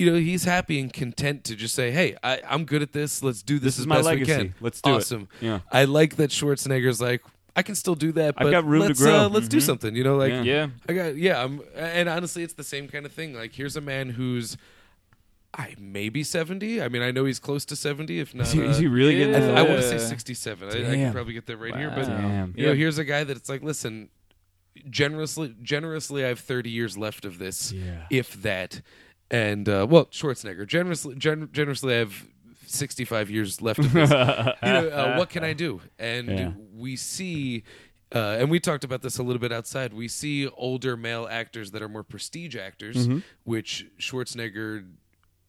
Speaker 3: You know, he's happy and content to just say, "Hey, I, I'm good at this. Let's do this,
Speaker 2: This
Speaker 3: as
Speaker 2: is my
Speaker 3: best
Speaker 2: legacy.
Speaker 3: we can.
Speaker 2: Let's do it."
Speaker 3: awesome.
Speaker 2: Yeah.
Speaker 3: I like that Schwarzenegger's like, I can still do that.
Speaker 2: I've
Speaker 3: But
Speaker 2: got room to
Speaker 3: let's,
Speaker 2: grow. Mm-hmm.
Speaker 3: Uh, let's do something. You know, like
Speaker 2: Yeah.
Speaker 4: yeah.
Speaker 3: I got yeah, I'm, and honestly, it's the same kind of thing. Like, here's a man who's, I maybe seventy. I mean, I know he's close to seventy, if not.
Speaker 2: Is he,
Speaker 3: uh,
Speaker 2: is he really getting?
Speaker 3: I,
Speaker 2: that
Speaker 3: I want to
Speaker 2: old?
Speaker 3: say
Speaker 4: Uh,
Speaker 3: 67. I, I can
Speaker 2: damn.
Speaker 3: probably get that right here, but
Speaker 4: Wow.
Speaker 3: you know,
Speaker 4: Yeah.
Speaker 3: here's a guy that it's like, listen, generously, generously, I have 30 years left of this,
Speaker 2: Yeah.
Speaker 3: if that. And uh, well, Schwarzenegger, generously, gen- generously, I have 65 years left of this. you know, uh, what can I do? And
Speaker 2: Yeah.
Speaker 3: we see. Uh, and we talked about this a little bit outside. We see older male actors that are more prestige actors,
Speaker 2: Mm-hmm.
Speaker 3: which Schwarzenegger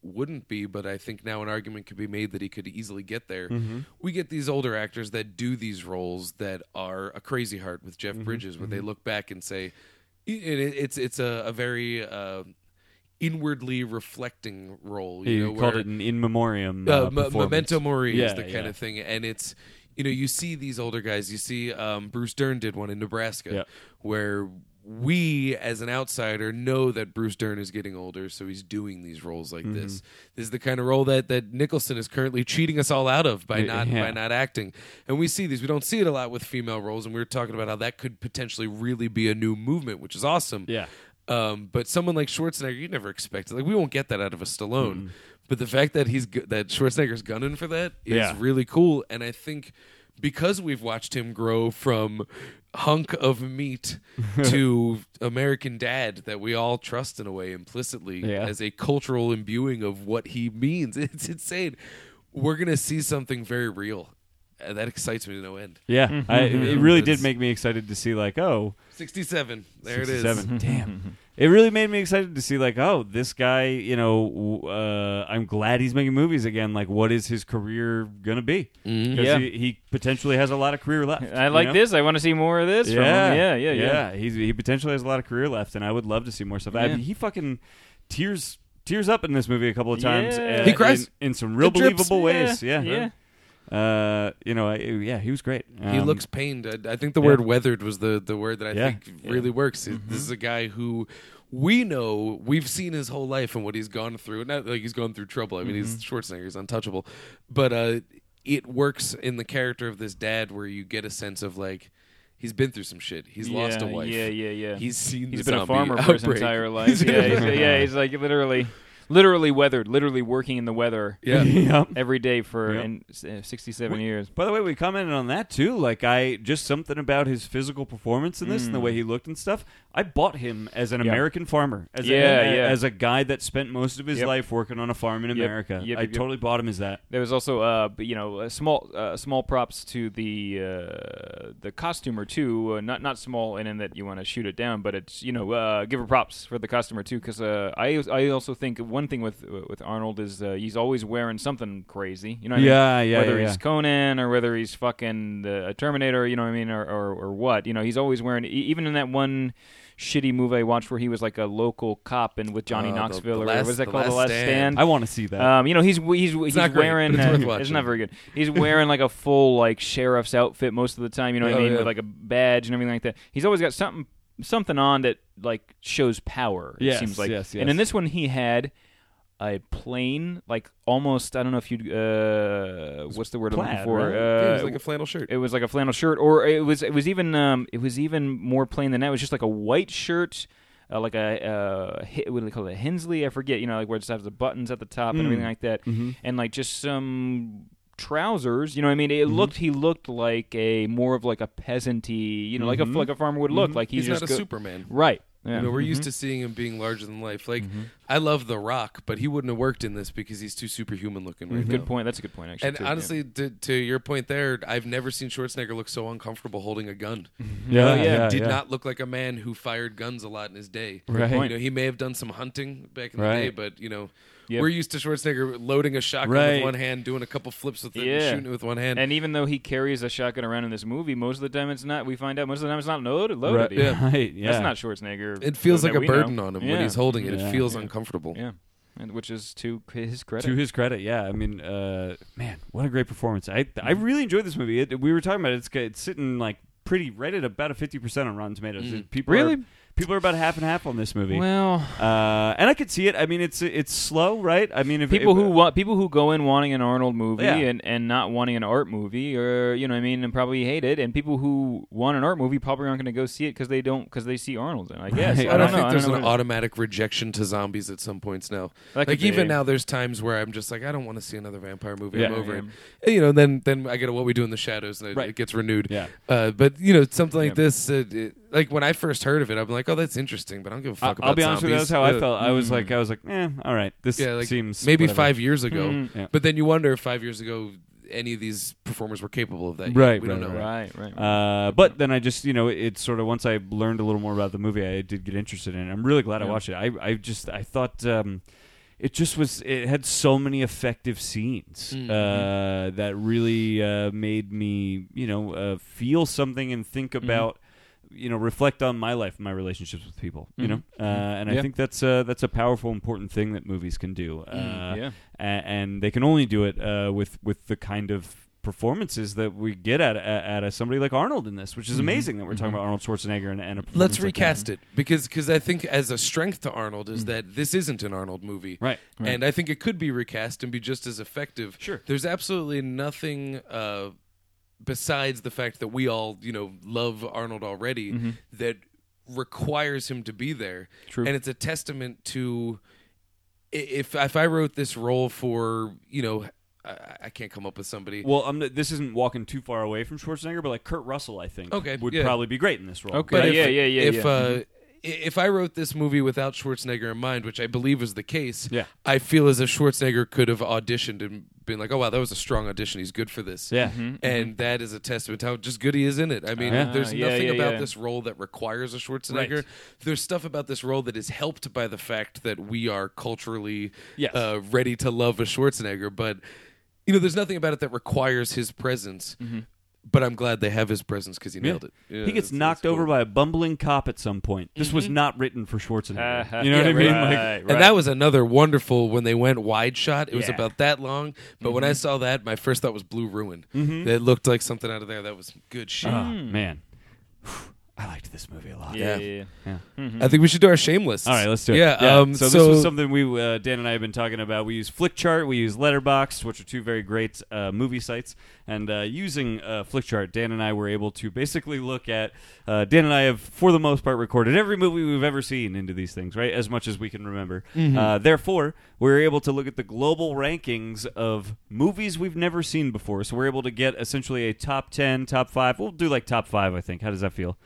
Speaker 3: wouldn't be, but I think now an argument could be made that he could easily get there.
Speaker 2: Mm-hmm.
Speaker 3: We get these older actors that do these roles that are a crazy heart with
Speaker 2: Mm-hmm.
Speaker 3: Jeff Bridges, where they look back and say, and it- it's it's a, a very uh, inwardly reflecting role. You
Speaker 2: You
Speaker 3: know,
Speaker 2: called
Speaker 3: where-
Speaker 2: it an in memoriam uh,
Speaker 3: uh, M-
Speaker 2: performance.
Speaker 3: memento mori is
Speaker 2: Yeah,
Speaker 3: the kind
Speaker 2: yeah.
Speaker 3: of thing and it's you know you see these older guys you see um, bruce dern did one in nebraska
Speaker 2: Yeah.
Speaker 3: where we as an outsider know that bruce dern is getting older so he's doing these roles like
Speaker 2: Mm-hmm.
Speaker 3: this this is the kind of role that that nicholson is currently cheating us all out of by
Speaker 2: Yeah,
Speaker 3: not
Speaker 2: yeah.
Speaker 3: by not acting and we see these we don't see it a lot with female roles and we were talking about how that could potentially really be a new movement which is awesome
Speaker 2: Yeah.
Speaker 3: um, but someone like Schwarzenegger, you never expect it. Like we won't get that out of a Stallone. But the fact that he's gu- that Schwarzenegger's gunning for that is
Speaker 2: Yeah.
Speaker 3: really cool. And I think because we've watched him grow from hunk of meat to American Dad, that we all trust in a way implicitly
Speaker 2: Yeah.
Speaker 3: as a cultural imbuing of what he means. It's insane. We're gonna see something very real. And that excites me to no end.
Speaker 2: Yeah, I, it really did
Speaker 3: Mm-hmm. It's-
Speaker 2: make me excited to see like oh,
Speaker 3: Sixty-seven. There it
Speaker 2: 67. Damn. It really made me excited to see, like, oh, this guy, you know, w- uh, I'm glad he's making movies again. Like, what is his career going to be?
Speaker 3: Mm-hmm.
Speaker 2: Because
Speaker 4: Yeah.
Speaker 2: he, he potentially has a lot of career left.
Speaker 4: I
Speaker 2: you
Speaker 4: like
Speaker 2: know?
Speaker 4: this. I want to see more of this. from
Speaker 2: Yeah.
Speaker 4: him. yeah, yeah, yeah.
Speaker 2: He's, he potentially has a lot of career left, and I would love to see more stuff. I
Speaker 4: Yeah.
Speaker 2: mean, he fucking tears tears up in this movie a couple of times.
Speaker 4: Yeah.
Speaker 2: uh,
Speaker 3: He cries.
Speaker 2: In, in some real
Speaker 3: It drips.
Speaker 2: believable ways. Yeah.
Speaker 4: yeah.
Speaker 2: Uh, you know, I, yeah, he was great.
Speaker 3: He
Speaker 2: Um,
Speaker 3: looks pained. I, I think the
Speaker 2: yeah.
Speaker 3: word "weathered" was the, the word that I
Speaker 2: Yeah.
Speaker 3: think really works. It-
Speaker 4: Mm-hmm.
Speaker 3: This is a guy who we know we've seen his whole life and what he's gone through. Not like he's gone through trouble. I mean, he's
Speaker 4: Mm-hmm.
Speaker 3: Schwarzenegger. He's untouchable. But uh, it works in the character of this dad, where you get a sense of like. he's been through some shit. He's lost a
Speaker 4: Yeah,
Speaker 3: wife.
Speaker 4: Yeah, yeah, yeah.
Speaker 3: He's seen.
Speaker 4: He's
Speaker 3: the
Speaker 4: been a
Speaker 3: zombie
Speaker 4: farmer for his
Speaker 3: outbreak.
Speaker 4: entire life. yeah, he's, yeah, he's like literally, literally weathered, literally working in the weather
Speaker 3: Yeah.
Speaker 2: Yep.
Speaker 4: every day for
Speaker 2: Yep.
Speaker 4: in, uh, sixty-seven years.
Speaker 2: By the way, we commented on that too. Like I just something about his physical performance in this and the way he looked and stuff. I bought him as an
Speaker 4: Mm. Yeah.
Speaker 2: American farmer, as a,
Speaker 4: Yeah,
Speaker 2: a-
Speaker 4: yeah.
Speaker 2: as a guy that spent most of his
Speaker 4: Yep.
Speaker 2: life working on a farm in
Speaker 4: Yep,
Speaker 2: America.
Speaker 4: yep,
Speaker 2: I
Speaker 4: yep, yep.
Speaker 2: totally bought him as that.
Speaker 4: There was also, uh, b- you know, uh, small uh, small props to the uh, the costumer too. Uh, not not small in, in that you want to shoot it down, but it's you know, uh, give her props for the costumer too. Because uh, I als- I also think one thing with with Arnold is uh, he's always wearing something crazy. You know, what I mean?
Speaker 2: Yeah, yeah,
Speaker 4: Whether
Speaker 2: yeah,
Speaker 4: he's
Speaker 2: yeah.
Speaker 4: Conan or whether he's fucking the a Terminator, you know what I mean, or, or or what? You know, he's always wearing. e- Even in that one shitty movie I watched where he was like a local cop and with Johnny
Speaker 3: Uh, the-
Speaker 4: Knoxville
Speaker 3: the
Speaker 4: or
Speaker 3: last-
Speaker 4: was that
Speaker 3: the
Speaker 4: called
Speaker 3: last
Speaker 4: The Last
Speaker 3: Stand.
Speaker 4: Stand?
Speaker 2: I want to see that.
Speaker 4: Um, you know, he's he's he's
Speaker 3: not great,
Speaker 4: wearing.
Speaker 3: but it's worth
Speaker 4: uh,
Speaker 3: watching.
Speaker 4: not very good. He's wearing like a full like sheriff's outfit most of the time. You know what
Speaker 3: Oh,
Speaker 4: I mean?
Speaker 3: yeah.
Speaker 4: With like a badge and everything like that. He's always got something something on that like shows power. It
Speaker 2: Yes,
Speaker 4: seems like.
Speaker 2: yes, yes.
Speaker 4: And in this one, he had a plain like almost I don't know if you uh what's the word I'm
Speaker 2: plaid,
Speaker 4: looking for
Speaker 2: right?
Speaker 4: uh
Speaker 3: Yeah, he's like a flannel shirt.
Speaker 4: it was like a flannel shirt, or it was it was even um, it was even more plain than that. It was just like a white shirt, uh, like a uh, hi- what do they call it, a Hensley? I forget. You know, like where it just has the buttons at the top and
Speaker 3: Mm.
Speaker 4: everything like that,
Speaker 3: Mm-hmm.
Speaker 4: and like just some trousers. You know, what I mean,
Speaker 3: Mm-hmm.
Speaker 4: it looked he looked like a more of like a peasanty, you know, like a like a farmer would look. Like he's,
Speaker 3: Mm-hmm. He's not a
Speaker 4: just go-
Speaker 3: Superman.
Speaker 4: right? Yeah. Mm-hmm.
Speaker 3: You know, we're used to seeing him being larger than life. Like, I love The Rock, but he wouldn't have worked in this because he's too superhuman looking right
Speaker 4: Mm-hmm. good
Speaker 3: now.
Speaker 4: point. That's a good point. Actually,
Speaker 3: And
Speaker 4: too, yeah.
Speaker 3: honestly, to, to your point there, I've never seen Schwarzenegger look so uncomfortable holding a gun. Uh,
Speaker 2: yeah,
Speaker 4: yeah,
Speaker 2: yeah,
Speaker 4: yeah,
Speaker 3: Oh, Did
Speaker 2: yeah.
Speaker 3: not look like a man who fired guns a lot in his day.
Speaker 2: Right.
Speaker 3: You know, he may have done some hunting back in the
Speaker 2: Right.
Speaker 3: day, but you know,
Speaker 4: Yep.
Speaker 3: we're used to Schwarzenegger loading a shotgun
Speaker 2: Right.
Speaker 3: with one hand, doing a couple flips with it, and
Speaker 4: Yeah.
Speaker 3: shooting it with one hand.
Speaker 4: And even though he carries a shotgun around in this movie, most of the time it's not. We find out most of the time it's not loaded. loaded
Speaker 2: Right,
Speaker 4: even.
Speaker 2: yeah. Right, yeah.
Speaker 4: That's not Schwarzenegger.
Speaker 3: it feels
Speaker 4: that
Speaker 3: like a
Speaker 4: we know.
Speaker 3: burden on him when
Speaker 4: Yeah.
Speaker 3: he's holding it.
Speaker 2: Yeah.
Speaker 3: It feels uncomfortable.
Speaker 4: Yeah, and which is to his credit.
Speaker 2: to his credit, yeah. I mean, uh, man, what a great performance! I I
Speaker 3: Mm-hmm.
Speaker 2: really enjoyed this movie. It, we were talking about it. It's, it's sitting like pretty right at about a fifty percent on Rotten Tomatoes.
Speaker 3: Mm-hmm.
Speaker 2: People
Speaker 4: Really?
Speaker 2: are, people are about half and half on this movie.
Speaker 4: well,
Speaker 2: uh, and I could see it. I mean, it's it's slow, right? I mean, if
Speaker 4: people
Speaker 2: if-
Speaker 4: who want people who go in wanting an Arnold movie
Speaker 2: Yeah.
Speaker 4: and, and not wanting an art movie, or you know, what I mean, and probably hate it. And people who want an art movie probably aren't going to go see it because they don't because they see Arnold. And I guess
Speaker 2: Right.
Speaker 4: I
Speaker 3: And I,
Speaker 4: don't know.
Speaker 3: think
Speaker 4: I
Speaker 3: there's
Speaker 4: don't know
Speaker 3: an
Speaker 4: what it
Speaker 3: automatic rejection to zombies at some points now.
Speaker 4: That could
Speaker 3: like even
Speaker 4: be.
Speaker 3: now, there's times where I'm just like, I don't want to see another vampire movie. I'm
Speaker 2: Yeah,
Speaker 3: over
Speaker 4: yeah.
Speaker 3: it. And, you know, then then I get a What We Do in the Shadows, and it,
Speaker 2: Right.
Speaker 3: it gets renewed.
Speaker 2: Yeah.
Speaker 3: Uh, but you know, something like
Speaker 4: Yeah.
Speaker 3: this, it, it, like when I first heard of it, I'm like, oh, that's interesting, but I don't give a
Speaker 2: I,
Speaker 3: fuck about.
Speaker 2: will be honest with you. That's how
Speaker 3: zombies.
Speaker 2: I
Speaker 3: Yeah.
Speaker 2: felt. I was like, I was like, eh, all right. This
Speaker 3: Yeah, like
Speaker 2: seems
Speaker 3: maybe
Speaker 2: whatever.
Speaker 3: five years ago,
Speaker 4: Mm.
Speaker 2: Yeah.
Speaker 3: but then you wonder if five years ago any of these performers were capable of that.
Speaker 2: Right,
Speaker 3: We don't
Speaker 2: right,
Speaker 3: know.
Speaker 2: automatic-
Speaker 4: right, right.
Speaker 2: Uh, but then I just, you know, it's sort of once I learned a little more about the movie, I did get interested in it. I'm really glad I
Speaker 4: Yeah.
Speaker 2: watched it. I, I just, I thought, um, it just was, it had so many effective scenes,
Speaker 4: Mm-hmm.
Speaker 2: uh, that really, uh, made me, you know, uh, feel something and think
Speaker 4: Mm-hmm.
Speaker 2: about, you know, reflect on my life, and my relationships with people, you know? Uh, and I
Speaker 4: Mm-hmm. Yeah. Mm-hmm.
Speaker 2: think that's, uh, that's a powerful, important thing that movies can do. Uh,
Speaker 4: yeah.
Speaker 2: a- and they can only do it uh, with with the kind of performances that we get at at, at a, somebody like Arnold in this, which is amazing that we're talking about Arnold Schwarzenegger and, and a performance
Speaker 3: Mm-hmm. Let's
Speaker 2: like that.
Speaker 3: recast it because because I think as a strength to Arnold
Speaker 2: Mm.
Speaker 3: is that this isn't an Arnold movie,
Speaker 2: Right, right.
Speaker 3: And I think it could be recast and be just as effective.
Speaker 2: Sure.
Speaker 3: there's absolutely nothing uh, besides the fact that we all you know love Arnold already
Speaker 2: Mm-hmm.
Speaker 3: that requires him to be there.
Speaker 4: True.
Speaker 3: and it's a testament to i- if if I wrote this role for you know I, I can't come up with somebody.
Speaker 2: Well, I'm, not- this isn't walking too far away from Schwarzenegger, but like Kurt Russell, I think,
Speaker 3: Okay,
Speaker 2: would
Speaker 3: yeah.
Speaker 2: probably be great in this role.
Speaker 4: Okay.
Speaker 3: But
Speaker 4: Yeah,
Speaker 3: if,
Speaker 4: yeah, yeah, yeah,
Speaker 3: If
Speaker 4: yeah.
Speaker 3: Uh, i- if I wrote this movie without Schwarzenegger in mind, which I believe is the case,
Speaker 2: Yeah.
Speaker 3: I feel as if Schwarzenegger could have auditioned and been like, "Oh wow, that was a strong audition. He's good for this."
Speaker 2: Yeah.
Speaker 3: and that is a testament to how just good he is in it. I mean,
Speaker 4: Yeah.
Speaker 3: there's
Speaker 4: Yeah,
Speaker 3: nothing
Speaker 4: yeah,
Speaker 3: about
Speaker 4: yeah.
Speaker 3: this role that requires a Schwarzenegger.
Speaker 2: Right.
Speaker 3: There's stuff about this role that is helped by the fact that we are culturally
Speaker 2: Yes.
Speaker 3: uh, ready to love a Schwarzenegger, but you know, there's nothing about it that requires his presence.
Speaker 4: Mm-hmm.
Speaker 3: But I'm glad they have his presence because he
Speaker 2: Yeah.
Speaker 3: nailed it. Yeah,
Speaker 2: he gets
Speaker 3: that's-
Speaker 2: knocked
Speaker 3: that's cool. Mm-hmm.
Speaker 2: over by a bumbling cop at some point. This was not written for Schwarzenegger.
Speaker 4: Uh-huh.
Speaker 2: You know what I
Speaker 4: Yeah,
Speaker 2: mean?
Speaker 4: right,
Speaker 2: Like,
Speaker 4: right.
Speaker 3: And that was another wonderful when they went wide shot. It was
Speaker 2: Yeah. Mm-hmm.
Speaker 3: about that long. But when I saw that, my first Mm. thought was Blue Ruin. It looked like something out of there. That was good shit.
Speaker 2: oh, man. oh, I liked this movie a lot.
Speaker 4: Yeah.
Speaker 3: Yeah.
Speaker 4: yeah, yeah.
Speaker 3: I think we should do our shameless.
Speaker 2: Uh-huh. All right, let's do it.
Speaker 3: Yeah. Um,
Speaker 2: so,
Speaker 3: so,
Speaker 2: this was something we uh, Dan and I have been talking about. We use Flickchart, we use Letterboxd, which are two very great uh, movie sites. And uh, using uh, Flickchart, Dan and I were able to basically look at. Uh, Dan and I have, for the most part, recorded every movie we've ever seen into these things, right? As much as we can remember.
Speaker 3: Mm-hmm.
Speaker 2: Uh, therefore, we were able to look at the global rankings of movies we've never seen before. So we're able to get essentially a top ten, top five. We'll do like top five, I think. How does that feel?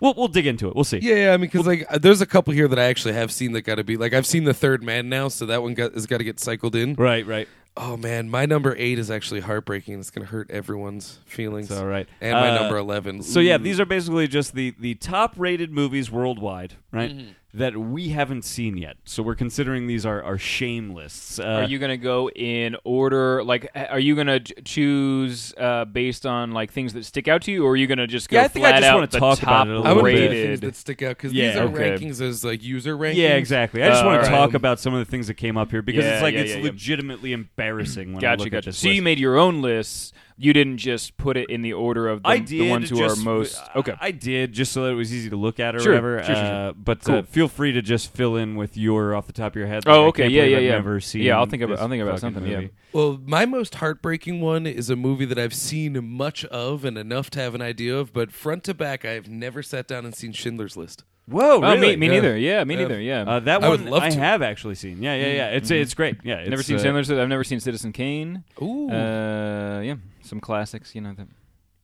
Speaker 2: We'll, we'll dig into it. We'll see.
Speaker 3: Yeah, yeah. I mean, because like, uh, there's a couple here that I actually have seen that got to be like, I've seen the Third Man now, so that one got, has got to get cycled in.
Speaker 2: Right, right.
Speaker 3: Oh man, my number eight is actually heartbreaking. It's gonna hurt everyone's feelings.
Speaker 2: It's all right.
Speaker 3: And my
Speaker 2: Uh,
Speaker 3: number eleven.
Speaker 2: So yeah,
Speaker 3: Ooh.
Speaker 2: these are basically just the the top rated movies worldwide, right?
Speaker 4: Mm-hmm.
Speaker 2: That we haven't seen yet. So we're considering these are our shame lists. Uh,
Speaker 4: Are you gonna go in order? Like, h- are you gonna j- choose uh, based on like things that stick out to you, or are you gonna just go
Speaker 2: Yeah, I think I
Speaker 4: flat
Speaker 2: just
Speaker 4: out
Speaker 2: wanna
Speaker 4: the
Speaker 2: talk
Speaker 4: top
Speaker 2: about it a
Speaker 3: I
Speaker 2: little
Speaker 3: would
Speaker 2: bit.
Speaker 3: pick things
Speaker 4: rated?
Speaker 3: that stick out because
Speaker 2: Yeah,
Speaker 3: these are
Speaker 4: okay.
Speaker 3: rankings as like user rankings.
Speaker 2: yeah, exactly. I just
Speaker 4: Uh,
Speaker 2: want
Speaker 4: all
Speaker 2: to
Speaker 4: right.
Speaker 2: talk about some of the things that came up here because
Speaker 4: Yeah,
Speaker 2: it's like
Speaker 4: yeah,
Speaker 2: it's
Speaker 4: yeah, yeah.
Speaker 2: legitimately embarrassing when I
Speaker 4: Gotcha,
Speaker 2: look at
Speaker 4: gotcha.
Speaker 2: this.
Speaker 4: So you
Speaker 2: list.
Speaker 4: made your own lists. You didn't just put it in the order of the,
Speaker 2: I
Speaker 4: the
Speaker 2: did
Speaker 4: ones who
Speaker 2: just, uh,
Speaker 4: are most okay.
Speaker 2: I did just so that it was easy to look at or
Speaker 4: Sure,
Speaker 2: whatever.
Speaker 4: sure, sure, sure.
Speaker 2: Uh, but uh,
Speaker 4: Cool.
Speaker 2: feel free to just fill in with your off the top of your head. like,
Speaker 4: oh,
Speaker 2: I
Speaker 4: okay.
Speaker 2: can't
Speaker 4: Yeah,
Speaker 2: believe
Speaker 4: yeah,
Speaker 2: I've
Speaker 4: yeah.
Speaker 2: Never seen.
Speaker 4: yeah, I'll think about.
Speaker 2: this
Speaker 4: I'll think about
Speaker 2: fucking
Speaker 4: something.
Speaker 2: movie.
Speaker 4: Yeah.
Speaker 3: Well, my most heartbreaking one is a movie that I've seen much of and enough to have an idea of, but front to back, I've never sat down and seen Schindler's List.
Speaker 2: Whoa,
Speaker 4: Oh,
Speaker 2: really?
Speaker 4: me, me
Speaker 3: Yeah.
Speaker 4: neither. Yeah, me
Speaker 3: Yeah.
Speaker 4: neither. Yeah. Mm. Mm-hmm.
Speaker 2: Uh, that
Speaker 3: I would
Speaker 2: one
Speaker 3: love
Speaker 2: I
Speaker 3: to.
Speaker 2: have actually seen. Yeah, yeah, yeah. It's it's great. Yeah, it's,
Speaker 4: Never seen
Speaker 2: uh,
Speaker 4: Sandler's. I've never seen Citizen Kane.
Speaker 3: Ooh.
Speaker 4: Uh, yeah, some classics. You know that.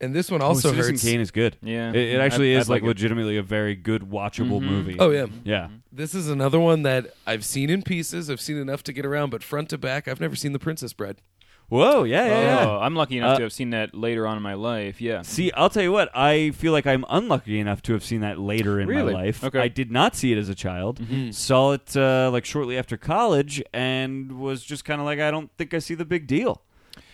Speaker 3: and this one
Speaker 2: Oh,
Speaker 3: also
Speaker 2: Citizen
Speaker 3: hurts.
Speaker 2: Kane is good.
Speaker 4: Yeah.
Speaker 2: it, it actually
Speaker 4: I'd-
Speaker 2: is
Speaker 4: I'd
Speaker 2: like,
Speaker 4: like it. Mm-hmm.
Speaker 2: legitimately a very good watchable movie.
Speaker 3: Oh yeah,
Speaker 2: yeah.
Speaker 3: this is another one that I've seen in pieces. I've seen enough to get around, but front to back, I've never seen The Princess Bride.
Speaker 2: Whoa, yeah, yeah, yeah.
Speaker 4: Oh, I'm lucky enough
Speaker 2: Uh,
Speaker 4: to have seen that later on in my life. Yeah.
Speaker 2: See, I'll tell you what. I feel like I'm unlucky enough to have seen that later in
Speaker 4: Really?
Speaker 2: my life.
Speaker 4: Okay. Mm-hmm.
Speaker 2: I did not see it as a child. Saw it uh, like shortly after college, and was just kind of like, I don't think I see the big deal.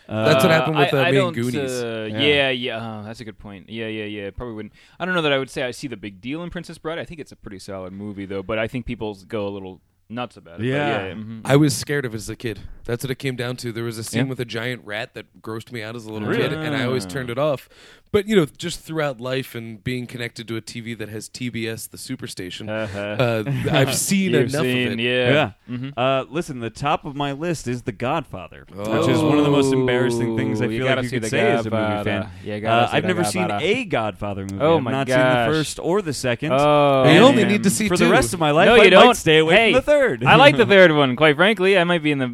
Speaker 2: Uh,
Speaker 3: That's what happened with,
Speaker 4: I,
Speaker 3: uh,
Speaker 4: I
Speaker 3: me
Speaker 4: don't,
Speaker 3: and Goonies.
Speaker 4: Uh,
Speaker 2: Yeah.
Speaker 4: yeah, yeah. oh, that's a good point. Yeah, yeah, yeah. Probably wouldn't. I don't know that I would say I see the big deal in Princess Bride. I think it's a pretty solid movie, though. But I think people go a little nuts about it. But
Speaker 2: Yeah.
Speaker 4: yeah. mhm.
Speaker 3: I was scared of it as a kid. That's what it came down to. There was a scene
Speaker 4: Yeah.
Speaker 3: with a giant rat that grossed me out as a little
Speaker 2: Really?
Speaker 3: kid, and I always turned it off. But you know, just throughout life and being connected to a TV that has TBS, the superstation, uh, I've seen
Speaker 4: You've
Speaker 3: enough of
Speaker 4: seen,
Speaker 3: it.
Speaker 4: yeah.
Speaker 2: Uh-huh.
Speaker 4: Mm-hmm.
Speaker 2: Yeah. Uh, listen, the top of my list is The Godfather, which is
Speaker 3: Oh.
Speaker 2: one of the most embarrassing things I
Speaker 4: You
Speaker 2: feel
Speaker 4: gotta
Speaker 2: like you
Speaker 4: see
Speaker 2: could
Speaker 4: The
Speaker 2: say as a movie
Speaker 4: Godfather.
Speaker 2: fan.
Speaker 4: You gotta
Speaker 2: Uh,
Speaker 4: see
Speaker 2: I've
Speaker 4: The
Speaker 2: never
Speaker 4: Godfather.
Speaker 2: seen a Godfather movie.
Speaker 4: Oh
Speaker 2: I've
Speaker 4: my
Speaker 2: not
Speaker 4: gosh.
Speaker 2: seen the first or the second.
Speaker 4: Oh,
Speaker 3: They only
Speaker 4: man.
Speaker 3: need to see
Speaker 2: for
Speaker 3: two.
Speaker 2: the rest of my life.
Speaker 4: no,
Speaker 2: I
Speaker 4: you
Speaker 2: might
Speaker 4: don't.
Speaker 2: stay away
Speaker 4: hey,
Speaker 2: from the third.
Speaker 4: I like the third one. Quite frankly, I might be in the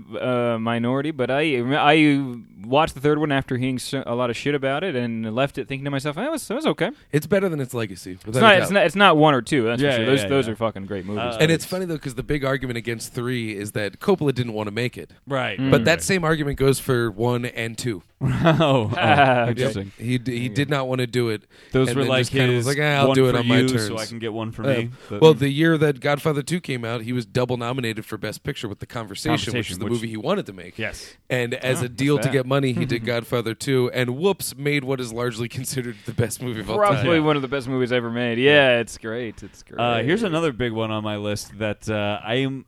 Speaker 4: uh, minority, but I I watched the third one after hearing so- a lot of shit about it and left it thinking to myself, "That was that was okay."
Speaker 3: It's better than its legacy.
Speaker 4: It's not, it's not it's not one or two. That's
Speaker 2: Yeah,
Speaker 4: for sure.
Speaker 2: yeah,
Speaker 4: Those
Speaker 2: yeah,
Speaker 4: those
Speaker 2: yeah.
Speaker 4: are fucking great movies.
Speaker 2: Uh,
Speaker 3: And it's funny though, because the big argument against three is that Coppola didn't want to make it.
Speaker 2: right,
Speaker 3: But that same argument goes for one and two.
Speaker 2: oh, oh,
Speaker 4: Okay.
Speaker 2: interesting.
Speaker 3: He d- he did not want to do it.
Speaker 2: Those
Speaker 3: and
Speaker 2: were
Speaker 3: then
Speaker 2: like
Speaker 3: just kind of
Speaker 2: his
Speaker 3: was like, "Eh, I'll
Speaker 2: one
Speaker 3: do it
Speaker 2: for
Speaker 3: on my
Speaker 2: you,
Speaker 3: terms.
Speaker 2: so I can get one for
Speaker 3: Uh,
Speaker 2: me. But-
Speaker 3: well, the year that Godfather 2 came out, he was double nominated for Best Picture with The Conversation, which
Speaker 2: Conversation,
Speaker 3: is the
Speaker 2: which-
Speaker 3: movie he wanted to make.
Speaker 2: yes,
Speaker 3: And as a deal to get money, he did Godfather 2, and whoops, made what is largely considered the best movie of all time.
Speaker 4: Probably one of the best movies ever made. Yeah, it's great. It's great.
Speaker 2: Uh, here's another big one on my list that uh, I am.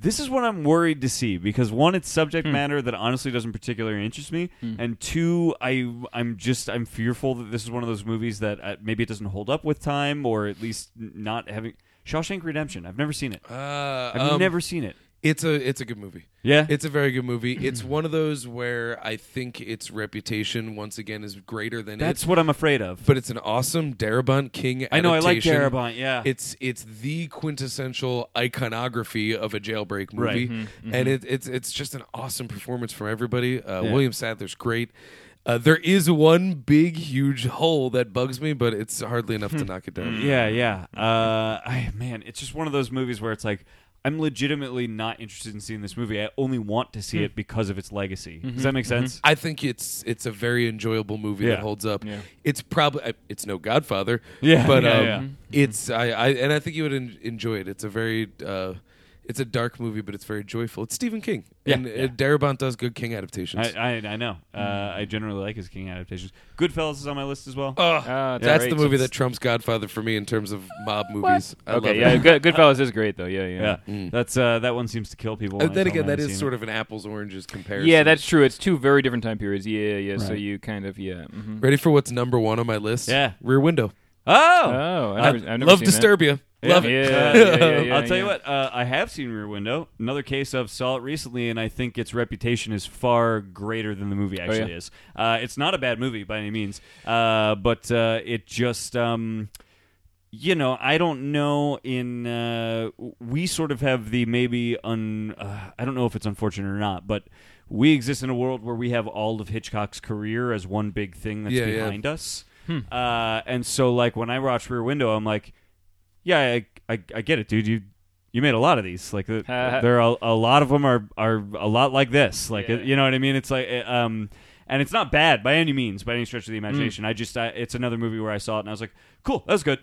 Speaker 2: This is what I'm worried to see because one, it's subject
Speaker 3: Hmm.
Speaker 2: matter that honestly doesn't particularly interest me, and two, I I'm just I'm fearful that this is one of those movies that uh, maybe it doesn't hold up with time or at least n- not having Shawshank Redemption. I've never seen it.
Speaker 3: Uh,
Speaker 2: I've
Speaker 3: um,
Speaker 2: never seen it.
Speaker 3: It's a it's a good movie.
Speaker 2: Yeah?
Speaker 3: it's a very good movie. It's one of those where I think its reputation once again is greater than
Speaker 2: That's
Speaker 3: it.
Speaker 2: what I'm afraid of.
Speaker 3: But it's an awesome Darabont King.
Speaker 2: I know I like
Speaker 3: adaptation.
Speaker 2: Darabont. Yeah,
Speaker 3: It's it's the quintessential iconography of a jailbreak movie,
Speaker 2: Right. Mm-hmm.
Speaker 3: and it, it's it's just an awesome performance from everybody. Uh,
Speaker 2: Yeah.
Speaker 3: William Sadler's great. Uh, there is one big, huge hole that bugs me, but it's hardly enough
Speaker 2: Hmm.
Speaker 3: to knock it down.
Speaker 2: Yeah, yeah. Uh, I man, it's just one of those movies where it's like I'm legitimately not interested in seeing this movie. I only want to see it because of its legacy. Does that make sense?
Speaker 3: I think it's it's a very enjoyable movie
Speaker 2: Yeah.
Speaker 3: that holds up.
Speaker 4: Yeah.
Speaker 3: It's probably I- it's no Godfather,
Speaker 2: Yeah,
Speaker 3: but
Speaker 2: yeah,
Speaker 3: um,
Speaker 2: yeah. Mm-hmm.
Speaker 3: it's I, I and I think you would en- enjoy it. It's a very uh, it's a dark movie, but it's very joyful. It's Stephen King,
Speaker 2: Yeah,
Speaker 3: and
Speaker 2: yeah.
Speaker 3: Uh, Darabont does good King adaptations.
Speaker 2: I, I I know. Uh, I generally like his King adaptations. Goodfellas is on my list as well.
Speaker 3: Ugh.
Speaker 4: Ah, it's
Speaker 3: That's
Speaker 4: great.
Speaker 3: the movie that trumps Godfather for me in terms of mob movies. I love
Speaker 4: Okay, yeah,
Speaker 3: it.
Speaker 4: Good, Goodfellas is great though. Yeah,
Speaker 2: yeah,
Speaker 4: yeah.
Speaker 2: that's uh, that one seems to kill people.
Speaker 3: And Oh, then again, that is sort of an apples oranges
Speaker 4: Yeah,
Speaker 3: comparison.
Speaker 4: that's true. It's two very different time periods. Yeah, yeah. So
Speaker 2: Right.
Speaker 4: you kind of yeah. mhm.
Speaker 3: ready for what's number one on my list.
Speaker 2: Yeah.
Speaker 3: Rear Window.
Speaker 2: Oh,
Speaker 4: Oh, I've
Speaker 2: I
Speaker 4: never, I've never
Speaker 3: Love
Speaker 4: seen that.
Speaker 3: Disturbia.
Speaker 4: Yeah,
Speaker 3: Love it.
Speaker 4: yeah, yeah, yeah, yeah,
Speaker 2: I'll tell
Speaker 4: yeah.
Speaker 2: you what. Uh, I have seen Rear Window. Another case of saw it recently, and I think its reputation is far greater than the movie actually
Speaker 4: Oh, yeah.
Speaker 2: is. Uh, it's not a bad movie by any means, uh, but uh, it just. Um, you know, I don't know. In uh, we sort of have the maybe un. Uh, I don't know if it's unfortunate or not, but we exist in a world where we have all of Hitchcock's career as one big thing that's
Speaker 3: Yeah, yeah.
Speaker 2: behind us.
Speaker 4: Hmm.
Speaker 2: Uh, and so, like when I watch Rear Window, I'm like, yeah, I, I, I get it, dude. You you made a lot of these. Like the, there are a lot of them are are a lot like this. Like
Speaker 4: Yeah.
Speaker 2: you know what I mean? It's like uh, um, and it's not bad by any means, by any stretch
Speaker 4: Mm.
Speaker 2: of the imagination. I just I, it's another movie where I saw it and I was like, cool, that was good.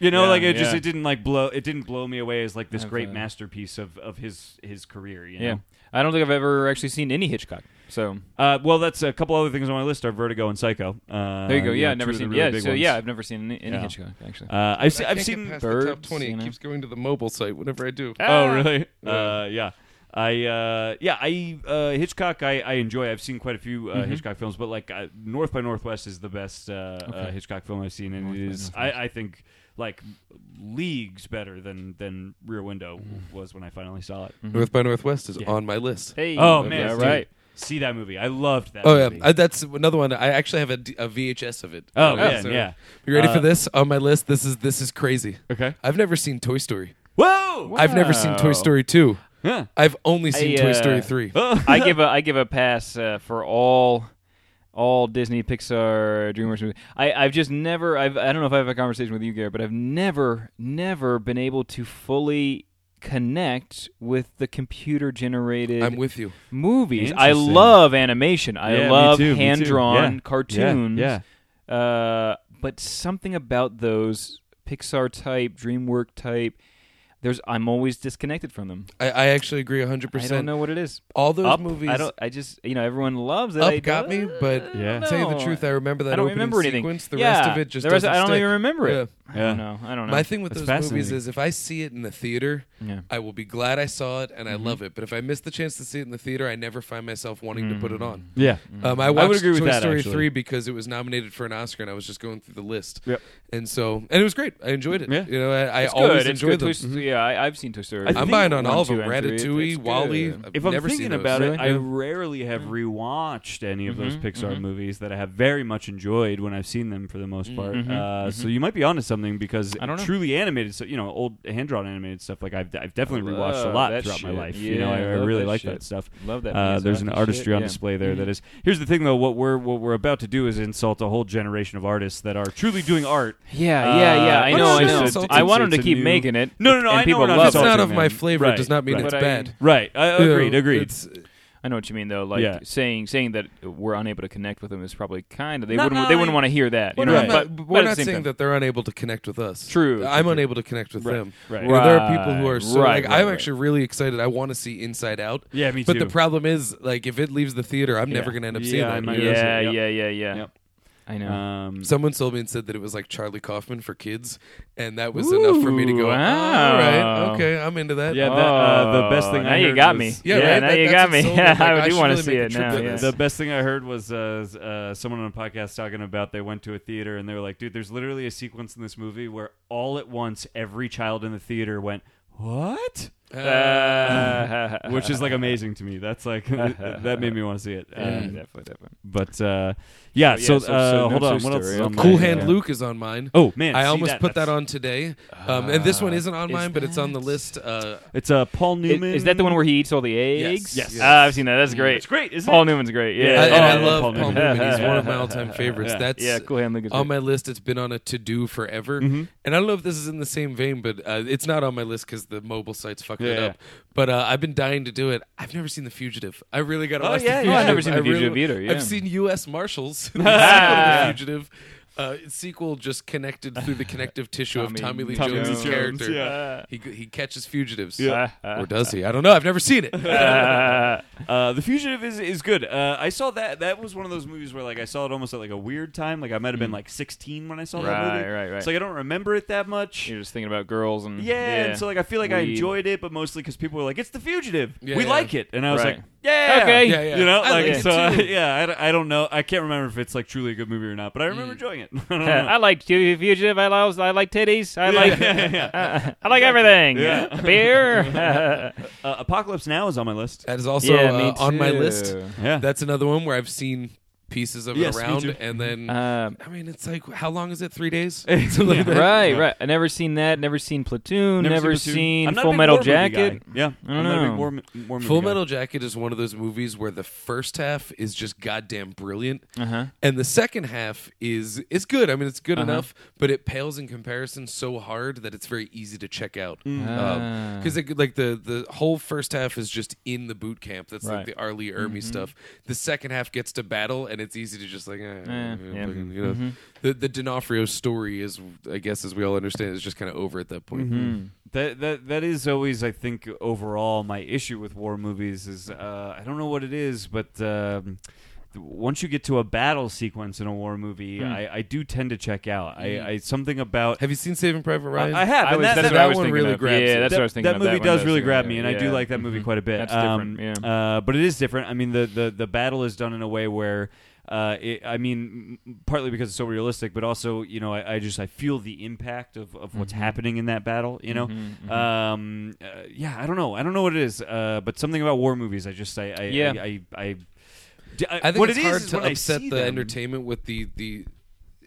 Speaker 2: You know,
Speaker 4: Yeah,
Speaker 2: like it just
Speaker 4: yeah.
Speaker 2: it didn't like blow it didn't blow me away as like this
Speaker 4: I've,
Speaker 2: great
Speaker 4: uh,
Speaker 2: masterpiece of of his his career. You know?
Speaker 4: Yeah, I don't think I've ever actually seen any Hitchcock. So
Speaker 2: Uh, well, that's a couple other things on my list are Vertigo and Psycho. Uh,
Speaker 4: there you go.
Speaker 2: you
Speaker 4: yeah,
Speaker 2: know,
Speaker 4: I've never
Speaker 2: two of the
Speaker 4: seen.
Speaker 2: really
Speaker 4: yeah,
Speaker 2: big
Speaker 4: so
Speaker 2: ones.
Speaker 4: yeah, I've never seen any, any
Speaker 2: Yeah.
Speaker 4: Hitchcock actually.
Speaker 2: Uh, I've seen
Speaker 3: I
Speaker 2: I've
Speaker 3: can't
Speaker 2: seen
Speaker 3: get past the top
Speaker 4: birds,
Speaker 3: twenty.
Speaker 4: you
Speaker 3: It
Speaker 4: know.
Speaker 3: keeps going to the mobile site whenever I do.
Speaker 2: Oh, really? Uh, yeah. I uh, yeah I uh, Hitchcock I, I enjoy I've seen quite a few uh, Hitchcock films but like uh, North by Northwest is the best uh, uh, Hitchcock film I've seen and it is I, I think like leagues better than than Rear Window was when I finally saw it.
Speaker 3: North by Northwest is on my list.
Speaker 4: hey,
Speaker 2: Mm-hmm. Oh man,
Speaker 4: all
Speaker 2: dude,
Speaker 4: right.
Speaker 2: See that movie? I loved that.
Speaker 3: Oh yeah,
Speaker 2: movie.
Speaker 3: I, that's another one. I actually have a, D- a VHS of it.
Speaker 2: Oh,
Speaker 3: Uh,
Speaker 2: man, yeah.
Speaker 3: You ready
Speaker 2: Uh,
Speaker 3: for this? On my list, this is this is crazy.
Speaker 2: Okay.
Speaker 3: I've never seen Toy Story.
Speaker 2: Whoa!
Speaker 3: I've never seen Toy
Speaker 4: Wow.
Speaker 3: Story two.
Speaker 2: Huh.
Speaker 3: I've only seen
Speaker 4: I,
Speaker 3: Toy
Speaker 4: uh,
Speaker 3: Story three.
Speaker 2: Oh.
Speaker 4: I give a I give a pass uh, for all all Disney, Pixar, DreamWorks movies. I I've just never I've I don't know if I have a conversation with you, Gary, but I've never never been able to fully connect with the computer generated
Speaker 3: I'm with you.
Speaker 4: movies. I
Speaker 2: Interesting.
Speaker 4: love animation. I
Speaker 2: Yeah, me
Speaker 4: love
Speaker 2: too, me too.
Speaker 4: hand drawn
Speaker 2: Yeah,
Speaker 4: cartoons.
Speaker 2: yeah,
Speaker 4: Uh, but something about those Pixar type, DreamWorks type. There's I'm always disconnected from them.
Speaker 3: I, I actually agree 100.
Speaker 4: I don't
Speaker 3: percent
Speaker 4: know what it is.
Speaker 3: All those
Speaker 4: Up,
Speaker 3: movies
Speaker 4: I don't. I just you know everyone loves it. I
Speaker 3: up got
Speaker 4: don't-
Speaker 3: me, but
Speaker 2: Yeah.
Speaker 3: to tell you the truth, I remember that
Speaker 4: I don't
Speaker 3: opening
Speaker 4: remember anything.
Speaker 3: sequence. The
Speaker 4: yeah,
Speaker 3: rest of it just
Speaker 4: the rest-
Speaker 3: doesn't
Speaker 4: I don't
Speaker 3: stick.
Speaker 4: even remember it. I
Speaker 2: Yeah.
Speaker 4: don't know. I don't know.
Speaker 3: My thing with
Speaker 2: That's
Speaker 3: those movies
Speaker 2: fascinating.
Speaker 3: is if I see it in the theater,
Speaker 4: Yeah.
Speaker 3: I will be glad I saw it and
Speaker 4: Mm-hmm.
Speaker 3: I love it. But if I miss the chance to see it in the theater, I never find myself wanting to put it on.
Speaker 2: yeah.
Speaker 4: Mm.
Speaker 3: Um, I
Speaker 2: would
Speaker 3: watched
Speaker 2: agree with
Speaker 3: Toy
Speaker 2: that,
Speaker 3: Story
Speaker 2: actually.
Speaker 3: three because it was nominated for an Oscar, and I was just going through the list.
Speaker 2: Yep.
Speaker 3: And so, and it was great. I enjoyed it.
Speaker 2: Yeah.
Speaker 3: You know, I, I
Speaker 4: It's
Speaker 3: always
Speaker 4: good. It's
Speaker 3: enjoy
Speaker 4: good.
Speaker 3: them.
Speaker 4: Toy Story- Yeah, I, I've seen Toy Story.
Speaker 2: I
Speaker 3: I'm
Speaker 2: think
Speaker 3: buying on
Speaker 4: one,
Speaker 3: all of
Speaker 4: two,
Speaker 3: them:
Speaker 4: and three. It's
Speaker 3: Ratatouille,
Speaker 4: good.
Speaker 3: Wally.
Speaker 4: If
Speaker 3: I've
Speaker 2: if I'm
Speaker 3: never
Speaker 2: thinking
Speaker 3: seen those.
Speaker 2: about it,
Speaker 4: Really?
Speaker 2: I
Speaker 4: Yeah. Mm-hmm,
Speaker 2: rarely have rewatched any of those Pixar movies that I have very much enjoyed when I've seen them for the most part. Uh, So you might be onto something because
Speaker 4: Mm-hmm, I don't know.
Speaker 2: truly animated, so you know, old hand drawn animated stuff. Like I've, I've definitely rewatched a
Speaker 4: Love
Speaker 2: lot
Speaker 4: that
Speaker 2: throughout my
Speaker 4: shit.
Speaker 2: life. you know, I,
Speaker 4: Yeah,
Speaker 2: I
Speaker 4: love
Speaker 2: really
Speaker 4: that
Speaker 2: like
Speaker 4: shit.
Speaker 2: that stuff.
Speaker 4: Love that
Speaker 2: Uh,
Speaker 4: Miyazaki
Speaker 2: there's an artistry
Speaker 4: shit,
Speaker 2: on
Speaker 4: yeah. Mm-hmm.
Speaker 2: display there. that is. Here's the thing, though. What we're what we're about to do is insult a whole generation of artists that are truly doing art.
Speaker 4: Yeah, yeah, yeah.
Speaker 2: Uh,
Speaker 4: I
Speaker 2: it's
Speaker 4: know. I
Speaker 3: just
Speaker 4: know.
Speaker 3: insulting.
Speaker 4: I want them to
Speaker 2: It's a
Speaker 4: keep
Speaker 2: new-
Speaker 4: making it.
Speaker 2: No, no, no,
Speaker 4: And
Speaker 2: I know
Speaker 4: people
Speaker 2: we're not
Speaker 4: love
Speaker 3: It's
Speaker 4: it.
Speaker 2: insulting
Speaker 3: not of
Speaker 2: man.
Speaker 3: my flavor.
Speaker 2: Right,
Speaker 3: Does not mean
Speaker 2: right.
Speaker 3: it's
Speaker 4: But I-
Speaker 3: bad.
Speaker 2: Right. I, Uh, agreed.
Speaker 3: Yeah,
Speaker 2: Agreed.
Speaker 3: It's,
Speaker 4: I know what you mean, though. Like
Speaker 2: Yeah.
Speaker 4: saying saying that we're unable to connect with them is probably kind of they
Speaker 2: Not-
Speaker 4: wouldn't
Speaker 2: not
Speaker 4: they wouldn't
Speaker 2: like-
Speaker 4: want to hear that. You
Speaker 3: Well,
Speaker 4: know,
Speaker 3: no,
Speaker 2: right.
Speaker 3: I'm
Speaker 4: but,
Speaker 3: not-
Speaker 4: but,
Speaker 3: we're
Speaker 4: at the
Speaker 3: not
Speaker 4: same
Speaker 3: saying
Speaker 4: time.
Speaker 3: that they're unable to connect with us.
Speaker 4: True, true,
Speaker 3: I'm
Speaker 4: true.
Speaker 3: unable to connect with them.
Speaker 2: right.
Speaker 3: You know, there are
Speaker 4: Right,
Speaker 3: people who are so
Speaker 4: right,
Speaker 3: like,
Speaker 4: right,
Speaker 3: I'm
Speaker 4: right.
Speaker 3: actually really excited. I want to see Inside Out.
Speaker 2: Yeah, me
Speaker 3: But the
Speaker 2: too.
Speaker 3: problem is, like, if it leaves the theater, I'm never
Speaker 2: Yeah.
Speaker 3: going to end up
Speaker 2: Yeah,
Speaker 3: seeing
Speaker 2: I
Speaker 3: it.
Speaker 2: might-
Speaker 3: you know?
Speaker 4: yeah,
Speaker 2: Yep.
Speaker 4: yeah, yeah, yeah.
Speaker 2: Yep.
Speaker 4: I know.
Speaker 2: Um,
Speaker 3: Someone told me and said that it was like Charlie Kaufman for kids, and that was enough for me to go.
Speaker 4: Ooh,
Speaker 3: All right,
Speaker 4: wow.
Speaker 3: okay, I'm into that.
Speaker 2: Yeah, that, uh, the best
Speaker 4: Oh,
Speaker 2: thing
Speaker 4: now
Speaker 2: I
Speaker 4: you
Speaker 2: heard
Speaker 4: got
Speaker 2: was-
Speaker 4: me. Yeah,
Speaker 3: right?
Speaker 4: now
Speaker 3: That-
Speaker 4: you
Speaker 3: that's
Speaker 4: got me.
Speaker 3: insulting.
Speaker 4: Yeah,
Speaker 3: Like,
Speaker 4: I do
Speaker 3: should
Speaker 4: want to
Speaker 3: really
Speaker 4: see
Speaker 3: make a
Speaker 4: it
Speaker 3: trip
Speaker 4: now.
Speaker 3: to
Speaker 4: yeah.
Speaker 3: this.
Speaker 2: The best thing I heard was uh, uh, someone on a podcast talking about they went to a theater and they were like, dude, there's literally a sequence in this movie where all at once every child in the theater went, what?
Speaker 4: Uh,
Speaker 2: Which is like amazing to me. That's like, that made me want to see it.
Speaker 4: Yeah,
Speaker 2: Um,
Speaker 4: definitely, definitely.
Speaker 2: but uh, yeah,
Speaker 4: But yeah,
Speaker 2: so,
Speaker 4: so-
Speaker 2: uh,
Speaker 4: so no
Speaker 2: hold on.
Speaker 4: true
Speaker 2: What else
Speaker 4: story.
Speaker 2: is on
Speaker 4: Okay.
Speaker 2: my-
Speaker 3: Cool Hand
Speaker 2: yeah.
Speaker 3: Luke is on mine.
Speaker 2: Oh, man.
Speaker 3: I
Speaker 2: see
Speaker 3: almost
Speaker 2: that?
Speaker 3: put that
Speaker 2: That's- Ah,
Speaker 3: on today, um, and this one isn't on
Speaker 4: is
Speaker 3: mine, but it's on the
Speaker 4: that-
Speaker 3: list. Uh,
Speaker 2: It's uh, Paul
Speaker 4: I-
Speaker 2: Newman.
Speaker 4: Is that the one where he eats all the eggs?
Speaker 3: Yes. Mm. Yes.
Speaker 4: Ah, I've seen that. That's great.
Speaker 2: It's great, isn't
Speaker 4: Paul
Speaker 2: it?
Speaker 4: Newman's great. Yeah. Oh,
Speaker 2: Yeah,
Speaker 3: I-
Speaker 2: yeah,
Speaker 3: and
Speaker 2: yeah,
Speaker 3: I
Speaker 2: yeah,
Speaker 3: love
Speaker 2: Paul
Speaker 3: Paul
Speaker 2: Newman.
Speaker 3: Newman. He's one of my all-time favorites.
Speaker 2: Yeah.
Speaker 3: That's
Speaker 4: Yeah, Mm-hmm. Cool Hand Luke is
Speaker 3: on
Speaker 4: great.
Speaker 3: my list. It's been on a to-do forever, and I don't know if this is in the same vein, but uh, it's not on my list because the mobile site's fucking it
Speaker 2: Yeah.
Speaker 3: up. But uh, I've been dying to do it. I've never seen The Fugitive. I really got to
Speaker 2: Oh,
Speaker 3: watch
Speaker 2: yeah,
Speaker 3: The
Speaker 2: yeah.
Speaker 3: Fugitive.
Speaker 2: No, I've
Speaker 4: never seen
Speaker 3: I
Speaker 4: The Fugitive
Speaker 3: really-
Speaker 4: either, yeah.
Speaker 3: I've seen U.S. Marshals. the sequel to
Speaker 4: Yeah.
Speaker 3: The Fugitive. Uh, its sequel just connected through the connective tissue of Tommy
Speaker 4: Tommy-
Speaker 3: Lee
Speaker 4: Tommy
Speaker 3: Jones'
Speaker 4: Lee Jones,
Speaker 3: character.
Speaker 2: yeah.
Speaker 3: He, he catches fugitives.
Speaker 4: Ah,
Speaker 3: Or does he? I don't know. I've never seen it.
Speaker 4: ah,
Speaker 2: Uh, the Fugitive is is good. Uh, I saw that. That was one of those movies where like I saw it almost at like a weird time. Like I might have been like 16 when I saw that
Speaker 4: Right,
Speaker 2: movie.
Speaker 4: right, right.
Speaker 2: So like, I don't remember it that much.
Speaker 4: You're just thinking about girls and
Speaker 2: Yeah, and so like I feel like I
Speaker 4: Weed.
Speaker 2: enjoyed it, but mostly because people were like, "It's the Fugitive,
Speaker 3: Yeah,
Speaker 2: we
Speaker 3: yeah.
Speaker 2: like it," and I was
Speaker 4: Right.
Speaker 2: like, "Yeah,
Speaker 4: Okay.
Speaker 3: Yeah, yeah.
Speaker 2: you know,
Speaker 3: I
Speaker 2: like
Speaker 3: like it
Speaker 2: so,
Speaker 3: too. Mm.
Speaker 2: yeah, I d- I, don't know, I can't remember if it's like truly a good movie or not, but I remember enjoying it. I don't know.
Speaker 4: I like Fu- fugitive. I like I like titties. I like
Speaker 2: yeah, yeah.
Speaker 4: uh, I like everything.
Speaker 2: Yeah.
Speaker 4: Beer.
Speaker 2: Uh, Apocalypse Now is on my list.
Speaker 3: That is also
Speaker 4: Yeah, me
Speaker 3: uh, on my
Speaker 4: too.
Speaker 3: list.
Speaker 2: Yeah.
Speaker 3: That's another one where I've seen pieces of
Speaker 2: Yes,
Speaker 3: it
Speaker 2: me
Speaker 3: around,
Speaker 2: too.
Speaker 3: and then
Speaker 4: um,
Speaker 3: I mean, it's like how long is it? Three days.
Speaker 4: right,
Speaker 2: Yeah.
Speaker 4: right. I never seen that. Never seen Platoon. Never,
Speaker 2: seen
Speaker 4: seen,
Speaker 2: Platoon. I'm not a
Speaker 4: Full
Speaker 2: big
Speaker 4: Metal
Speaker 2: war movie guy.
Speaker 4: Jacket.
Speaker 2: Yeah,
Speaker 4: I don't
Speaker 2: am not a big
Speaker 4: know.
Speaker 2: war, m- war movie
Speaker 3: Full
Speaker 2: guy.
Speaker 3: Metal Jacket is one of those movies where the first half is just goddamn brilliant,
Speaker 4: Uh-huh.
Speaker 3: and the second half is is good. I mean, it's good enough, but it pales in comparison so hard that it's very easy to check out. Um, Because like the the whole first half is just in the boot camp. That's like
Speaker 4: Right. Mm-hmm.
Speaker 3: the Arlie Ermy stuff. The second half gets to battle, and it's easy to just like eh,
Speaker 4: yeah. Mm-hmm.
Speaker 3: fucking, you know. the the D'Onofrio story is, I guess, as we all understand, is just kind of over at that point.
Speaker 4: Mm-hmm.
Speaker 2: Mm-hmm. That that that is always, I think, overall my issue with war movies is uh, I don't know what it is, but um, th- once you get to a battle sequence in a war movie, I, I do tend to check out. I, I something about
Speaker 3: Have you seen Saving Private Ryan?
Speaker 2: I have,
Speaker 4: I
Speaker 2: and
Speaker 4: was-
Speaker 2: that,
Speaker 4: that's
Speaker 2: that,
Speaker 4: what I
Speaker 2: that
Speaker 4: was
Speaker 2: one
Speaker 4: thinking
Speaker 2: really
Speaker 4: of.
Speaker 2: grabs.
Speaker 4: Yeah,
Speaker 2: me.
Speaker 4: that's what I was
Speaker 2: That-
Speaker 4: thinking
Speaker 2: That
Speaker 4: of. That
Speaker 2: movie
Speaker 4: one
Speaker 2: does
Speaker 4: does,
Speaker 2: really
Speaker 4: yeah,
Speaker 2: grab me, and I do
Speaker 4: yeah. Mm-hmm.
Speaker 2: like that movie quite a bit.
Speaker 4: That's
Speaker 2: Um,
Speaker 4: different, yeah.
Speaker 2: uh, but it is different. I mean, the the the battle is done in a way where. Uh, it, I mean, m- partly because it's so realistic, but also, you know, I, I just I feel the impact of, of what's
Speaker 4: Mm-hmm.
Speaker 2: happening in that battle. You know, um, uh, yeah, I don't know, I don't know what it is, uh, but something about war movies. I just I I
Speaker 4: Yeah.
Speaker 2: I, I, I, d- I-
Speaker 3: I think
Speaker 2: what
Speaker 3: it's
Speaker 2: it is
Speaker 3: hard
Speaker 2: is
Speaker 3: to
Speaker 2: when I
Speaker 3: upset
Speaker 2: see
Speaker 3: the
Speaker 2: them-
Speaker 3: entertainment with the the.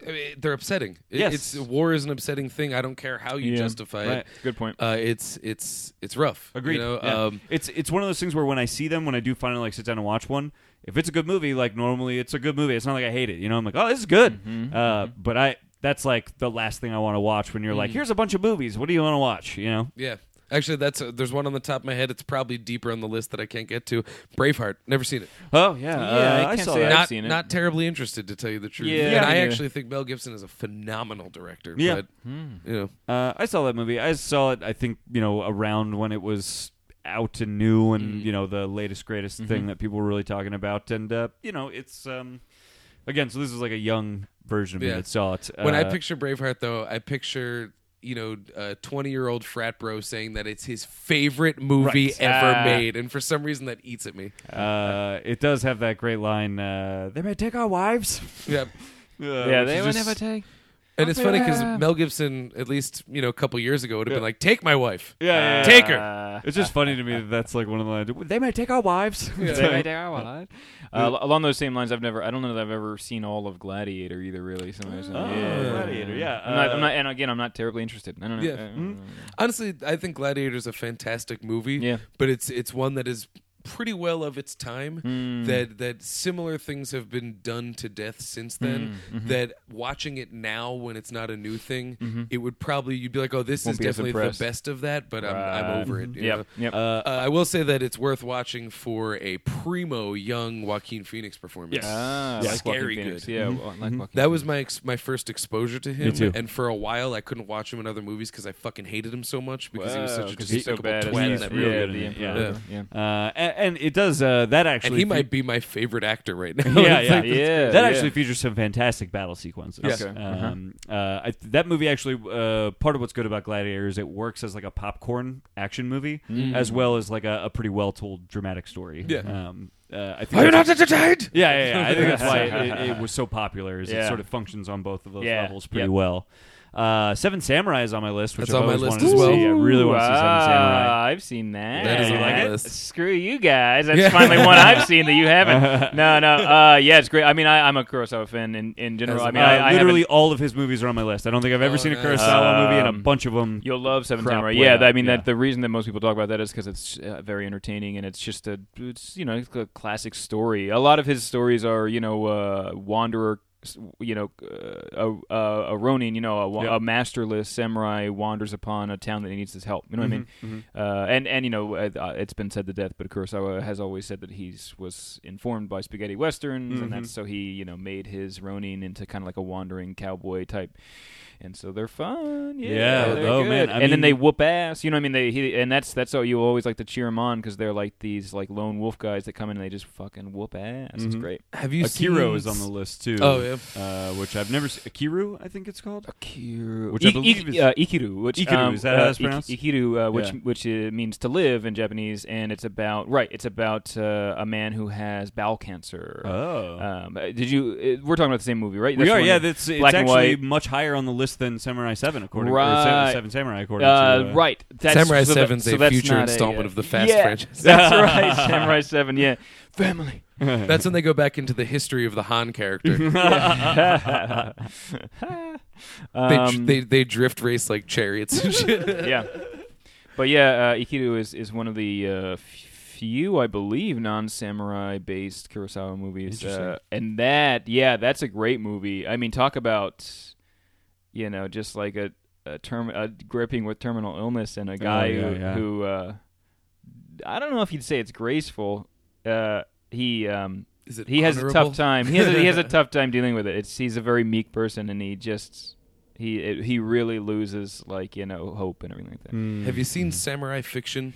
Speaker 3: I mean, they're upsetting. It-
Speaker 2: Yes.
Speaker 3: it's war is an upsetting thing. I don't care how you
Speaker 4: Yeah,
Speaker 3: justify it.
Speaker 4: right. Good point.
Speaker 3: Uh, it's it's it's rough.
Speaker 2: Agreed.
Speaker 3: You know,
Speaker 2: Yeah.
Speaker 3: um,
Speaker 2: it's it's one of those things where when I see them, when I do finally like sit down and watch one, if it's a good movie, like normally it's a good movie. It's not like I hate it. You know, I'm like, oh, this is good. Uh, but I that's like the last thing I want to watch when you're like, here's a bunch of movies. What do you want to watch? You know.
Speaker 3: yeah. Actually, that's uh there's one on the top of my head. It's probably deeper on the list that I can't get to. Braveheart. Never seen it.
Speaker 2: Oh yeah,
Speaker 4: Yeah, I can't
Speaker 2: saw
Speaker 4: say
Speaker 2: that.
Speaker 4: I've
Speaker 3: not
Speaker 4: seen it.
Speaker 3: not terribly interested to tell you the truth.
Speaker 4: Yeah,
Speaker 3: and I
Speaker 4: yeah.
Speaker 3: actually think Mel Gibson is a phenomenal director.
Speaker 2: Yeah.
Speaker 3: But,
Speaker 4: Hmm.
Speaker 3: You know,
Speaker 2: Uh, I saw that movie. I saw it. I think you know around when it was out and new, and you know the latest greatest thing that people were really talking about. And uh, you know, it's um, again. So this is like a young version of me
Speaker 3: Yeah.
Speaker 2: that saw it.
Speaker 3: When I
Speaker 2: Uh,
Speaker 3: picture Braveheart, though, I picture you know a twenty-year-old frat bro saying that it's his favorite movie
Speaker 2: Right.
Speaker 3: ever
Speaker 4: Ah.
Speaker 3: made, and for some reason that eats at me.
Speaker 2: Uh, it does have that great line. Uh, they may take our wives.
Speaker 3: Yeah,
Speaker 4: yeah, they would never take.
Speaker 3: and it's funny because
Speaker 4: Yeah.
Speaker 3: Mel Gibson, at least you know, a couple years ago, would have been like, "Take my wife."
Speaker 2: yeah, yeah, yeah.
Speaker 3: Take her.
Speaker 4: Uh,
Speaker 2: It's just funny to me that that's like one of the lines. They may take our wives.
Speaker 4: they may take our wallet. Uh, al- along those same lines, I've never. I don't know that I've ever seen all of Gladiator either. Really, sometimes.
Speaker 2: Oh, Gladiator, yeah.
Speaker 4: I'm, not,
Speaker 2: Uh,
Speaker 4: I'm not. And again, I'm not terribly interested. I don't know.
Speaker 3: Yeah.
Speaker 4: I don't know.
Speaker 3: Honestly, I think Gladiator is a fantastic movie.
Speaker 4: Yeah.
Speaker 3: but it's it's one that is pretty well of its time.
Speaker 4: Hmm.
Speaker 3: That that similar things have been done to death since then.
Speaker 4: Hmm, mm-hmm.
Speaker 3: That watching it now when it's not a new thing, it would probably you'd be like, oh, this
Speaker 4: Won't
Speaker 3: is
Speaker 4: be as
Speaker 3: definitely the
Speaker 4: impressed.
Speaker 3: best of that. But I'm, I'm
Speaker 4: Right. Mm-hmm.
Speaker 3: over it. you know?
Speaker 4: Yep. Yep.
Speaker 3: Uh, I will say that it's worth watching for a primo young Joaquin Phoenix performance.
Speaker 4: Ah, I
Speaker 3: Yeah.
Speaker 4: like Joaquin
Speaker 3: Scary
Speaker 4: Phoenix.
Speaker 3: good. Mm-hmm.
Speaker 4: Yeah, well, I like Joaquin
Speaker 3: That was my ex- my first exposure to him,
Speaker 2: too.
Speaker 3: and for a while I couldn't watch him in other movies because I fucking hated him so much because he was
Speaker 4: Phoenix.
Speaker 3: such a
Speaker 4: because he's so
Speaker 3: despicable
Speaker 4: bad. at
Speaker 3: twat.
Speaker 2: he's
Speaker 3: in that
Speaker 2: really
Speaker 3: movie.
Speaker 2: good
Speaker 4: yeah, the
Speaker 2: in it, yeah.
Speaker 4: Emperor. Yeah.
Speaker 2: Uh, and, and it does. Uh, that actually.
Speaker 3: and he
Speaker 2: fe-
Speaker 3: might be my favorite actor right now.
Speaker 2: yeah,
Speaker 3: It's
Speaker 2: yeah,
Speaker 3: like-
Speaker 4: yeah,
Speaker 2: That
Speaker 4: yeah.
Speaker 2: actually features some fantastic battle sequences.
Speaker 3: Yes.
Speaker 4: Okay. Uh-huh.
Speaker 2: Um, uh, I, that movie actually, uh, part of what's good about Gladiator is it works as like a popcorn action movie,
Speaker 4: Mm.
Speaker 2: as well as like a, a pretty well-told dramatic story.
Speaker 3: Yeah.
Speaker 2: Um, uh, I think
Speaker 3: Are you
Speaker 2: that's-
Speaker 3: not entertained?
Speaker 2: Yeah, yeah, yeah. I think that's why it, it was so popular. Is it
Speaker 4: Yeah.
Speaker 2: sort of functions on both of those
Speaker 4: Yeah.
Speaker 2: levels pretty
Speaker 4: Yep.
Speaker 2: well. Uh, Seven Samurai is on my list, which
Speaker 3: That's
Speaker 2: I've
Speaker 3: on my
Speaker 2: always
Speaker 3: list
Speaker 2: wanted
Speaker 3: as
Speaker 2: to
Speaker 3: well.
Speaker 2: see. I really want to see Seven
Speaker 4: Ah,
Speaker 2: Samurai.
Speaker 4: I've seen that.
Speaker 3: That
Speaker 2: is on my
Speaker 4: Yeah.
Speaker 3: list.
Speaker 4: Screw you guys. That's finally one I've seen that you haven't. No, no. Uh, yeah, it's great. I mean, I, I'm a Kurosawa fan in, in general.
Speaker 3: That's
Speaker 4: I mean,
Speaker 2: Uh,
Speaker 4: I, I
Speaker 2: literally,
Speaker 4: haven't-
Speaker 2: all of his movies are on my list. I don't think I've ever
Speaker 3: Oh,
Speaker 2: seen a
Speaker 3: nice.
Speaker 2: Kurosawa movie, and a
Speaker 4: Um,
Speaker 2: bunch of them.
Speaker 4: You'll love Seven
Speaker 2: crop
Speaker 4: Samurai.
Speaker 2: Mm-hmm. way
Speaker 4: Yeah,
Speaker 2: up,
Speaker 4: I mean
Speaker 2: yeah.
Speaker 4: that the reason that most people talk about that is because it's uh, very entertaining and it's just a it's you know it's a classic story. A lot of his stories are you know uh, wanderer, s- you know uh, a, a, a ronin, you know a, wa-
Speaker 2: Yeah.
Speaker 4: a masterless samurai wanders upon a town that needs his help. You know what I
Speaker 2: Mm-hmm,
Speaker 4: mean? Uh, and and you know uh, uh, it's been said to death, but Kurosawa has always said that he's was informed by spaghetti westerns,
Speaker 2: Mm-hmm.
Speaker 4: and that's so he you know made his ronin into kind of like a wandering cowboy type. And so they're fun, yeah.
Speaker 2: Yeah,
Speaker 4: they're
Speaker 2: oh,
Speaker 4: good.
Speaker 2: man, I
Speaker 4: and then
Speaker 2: mean-
Speaker 4: they whoop ass. You know what I mean? They he, and that's that's how you always like to cheer them on because they're like these
Speaker 2: Mm-hmm.
Speaker 4: like lone wolf guys that come in and they just fucking whoop ass. It's great.
Speaker 3: Have you
Speaker 2: Akira is on the list too.
Speaker 3: Oh, yeah, Yeah.
Speaker 2: uh, which I've never seen. Kiru, I think it's called.
Speaker 4: Ikiru,
Speaker 2: Which I believe is-
Speaker 4: uh, Ikiru, which
Speaker 2: Ikiru,
Speaker 4: um,
Speaker 2: is that how
Speaker 4: uh,
Speaker 2: it's pronounced?
Speaker 4: Ik- Ikiru, uh, which
Speaker 2: Yeah.
Speaker 4: which uh, means to live in Japanese, and it's about right. It's about uh, a man who has bowel cancer.
Speaker 2: Oh.
Speaker 4: Um, uh, did you? Uh, we're talking about the same movie, right?
Speaker 2: we
Speaker 4: That's
Speaker 2: are,
Speaker 4: the one
Speaker 2: yeah.
Speaker 4: that-
Speaker 2: That's it's
Speaker 4: black and
Speaker 2: actually
Speaker 4: white.
Speaker 2: much higher on the list than Samurai Seven, according or Seven,
Speaker 4: Right.
Speaker 2: Seven Samurai, according to
Speaker 4: Uh,
Speaker 2: uh,
Speaker 4: right. That's,
Speaker 3: Samurai
Speaker 4: so that-
Speaker 3: Seven's
Speaker 4: so
Speaker 3: a
Speaker 4: that's
Speaker 3: future
Speaker 4: not
Speaker 3: installment
Speaker 4: uh,
Speaker 3: of the Fast
Speaker 4: yeah,
Speaker 3: franchise.
Speaker 4: That's right. Samurai Seven. Yeah. Family.
Speaker 3: That's when they go back into the history of the Han character. They,
Speaker 4: Um,
Speaker 3: they they drift race like chariots and shit.
Speaker 4: yeah. But yeah, uh, Ikiru is, is one of the uh, f- few, I believe, non samurai based Kurosawa movies. Uh, and that, yeah, that's a great movie. I mean, talk about, you know, just like a, a term, a gripping with terminal illness and a guy
Speaker 2: Oh, yeah,
Speaker 4: who,
Speaker 2: yeah.
Speaker 4: who uh, I don't know if you'd say it's graceful. Uh, he, um,
Speaker 3: Is it
Speaker 4: he has a
Speaker 3: honorable?
Speaker 4: tough time. He has a, he has a tough time dealing with it. It's he's a very meek person, and he just he it, he really loses like you know hope and everything like that.
Speaker 3: Have you seen Samurai Fiction?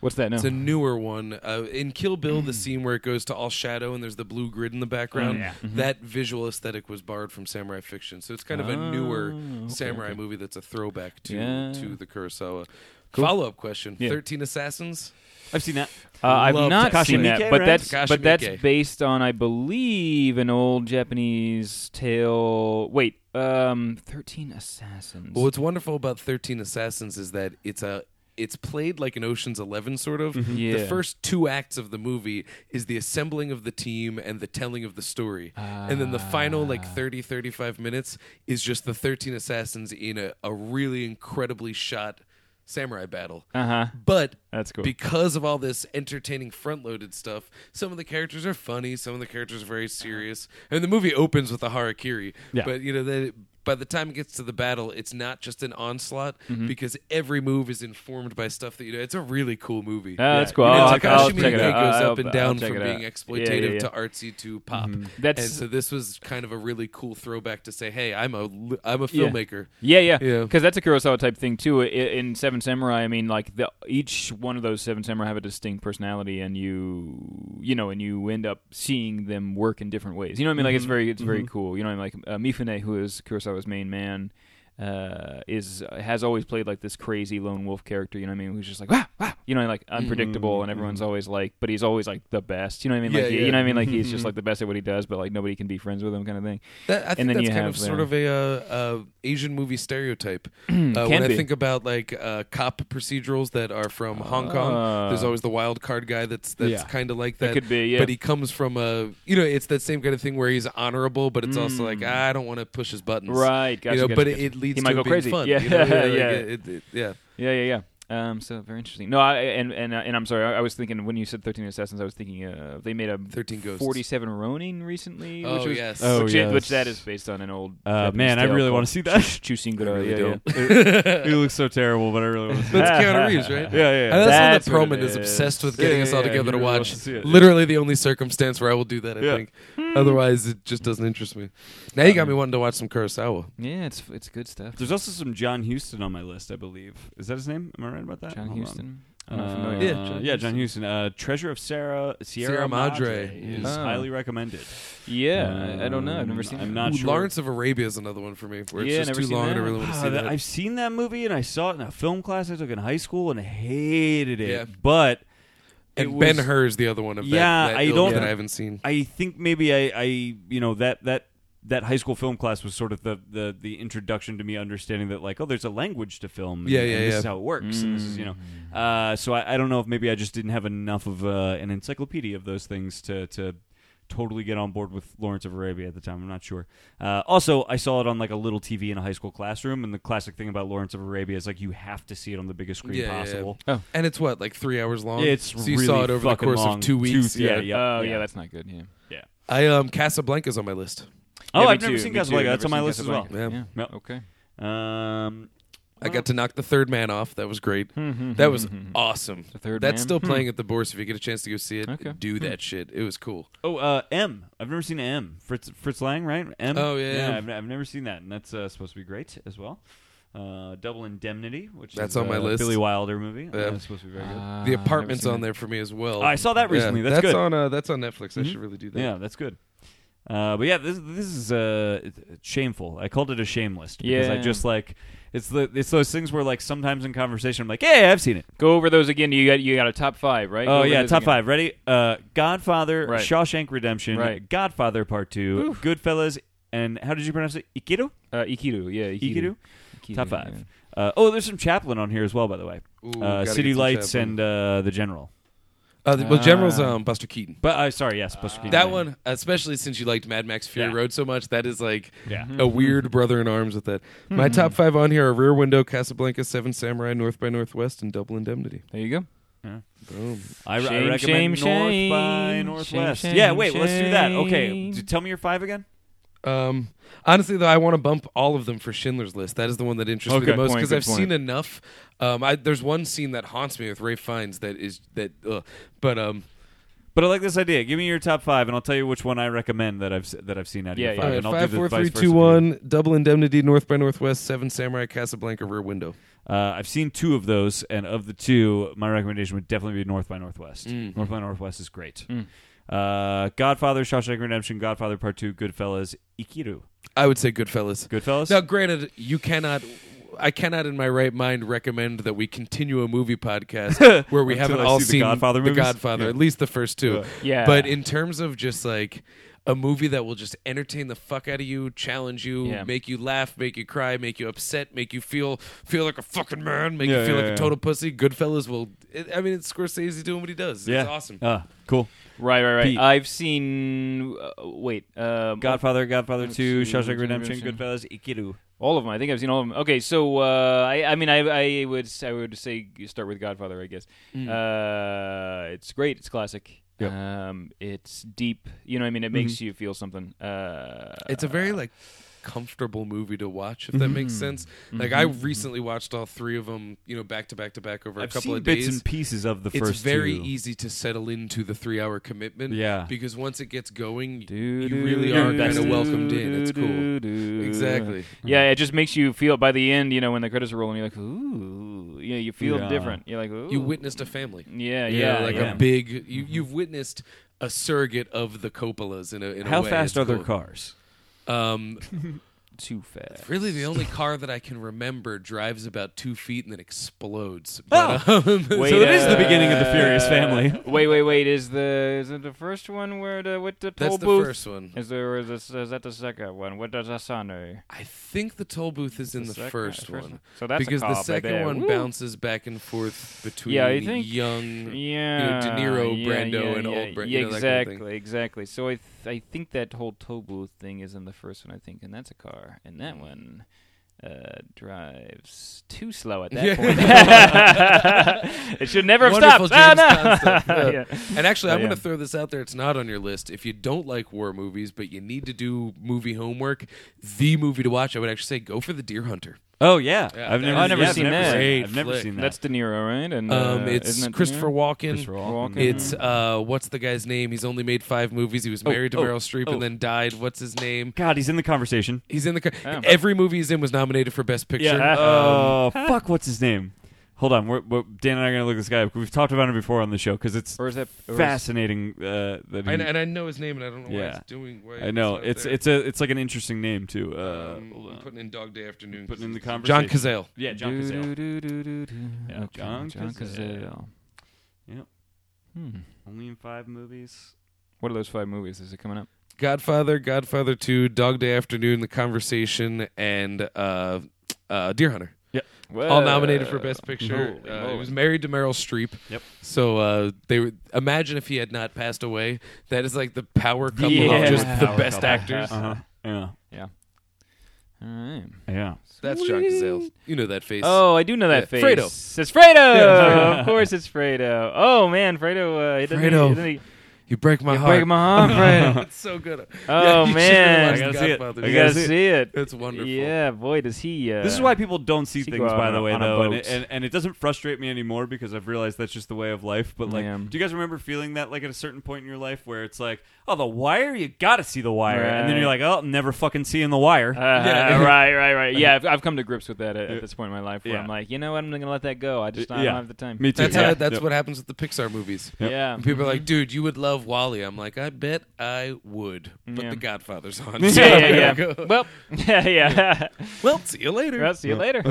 Speaker 4: What's that now?
Speaker 3: Hmm. It's a newer one. Uh, in Kill Bill, the scene where it goes to all shadow and there's the blue grid in the background, that visual aesthetic was borrowed from Samurai Fiction. So it's kind of a newer samurai movie that's a throwback to
Speaker 4: Yeah.
Speaker 3: to the Kurosawa. Follow up question: Thirteen Assassins.
Speaker 2: I've seen that.
Speaker 4: uh, I've
Speaker 3: love
Speaker 4: not
Speaker 3: Takashi
Speaker 4: seen that,
Speaker 2: Miike,
Speaker 4: but
Speaker 2: right?
Speaker 4: that's
Speaker 3: Takashi
Speaker 4: but that's
Speaker 3: Miike.
Speaker 4: based on I believe an old Japanese tale. Wait, um, Thirteen Assassins.
Speaker 3: Well, what's wonderful about Thirteen Assassins is that it's a it's played like an Ocean's Eleven sort of. The
Speaker 4: Yeah.
Speaker 3: first two acts of the movie is the assembling of the team and the telling of the story. and then the final like 30, 35 minutes is just the Thirteen Assassins in a, a really incredibly shot samurai battle.
Speaker 4: Uh huh.
Speaker 3: But
Speaker 4: That's cool.
Speaker 3: because of all this entertaining front loaded stuff, some of the characters are funny, some of the characters are very serious. And the movie opens with a harakiri.
Speaker 2: Yeah.
Speaker 3: But you know, the, by the time it gets to the battle, it's not just an onslaught
Speaker 4: Mm-hmm.
Speaker 3: because every move is informed by stuff that you know. It's a really cool movie.
Speaker 4: Ah, that's
Speaker 2: Yeah.
Speaker 4: cool.
Speaker 2: You
Speaker 3: And
Speaker 2: know,
Speaker 4: I'll,
Speaker 2: it's
Speaker 4: I'll,
Speaker 2: like
Speaker 4: I'll
Speaker 3: Takashi
Speaker 4: check
Speaker 3: Miike
Speaker 4: it out.
Speaker 3: goes
Speaker 4: I'll-
Speaker 3: up and
Speaker 4: I'll
Speaker 3: down
Speaker 4: check
Speaker 3: from
Speaker 4: it
Speaker 3: being
Speaker 4: out.
Speaker 3: exploitative
Speaker 4: Yeah, yeah, yeah.
Speaker 3: to artsy to pop.
Speaker 4: That's-
Speaker 3: and so this was kind of a really cool throwback to say, "Hey, I'm a li- I'm a filmmaker."
Speaker 4: Yeah, yeah,
Speaker 3: Yeah.
Speaker 4: because that's a Kurosawa type thing too. I- In Seven Samurai, I mean, like the, each one of those Seven Samurai have a distinct personality, and you, you know, and you end up seeing them work in different ways. You know what I mean? Like
Speaker 3: Mm-hmm.
Speaker 4: it's very, it's very cool. You know, what I mean? like uh, Mifune, who is Kurosawa's main man, uh, is has always played like this crazy lone wolf character. You know what I mean? Who's just like, "Wah, wah," you know,
Speaker 3: Mm-hmm.
Speaker 4: like unpredictable, and everyone's always like, but he's always like the best. You know what I mean?
Speaker 3: Yeah,
Speaker 4: Like
Speaker 3: yeah. Mm-hmm.
Speaker 4: you know what I mean? Like he's just like the best at what he does, but like nobody can be friends with him, kind of thing.
Speaker 3: That, I think
Speaker 4: And then
Speaker 3: that's
Speaker 4: you
Speaker 3: kind
Speaker 4: have
Speaker 3: of sort
Speaker 4: the-
Speaker 3: of a uh, uh, Asian movie stereotype. uh, when I
Speaker 4: be.
Speaker 3: think about like uh, cop procedurals that are from Hong Kong, there's always the wild card guy that's that's
Speaker 2: Yeah.
Speaker 3: kind of like that.
Speaker 4: Ah. could be, yeah.
Speaker 3: But he comes from a you know it's that same kind of thing where he's honorable, but it's also like "Ah, I don't want to push his buttons,
Speaker 4: Mm. Right, gotcha,
Speaker 3: you know,
Speaker 4: gotcha,
Speaker 3: but
Speaker 4: gotcha.
Speaker 3: It, it leads
Speaker 4: He might
Speaker 3: to
Speaker 4: go
Speaker 3: it being
Speaker 4: crazy.
Speaker 3: fun.
Speaker 4: Yeah,
Speaker 3: you know, like,
Speaker 4: yeah.
Speaker 3: it- it- it- yeah.
Speaker 4: Yeah, yeah, yeah. Um, so very interesting. No, I and and uh, and I'm sorry. I, I was thinking when you said Thirteen Assassins, I was thinking uh, they made a
Speaker 3: 13 Ghosts.
Speaker 4: forty-seven Ronin recently.
Speaker 3: Oh,
Speaker 4: which was,
Speaker 3: yes.
Speaker 2: Oh,
Speaker 4: which,
Speaker 2: yes.
Speaker 4: which that is based on an old.
Speaker 2: Uh,
Speaker 4: Japanese
Speaker 2: man, I
Speaker 4: tale
Speaker 2: really
Speaker 4: called
Speaker 2: want to see that.
Speaker 4: Chusinguro.
Speaker 2: Oh,
Speaker 3: really
Speaker 4: yeah,
Speaker 3: don't.
Speaker 4: yeah.
Speaker 2: it looks so terrible, but I really want to see it.
Speaker 3: That's Keanu Reeves, right?
Speaker 2: Yeah, yeah, yeah.
Speaker 3: And that's,
Speaker 4: That's
Speaker 3: one that
Speaker 4: what
Speaker 3: Perlman
Speaker 4: it
Speaker 3: is
Speaker 4: is.
Speaker 3: obsessed with
Speaker 2: Yeah,
Speaker 3: getting
Speaker 2: yeah,
Speaker 3: us all
Speaker 2: yeah.
Speaker 3: together
Speaker 2: He
Speaker 3: to
Speaker 2: really wants
Speaker 3: watch.
Speaker 2: to see it, yeah.
Speaker 3: Literally the only circumstance where I will do that, I
Speaker 2: Yeah.
Speaker 3: think. Otherwise, it just doesn't interest me. Now you got me wanting to watch some Kurosawa.
Speaker 4: Yeah, it's it's good stuff.
Speaker 2: There's also some John Houston on my list, I believe. Is that his name? Am I right about that?
Speaker 4: John
Speaker 2: Hold on.
Speaker 4: Houston. I'm not
Speaker 2: Uh,
Speaker 4: familiar.
Speaker 2: yeah,
Speaker 3: Yeah,
Speaker 2: John
Speaker 3: John
Speaker 2: Houston. Uh, Treasure of Sarah, Sierra,
Speaker 3: Sierra
Speaker 2: Madre,
Speaker 3: Madre.
Speaker 2: is Ah,
Speaker 4: Oh.
Speaker 2: highly recommended.
Speaker 4: Yeah, I, I don't know. I've never seen.
Speaker 2: Um, I'm
Speaker 4: it.
Speaker 2: not
Speaker 3: Ooh,
Speaker 2: sure.
Speaker 3: Lawrence of Arabia is another one for me where it's
Speaker 4: Yeah,
Speaker 3: just
Speaker 4: never
Speaker 3: too
Speaker 4: seen
Speaker 3: long and I
Speaker 4: that.
Speaker 3: really want to
Speaker 2: Ah,
Speaker 3: see
Speaker 2: that-
Speaker 3: that.
Speaker 2: I've seen that movie and I saw it in a film class I took in high school and hated it.
Speaker 3: Yeah.
Speaker 2: But
Speaker 3: and
Speaker 2: was-
Speaker 3: Ben Hur is the other one of that,
Speaker 2: Yeah,
Speaker 3: that
Speaker 2: I
Speaker 3: ilk
Speaker 2: don't-
Speaker 3: that I haven't seen.
Speaker 2: I think maybe I, I you know that that that high school film class was sort of the, the the introduction to me understanding that like oh there's a language to film and-
Speaker 3: Yeah,
Speaker 2: and
Speaker 3: yeah,
Speaker 2: this
Speaker 3: yeah.
Speaker 2: is how it works and this is you know uh, so I, I don't know if maybe I just didn't have enough of uh, an encyclopedia of those things to to totally get on board with Lawrence of Arabia at the time I'm not sure uh, also I saw it on like a little TV in a high school classroom and the classic thing about Lawrence of Arabia is like you have to see it on the biggest screen
Speaker 3: Yeah, yeah, yeah.
Speaker 2: possible
Speaker 3: And it's what, like three hours long?
Speaker 2: It's
Speaker 3: so you
Speaker 2: really
Speaker 3: saw it over the
Speaker 2: fucking
Speaker 3: course
Speaker 2: long.
Speaker 3: of two weeks.
Speaker 2: Two- yeah, yeah.
Speaker 4: Oh
Speaker 2: Yeah.
Speaker 4: yeah, that's not good. Yeah.
Speaker 3: I um Casablanca's on my list.
Speaker 2: oh
Speaker 4: Yeah, me
Speaker 2: I've never
Speaker 4: too,
Speaker 2: seen
Speaker 4: me too.
Speaker 2: Casablanca
Speaker 4: Never
Speaker 2: that's on my
Speaker 4: seen
Speaker 2: list as well
Speaker 4: Casablanca.
Speaker 3: Yeah.
Speaker 4: Yeah.
Speaker 2: Yep.
Speaker 4: Okay.
Speaker 2: um,
Speaker 3: I got to knock the third man off. That was great.
Speaker 2: Hmm,
Speaker 3: that was awesome.
Speaker 4: The Third
Speaker 3: That's
Speaker 4: Man? Hmm.
Speaker 3: still playing at the Bourse. If you get a chance to go see it,
Speaker 4: Okay.
Speaker 2: Hmm.
Speaker 3: do that shit. It was cool.
Speaker 2: Oh, uh, M. I've never seen M. Fritz Fritz Lang, right? M.
Speaker 3: Oh, yeah, yeah.
Speaker 2: I've, I've never seen that, and that's uh, supposed to be great as well. Uh, Double Indemnity, which
Speaker 3: That's
Speaker 2: is,
Speaker 3: on my
Speaker 2: uh,
Speaker 3: list.
Speaker 2: Billy Wilder movie. Uh,
Speaker 3: Yeah.
Speaker 2: that's supposed to be very good.
Speaker 4: Ah,
Speaker 3: The
Speaker 4: never
Speaker 3: apartment's
Speaker 4: seen
Speaker 3: on
Speaker 4: it.
Speaker 3: there for me as well.
Speaker 2: I saw that recently.
Speaker 3: Yeah,
Speaker 2: that's, good. Mm-hmm.
Speaker 3: on uh, that's on Netflix. I should really do that.
Speaker 2: yeah, that's good. Uh, but yeah, this this is uh, shameful. I called it a shame list because I
Speaker 4: Yeah.
Speaker 2: just like it's the it's those things where like sometimes in conversation I'm like, hey, I've seen it.
Speaker 4: Go over those again. You got you got a top five, right? Go
Speaker 2: Oh
Speaker 4: over
Speaker 2: yeah,
Speaker 4: those
Speaker 2: top
Speaker 4: again.
Speaker 2: five. Ready? Uh, Godfather,
Speaker 4: Right.
Speaker 2: Shawshank Redemption,
Speaker 4: Right.
Speaker 2: Godfather Part Two, Goodfellas, and how did you pronounce it? Ikiru.
Speaker 4: Uh, Ikiru, yeah, Ikiru.
Speaker 2: Ikiru. Top five. Uh, oh, there's some Chaplin on here as well, by the way.
Speaker 3: Ooh,
Speaker 2: uh,
Speaker 3: gotta
Speaker 2: City
Speaker 3: get some
Speaker 2: Lights
Speaker 3: Chaplin.
Speaker 2: and uh, The General.
Speaker 3: Uh, th- well, General's
Speaker 4: Ah.
Speaker 3: um, Buster Keaton.
Speaker 2: But uh, sorry, yes, Buster Keaton.
Speaker 3: Ah. That one, especially since you liked Mad Max Fury
Speaker 2: Yeah.
Speaker 3: Road so much, that is like
Speaker 2: Yeah.
Speaker 3: a weird brother in arms with that. My top five on here are Rear Window, Casablanca, Seven Samurai, North by Northwest, and Double Indemnity.
Speaker 4: There you go.
Speaker 3: Boom.
Speaker 2: I, I
Speaker 4: Shame,
Speaker 2: recommend
Speaker 4: shame,
Speaker 2: North by
Speaker 4: shame.
Speaker 2: Northwest.
Speaker 4: Shame,
Speaker 2: yeah, wait, let's do that. Okay,
Speaker 4: shame.
Speaker 2: d- tell me your five again.
Speaker 3: Um, honestly, though, I want to bump all of them for Schindler's List. That is the one that interests me
Speaker 4: Okay,
Speaker 3: the most
Speaker 4: point,
Speaker 3: because
Speaker 4: good
Speaker 3: I've
Speaker 4: point.
Speaker 3: seen enough. Um, I, there's one scene that haunts me with Ray Fiennes that is that, ugh. but um,
Speaker 2: But I like this idea. Give me your top five, and I'll tell you which one I recommend that I've s- that I've seen out of
Speaker 4: Yeah,
Speaker 2: your
Speaker 4: yeah.
Speaker 2: five.
Speaker 4: Alright,
Speaker 2: and I'll
Speaker 3: five,
Speaker 2: do the
Speaker 3: four,
Speaker 2: vice
Speaker 3: three,
Speaker 2: versa
Speaker 3: two,
Speaker 2: for you.
Speaker 3: one, Double Indemnity, North by Northwest, Seven Samurai, Casablanca, Rear Window.
Speaker 2: Uh, I've seen two of those, and of the two, my recommendation would definitely be North by Northwest.
Speaker 4: Mm-hmm.
Speaker 2: North by Northwest is great.
Speaker 4: Mm.
Speaker 2: Uh, Godfather, Shawshank Redemption, Godfather Part Two, Goodfellas, Ikiru,
Speaker 3: I would say Goodfellas.
Speaker 2: Goodfellas.
Speaker 3: Now, granted, you cannot. I cannot, in my right mind, recommend that we continue a movie podcast where we haven't
Speaker 2: Until I
Speaker 3: all
Speaker 2: see the
Speaker 3: seen
Speaker 2: Godfather
Speaker 3: The
Speaker 2: movies?
Speaker 3: Godfather,
Speaker 2: Yeah.
Speaker 3: at least the first two.
Speaker 4: Yeah.
Speaker 3: But in terms of just like a movie that will just entertain the fuck out of you, challenge you,
Speaker 4: Yeah.
Speaker 3: make you laugh, make you cry, make you upset, make you feel feel like a fucking man, make
Speaker 2: Yeah,
Speaker 3: you feel
Speaker 2: yeah,
Speaker 3: like
Speaker 2: yeah.
Speaker 3: a total pussy. Goodfellas will. It, I mean, it's Scorsese doing what he does.
Speaker 2: yeah,
Speaker 3: It's awesome.
Speaker 2: Uh, cool.
Speaker 4: Right, right, right.
Speaker 2: Pete.
Speaker 4: I've seen. Uh, wait, um,
Speaker 2: Godfather, Godfather Two,
Speaker 4: see,
Speaker 2: Shawshank Redemption,
Speaker 4: Redemption.
Speaker 2: Goodfellas, Ikiru.
Speaker 4: all of them. I think I've seen all of them. Okay, so uh, I, I mean, I, I would, I would say you start with Godfather. I guess
Speaker 3: Mm.
Speaker 4: uh, it's great. It's classic.
Speaker 2: Yep.
Speaker 4: Um, it's deep. You know, what I mean, it makes
Speaker 3: Mm-hmm.
Speaker 4: you feel something. Uh,
Speaker 3: It's a very like comfortable movie to watch if that makes sense. Like I recently watched all three of them, you know, back to back to back over a
Speaker 2: I've
Speaker 3: couple
Speaker 2: seen
Speaker 3: of
Speaker 2: bits
Speaker 3: days.
Speaker 2: and pieces of the
Speaker 3: it's
Speaker 2: first
Speaker 3: very
Speaker 2: two.
Speaker 3: easy to settle into the three-hour commitment,
Speaker 2: Yeah.
Speaker 3: Because once it gets going,
Speaker 4: Do,
Speaker 3: you
Speaker 4: do,
Speaker 3: really
Speaker 4: do,
Speaker 3: are
Speaker 4: do,
Speaker 3: kind of
Speaker 4: do,
Speaker 3: welcomed in. It's cool,
Speaker 4: do, do.
Speaker 3: exactly.
Speaker 4: Yeah, it just makes you feel. By the end, you know, when the credits are rolling, you're like, ooh, you know, you feel
Speaker 2: Yeah.
Speaker 4: different. You're like, ooh,
Speaker 3: You witnessed a family,
Speaker 4: Yeah,
Speaker 3: You know,
Speaker 4: yeah,
Speaker 3: like
Speaker 4: yeah.
Speaker 3: a big. You, you've witnessed a surrogate of the Coppolas in a. In a
Speaker 2: How
Speaker 3: way.
Speaker 2: fast
Speaker 3: It's
Speaker 2: are their
Speaker 3: cool.
Speaker 2: cars?
Speaker 3: Um,
Speaker 4: too fast.
Speaker 3: really, the only car that I can remember drives about two feet and then explodes. But, um,
Speaker 4: Wait,
Speaker 2: So it is the
Speaker 4: uh,
Speaker 2: beginning of the Furious family.
Speaker 4: wait, wait, wait. Is the is it the first one where the with the toll
Speaker 3: That's the
Speaker 4: booth?
Speaker 3: first one.
Speaker 4: Is there is, this, is that the second one? What does Asano?
Speaker 3: I think the toll booth is in the,
Speaker 4: second-
Speaker 3: first,
Speaker 4: first
Speaker 3: one.
Speaker 4: one. So that's a
Speaker 3: because the
Speaker 4: cop right
Speaker 3: second
Speaker 4: there.
Speaker 3: one
Speaker 4: Woo.
Speaker 3: bounces back and forth between
Speaker 4: Yeah, I think-
Speaker 3: young.
Speaker 4: Yeah,
Speaker 3: De Niro,
Speaker 4: yeah,
Speaker 3: Brando,
Speaker 4: yeah,
Speaker 3: and
Speaker 4: yeah,
Speaker 3: old Bra-
Speaker 4: Yeah,
Speaker 3: you know, that kind of
Speaker 4: exactly,
Speaker 3: thing.
Speaker 4: exactly. So I th- I think that whole toll booth thing is in the first one. I think, and that's a car, and that one. Uh, drives too slow at that point. it should never have
Speaker 3: Wonderful
Speaker 4: stopped. Ah,
Speaker 3: James
Speaker 4: no!
Speaker 3: Bond stuff. Uh,
Speaker 4: Yeah. Oh,
Speaker 3: And actually, I'm
Speaker 4: Yeah.
Speaker 3: going to throw this out there. It's not on your list. If you don't like war movies, but you need to do movie homework, the movie to watch, I would actually say go for The Deer Hunter.
Speaker 2: Oh yeah,
Speaker 3: Yeah,
Speaker 2: I've
Speaker 3: that
Speaker 2: never,
Speaker 4: is- I've never
Speaker 2: yeah,
Speaker 4: seen that.
Speaker 3: Great
Speaker 2: I've never
Speaker 3: flick.
Speaker 2: seen that.
Speaker 4: That's De Niro, right? And
Speaker 3: Um,
Speaker 4: uh,
Speaker 3: it's
Speaker 4: isn't it De
Speaker 3: Christopher
Speaker 4: Niro?
Speaker 3: Walken.
Speaker 2: Christopher Walken.
Speaker 3: It's
Speaker 4: Mm-hmm.
Speaker 3: uh, what's the guy's name? He's only made five movies. He was married
Speaker 2: oh,
Speaker 3: to Meryl Streep
Speaker 2: oh.
Speaker 3: and then died. What's his name?
Speaker 2: God, he's in the conversation.
Speaker 3: He's in the. co-
Speaker 4: Oh.
Speaker 3: Every movie he's in was nominated for Best Picture.
Speaker 2: Yeah.
Speaker 3: Um,
Speaker 2: Oh fuck! What's his name? Hold on. We're, we're, Dan and I are going to look this guy up. We've talked about him before on the show because it's
Speaker 4: or is that or is-
Speaker 2: fascinating. Uh, that he,
Speaker 3: and, and I know his name, and I don't know why
Speaker 2: Yeah.
Speaker 3: it's doing. Why
Speaker 2: I know
Speaker 3: not
Speaker 2: it's
Speaker 3: there.
Speaker 2: it's a it's like an interesting name too. Uh,
Speaker 3: Um,
Speaker 2: hold
Speaker 3: I'm
Speaker 2: on.
Speaker 3: putting in Dog Day Afternoon.
Speaker 2: Putting in the
Speaker 3: John
Speaker 2: conversation.
Speaker 3: Cazale.
Speaker 2: Yeah, John
Speaker 4: Do,
Speaker 2: Cazale.
Speaker 4: do, do, do, do.
Speaker 2: Yeah,
Speaker 4: Okay,
Speaker 2: John
Speaker 4: John
Speaker 2: Cazale.
Speaker 4: Cazale.
Speaker 2: Yep.
Speaker 4: Hmm.
Speaker 2: Only in five movies.
Speaker 4: What are those five movies? Is it coming up?
Speaker 3: Godfather, Godfather Two, Dog Day Afternoon, The Conversation, and uh, uh, Deer Hunter. All
Speaker 2: Uh,
Speaker 3: nominated for Best Picture.
Speaker 4: holy
Speaker 3: Uh, he
Speaker 4: moly.
Speaker 3: was married to Meryl Streep.
Speaker 2: Yep.
Speaker 3: So uh, they were, imagine if he had not passed away. That is like the power couple
Speaker 4: Yeah.
Speaker 3: of just the
Speaker 2: Power
Speaker 3: best
Speaker 2: couple.
Speaker 3: actors.
Speaker 2: Uh-huh. Yeah,
Speaker 4: All right.
Speaker 2: yeah.
Speaker 3: That's John Cazale. You know that face.
Speaker 4: Oh, I do know that
Speaker 3: Yeah,
Speaker 4: face.
Speaker 3: Fredo.
Speaker 4: It's Fredo. of course, it's Fredo. Oh man, Fredo. Uh, he doesn't- he
Speaker 3: Fredo.
Speaker 4: doesn't- he-
Speaker 3: you break my heart.
Speaker 4: break my heart, Fredo.
Speaker 3: It's so good.
Speaker 4: Oh,
Speaker 3: you should
Speaker 4: man.
Speaker 3: watch
Speaker 4: I
Speaker 2: gotta
Speaker 3: The
Speaker 2: see it.
Speaker 3: Godfather.
Speaker 2: I
Speaker 4: You
Speaker 2: gotta
Speaker 4: gotta see it.
Speaker 3: It's wonderful.
Speaker 4: Yeah, boy, does he. Uh,
Speaker 2: This is why people don't see
Speaker 4: Sequel
Speaker 2: things, by
Speaker 4: on
Speaker 2: the
Speaker 4: a-
Speaker 2: way,
Speaker 4: on a
Speaker 2: though, and
Speaker 4: boat.
Speaker 2: it, and, and it doesn't frustrate me anymore because I've realized that's just the way of life. But like,
Speaker 4: Yeah.
Speaker 2: do you guys remember feeling that like at a certain point in your life where it's like, oh, the wire, you gotta see the wire, and then you're like,
Speaker 4: Right.
Speaker 2: oh, I'm never fucking seeing the wire.
Speaker 4: Uh,
Speaker 3: Yeah.
Speaker 4: right, right, right. Yeah, I've, I've come to grips with that at,
Speaker 2: Yeah.
Speaker 4: at this point in my life where
Speaker 2: Yeah.
Speaker 4: I'm like, you know what, I'm going to let that go. I just I
Speaker 2: Yeah.
Speaker 4: don't have the time.
Speaker 2: Me too.
Speaker 3: That's
Speaker 2: yeah.
Speaker 3: how. That's
Speaker 2: Yep.
Speaker 3: what happens with the Pixar movies.
Speaker 4: Yeah.
Speaker 3: And people are like, dude, you would love love Wally. I'm like, I bet I would. But
Speaker 4: Yeah.
Speaker 3: The Godfather's on. so
Speaker 4: Yeah,
Speaker 3: I'm
Speaker 4: yeah,
Speaker 3: gonna
Speaker 4: yeah.
Speaker 3: go.
Speaker 4: well, yeah, yeah.
Speaker 3: Well, see you later.
Speaker 4: Well, see you later.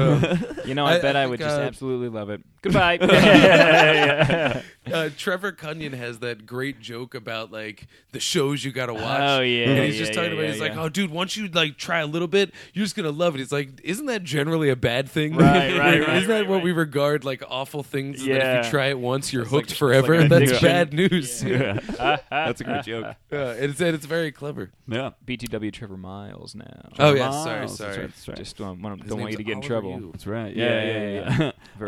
Speaker 4: you know, I,
Speaker 3: I-
Speaker 4: bet
Speaker 3: I
Speaker 4: I, would
Speaker 3: think,
Speaker 4: just
Speaker 3: uh,
Speaker 4: absolutely love it. Goodbye. Yeah.
Speaker 3: uh, Trevor Cunyon has that great joke about like the shows you gotta watch.
Speaker 4: Oh, yeah,
Speaker 3: and he's
Speaker 4: yeah,
Speaker 3: just talking
Speaker 4: yeah,
Speaker 3: about.
Speaker 4: yeah,
Speaker 3: he's like,
Speaker 4: yeah.
Speaker 3: oh, dude, once you like try a little bit, you're just gonna love it. He's like, isn't that generally a bad thing?
Speaker 4: Right, right, right,
Speaker 3: Isn't that
Speaker 4: right,
Speaker 3: what
Speaker 4: right.
Speaker 3: we regard like awful things? and that if
Speaker 4: Yeah.
Speaker 3: you try it once, you're hooked
Speaker 2: like-
Speaker 3: forever.
Speaker 2: it's like
Speaker 3: That's
Speaker 2: addiction.
Speaker 3: bad news. Yeah.
Speaker 2: That's a great joke.
Speaker 3: and it's and it's very clever.
Speaker 2: Yeah.
Speaker 4: BTW Trevor Miles now.
Speaker 3: Oh yeah, sorry,
Speaker 2: Miles, that's
Speaker 3: sorry.
Speaker 2: right, that's right.
Speaker 4: Just um, want,
Speaker 3: His
Speaker 4: don't want
Speaker 3: name's
Speaker 4: you to get in
Speaker 3: Oliver
Speaker 4: trouble.
Speaker 3: Yu.
Speaker 2: That's right.
Speaker 4: Yeah,
Speaker 2: Yeah, yeah,
Speaker 4: yeah,
Speaker 2: yeah.
Speaker 4: Very funny
Speaker 2: uh,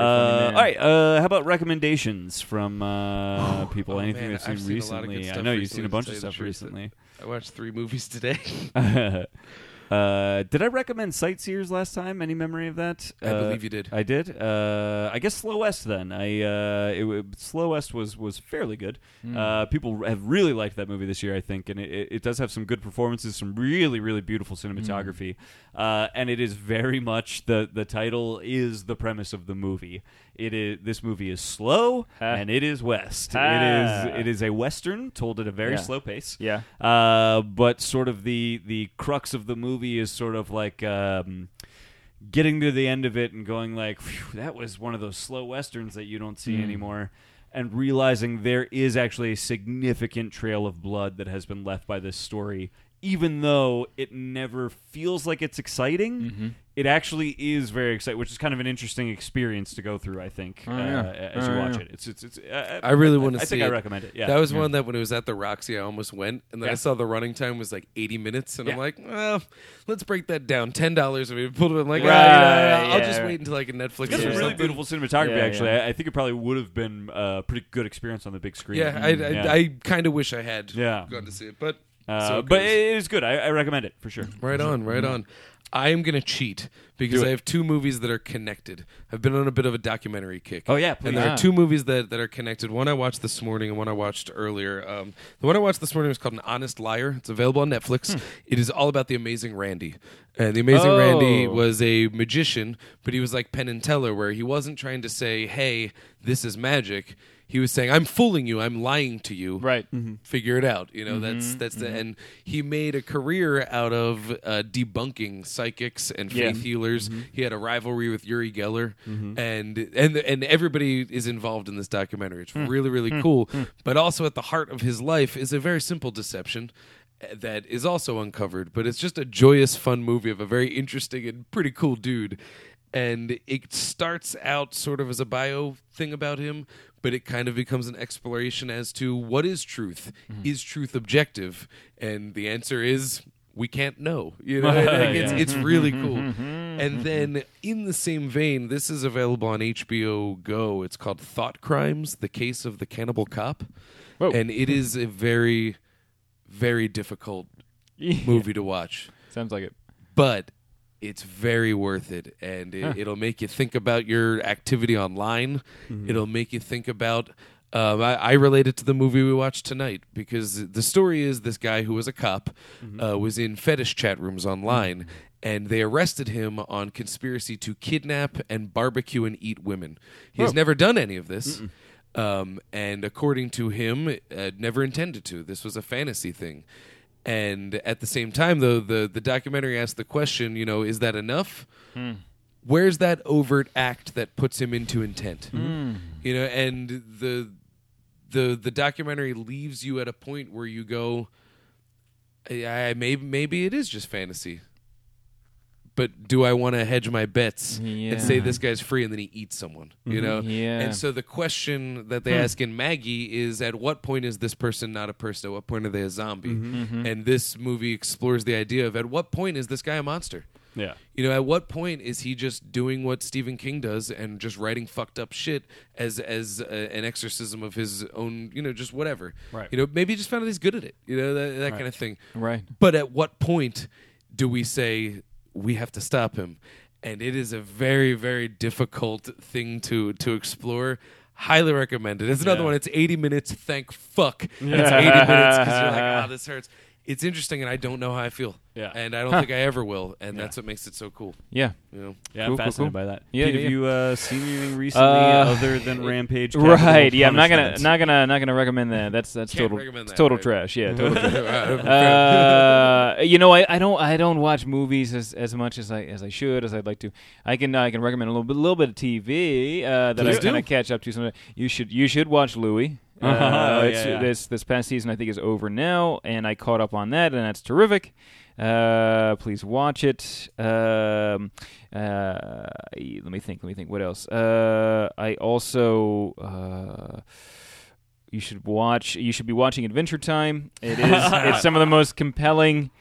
Speaker 4: man.
Speaker 2: all right. Uh, how about recommendations from uh, people?
Speaker 3: oh,
Speaker 2: Anything
Speaker 3: man,
Speaker 2: we've seen
Speaker 3: I've seen a lot of good
Speaker 2: recently? I
Speaker 3: stuff
Speaker 2: know you've seen
Speaker 3: recently,
Speaker 2: a
Speaker 3: to
Speaker 2: bunch
Speaker 3: tell
Speaker 2: of
Speaker 3: you the
Speaker 2: stuff
Speaker 3: truth.
Speaker 2: recently.
Speaker 3: I watched three movies today.
Speaker 2: uh, did I recommend Sightseers last time? Any memory of that?
Speaker 3: I
Speaker 2: Uh,
Speaker 3: believe you did.
Speaker 2: I did. Uh, I guess Slow West then. I uh, it, w- Slow West was was fairly good.
Speaker 3: Hmm.
Speaker 2: Uh, people r- have really liked that movie this year, I think, and it, it, it does have some good performances, some really really beautiful cinematography,
Speaker 3: Hmm.
Speaker 2: uh, and it is very much the the title is the premise of the movie. It is this movie is slow
Speaker 4: Ah.
Speaker 2: and it is West.
Speaker 4: Ah.
Speaker 2: It is it is a western told at a very
Speaker 4: Yeah.
Speaker 2: slow pace.
Speaker 4: Yeah.
Speaker 2: Uh, but sort of the the crux of the movie is sort of like um, getting to the end of it and going like, "Phew, that was one of those slow westerns that you don't see
Speaker 3: Mm.
Speaker 2: anymore. And realizing there is actually a significant trail of blood that has been left by this story, even though it never feels like it's exciting,
Speaker 3: Mm-hmm.
Speaker 2: it actually is very exciting, which is kind of an interesting experience to go through. I think uh,
Speaker 4: yeah.
Speaker 2: as you
Speaker 4: Oh,
Speaker 2: watch
Speaker 4: yeah.
Speaker 2: it, it's it's. it's uh,
Speaker 3: I really want to
Speaker 2: I
Speaker 3: see.
Speaker 2: think
Speaker 3: it.
Speaker 2: I recommend it. Yeah,
Speaker 3: That was one that when it was at the Roxy, I almost went, and then I saw the running time was like 80 minutes, and I'm
Speaker 2: Yeah.
Speaker 3: like, well, let's break that down. Ten dollars, and we pulled it. up. I'm like,
Speaker 4: Right,
Speaker 3: ah, you know, I'll
Speaker 4: yeah,
Speaker 3: just
Speaker 4: right.
Speaker 3: wait until like a Netflix.
Speaker 2: It's
Speaker 3: or
Speaker 2: got some really
Speaker 3: something.
Speaker 2: beautiful cinematography.
Speaker 4: Yeah,
Speaker 2: actually,
Speaker 4: yeah.
Speaker 2: I, I think it probably would have been a pretty good experience on the big screen.
Speaker 3: Yeah, I, I, I kind of wish I had
Speaker 2: Yeah.
Speaker 3: gone to see it, but
Speaker 2: Uh,
Speaker 3: so it
Speaker 2: but
Speaker 3: goes.
Speaker 2: it is good. I, I recommend it Mm-hmm. for sure.
Speaker 4: Mm-hmm.
Speaker 3: right on, right on. I am gonna cheat because I have two movies that are connected. I've been on a bit of a documentary kick.
Speaker 2: Oh, yeah,
Speaker 3: and
Speaker 2: please.
Speaker 3: there
Speaker 4: Ah.
Speaker 3: are two movies that, that are connected. One I watched this morning and one I watched earlier. Um, the one I watched this morning was called An Honest Liar. It's available on
Speaker 2: Hmm.
Speaker 3: Netflix. It is all about the Amazing Randy. And the Amazing
Speaker 4: Oh.
Speaker 3: Randy was a magician, but he was like Penn and Teller, where he wasn't trying to say, "Hey, this is magic." He was saying, "I'm fooling you. I'm lying to you."
Speaker 4: Right.
Speaker 3: Figure it out. You know, that's that's the and he made a career out of uh, debunking psychics and faith
Speaker 4: Yeah.
Speaker 3: healers. He had a rivalry with Uri Geller, and and and everybody is involved in this documentary. It's really really cool. But also at the heart of his life is a very simple deception uh, that is also uncovered. But it's just a joyous, fun movie of a very interesting and pretty cool dude. And it starts out sort of as a bio thing about him, but it kind of becomes an exploration as to what is truth? Is truth objective? And the answer is we can't know. You know, like, it's,
Speaker 2: Yeah.
Speaker 3: it's really cool. And then, in the same vein, this is available on HBO Go. It's called Thought Crimes: The Case of the Cannibal Cop,
Speaker 4: Whoa.
Speaker 3: and it is a very, very difficult movie to watch,
Speaker 4: Sounds like it.
Speaker 3: but it's very worth it, and it, it'll make you think about your activity online. It'll make you think about. Um, I, I relate it to the movie we watched tonight because the story is this guy who was a cop uh, was in fetish chat rooms online, and they arrested him on conspiracy to kidnap and barbecue and eat women. He has never done any of this. Um, and according to him, uh, never intended to. This was a fantasy thing. And at the same time, though, the, the documentary asked the question, you know, is that enough? Where's that overt act that puts him into intent? You know, and the the the documentary leaves you at a point where you go, I, I maybe maybe it is just fantasy. But do I want to hedge my bets
Speaker 4: Yeah.
Speaker 3: and say this guy's free and then he eats someone? You know,
Speaker 4: Mm-hmm. Yeah. Hmm.
Speaker 3: and so the question that they ask in Maggie is, at what point is this person not a person? At what point are they a zombie?
Speaker 4: Mm-hmm.
Speaker 3: And this movie explores the idea of, at what point is this guy a monster?
Speaker 2: Yeah,
Speaker 3: You know, at what point is he just doing what Stephen King does and just writing fucked up shit as as uh, an exorcism of his own? You know, just whatever.
Speaker 2: Right.
Speaker 3: You know, maybe he just found out he's good at it. You know, that, that kind of thing.
Speaker 4: Right.
Speaker 3: But at what point do we say we have to stop him? And it is a very very difficult thing to to explore. Highly recommended. It's another
Speaker 2: Yeah.
Speaker 3: one. It's 80 minutes. Thank fuck. It's 80 minutes because you're like, oh, this hurts. it's interesting, and I don't know how I feel.
Speaker 2: Yeah.
Speaker 3: and I don't
Speaker 4: Huh.
Speaker 3: think I ever will, and that's what makes it so cool.
Speaker 4: Yeah.
Speaker 3: You know,
Speaker 2: Yeah,
Speaker 4: Cool,
Speaker 2: I'm
Speaker 4: cool,
Speaker 2: fascinated
Speaker 4: cool.
Speaker 2: by that.
Speaker 4: Yeah,
Speaker 2: Pete,
Speaker 4: yeah,
Speaker 2: have you uh, seen anything recently
Speaker 4: Uh,
Speaker 2: other than Rampage?
Speaker 4: Right.
Speaker 2: Capital
Speaker 4: Yeah. I'm not gonna
Speaker 2: Punishment?
Speaker 4: not gonna not gonna recommend that. That's that's
Speaker 3: Can't
Speaker 4: total
Speaker 3: recommend
Speaker 4: it's
Speaker 3: that,
Speaker 4: total
Speaker 3: right?
Speaker 4: trash. Yeah. Total trash.
Speaker 3: Uh,
Speaker 4: Uh, you know, I, I don't I don't watch movies as, as much as I as I should as I'd like to. I can uh, I can recommend a little bit little bit of TV uh, that
Speaker 3: Please
Speaker 4: I kind
Speaker 3: do.
Speaker 4: of catch up to. Sometimes you should you should watch Louis. Uh,
Speaker 2: Oh,
Speaker 4: it's-
Speaker 2: yeah, yeah.
Speaker 4: This this past season I think is over now, and I caught up on that, and that's terrific. Uh, please watch it. Um, uh, let me think. Let me think. What else? Uh, I also. Uh, you should watch. You should be watching Adventure Time. It is. it's some of the most compelling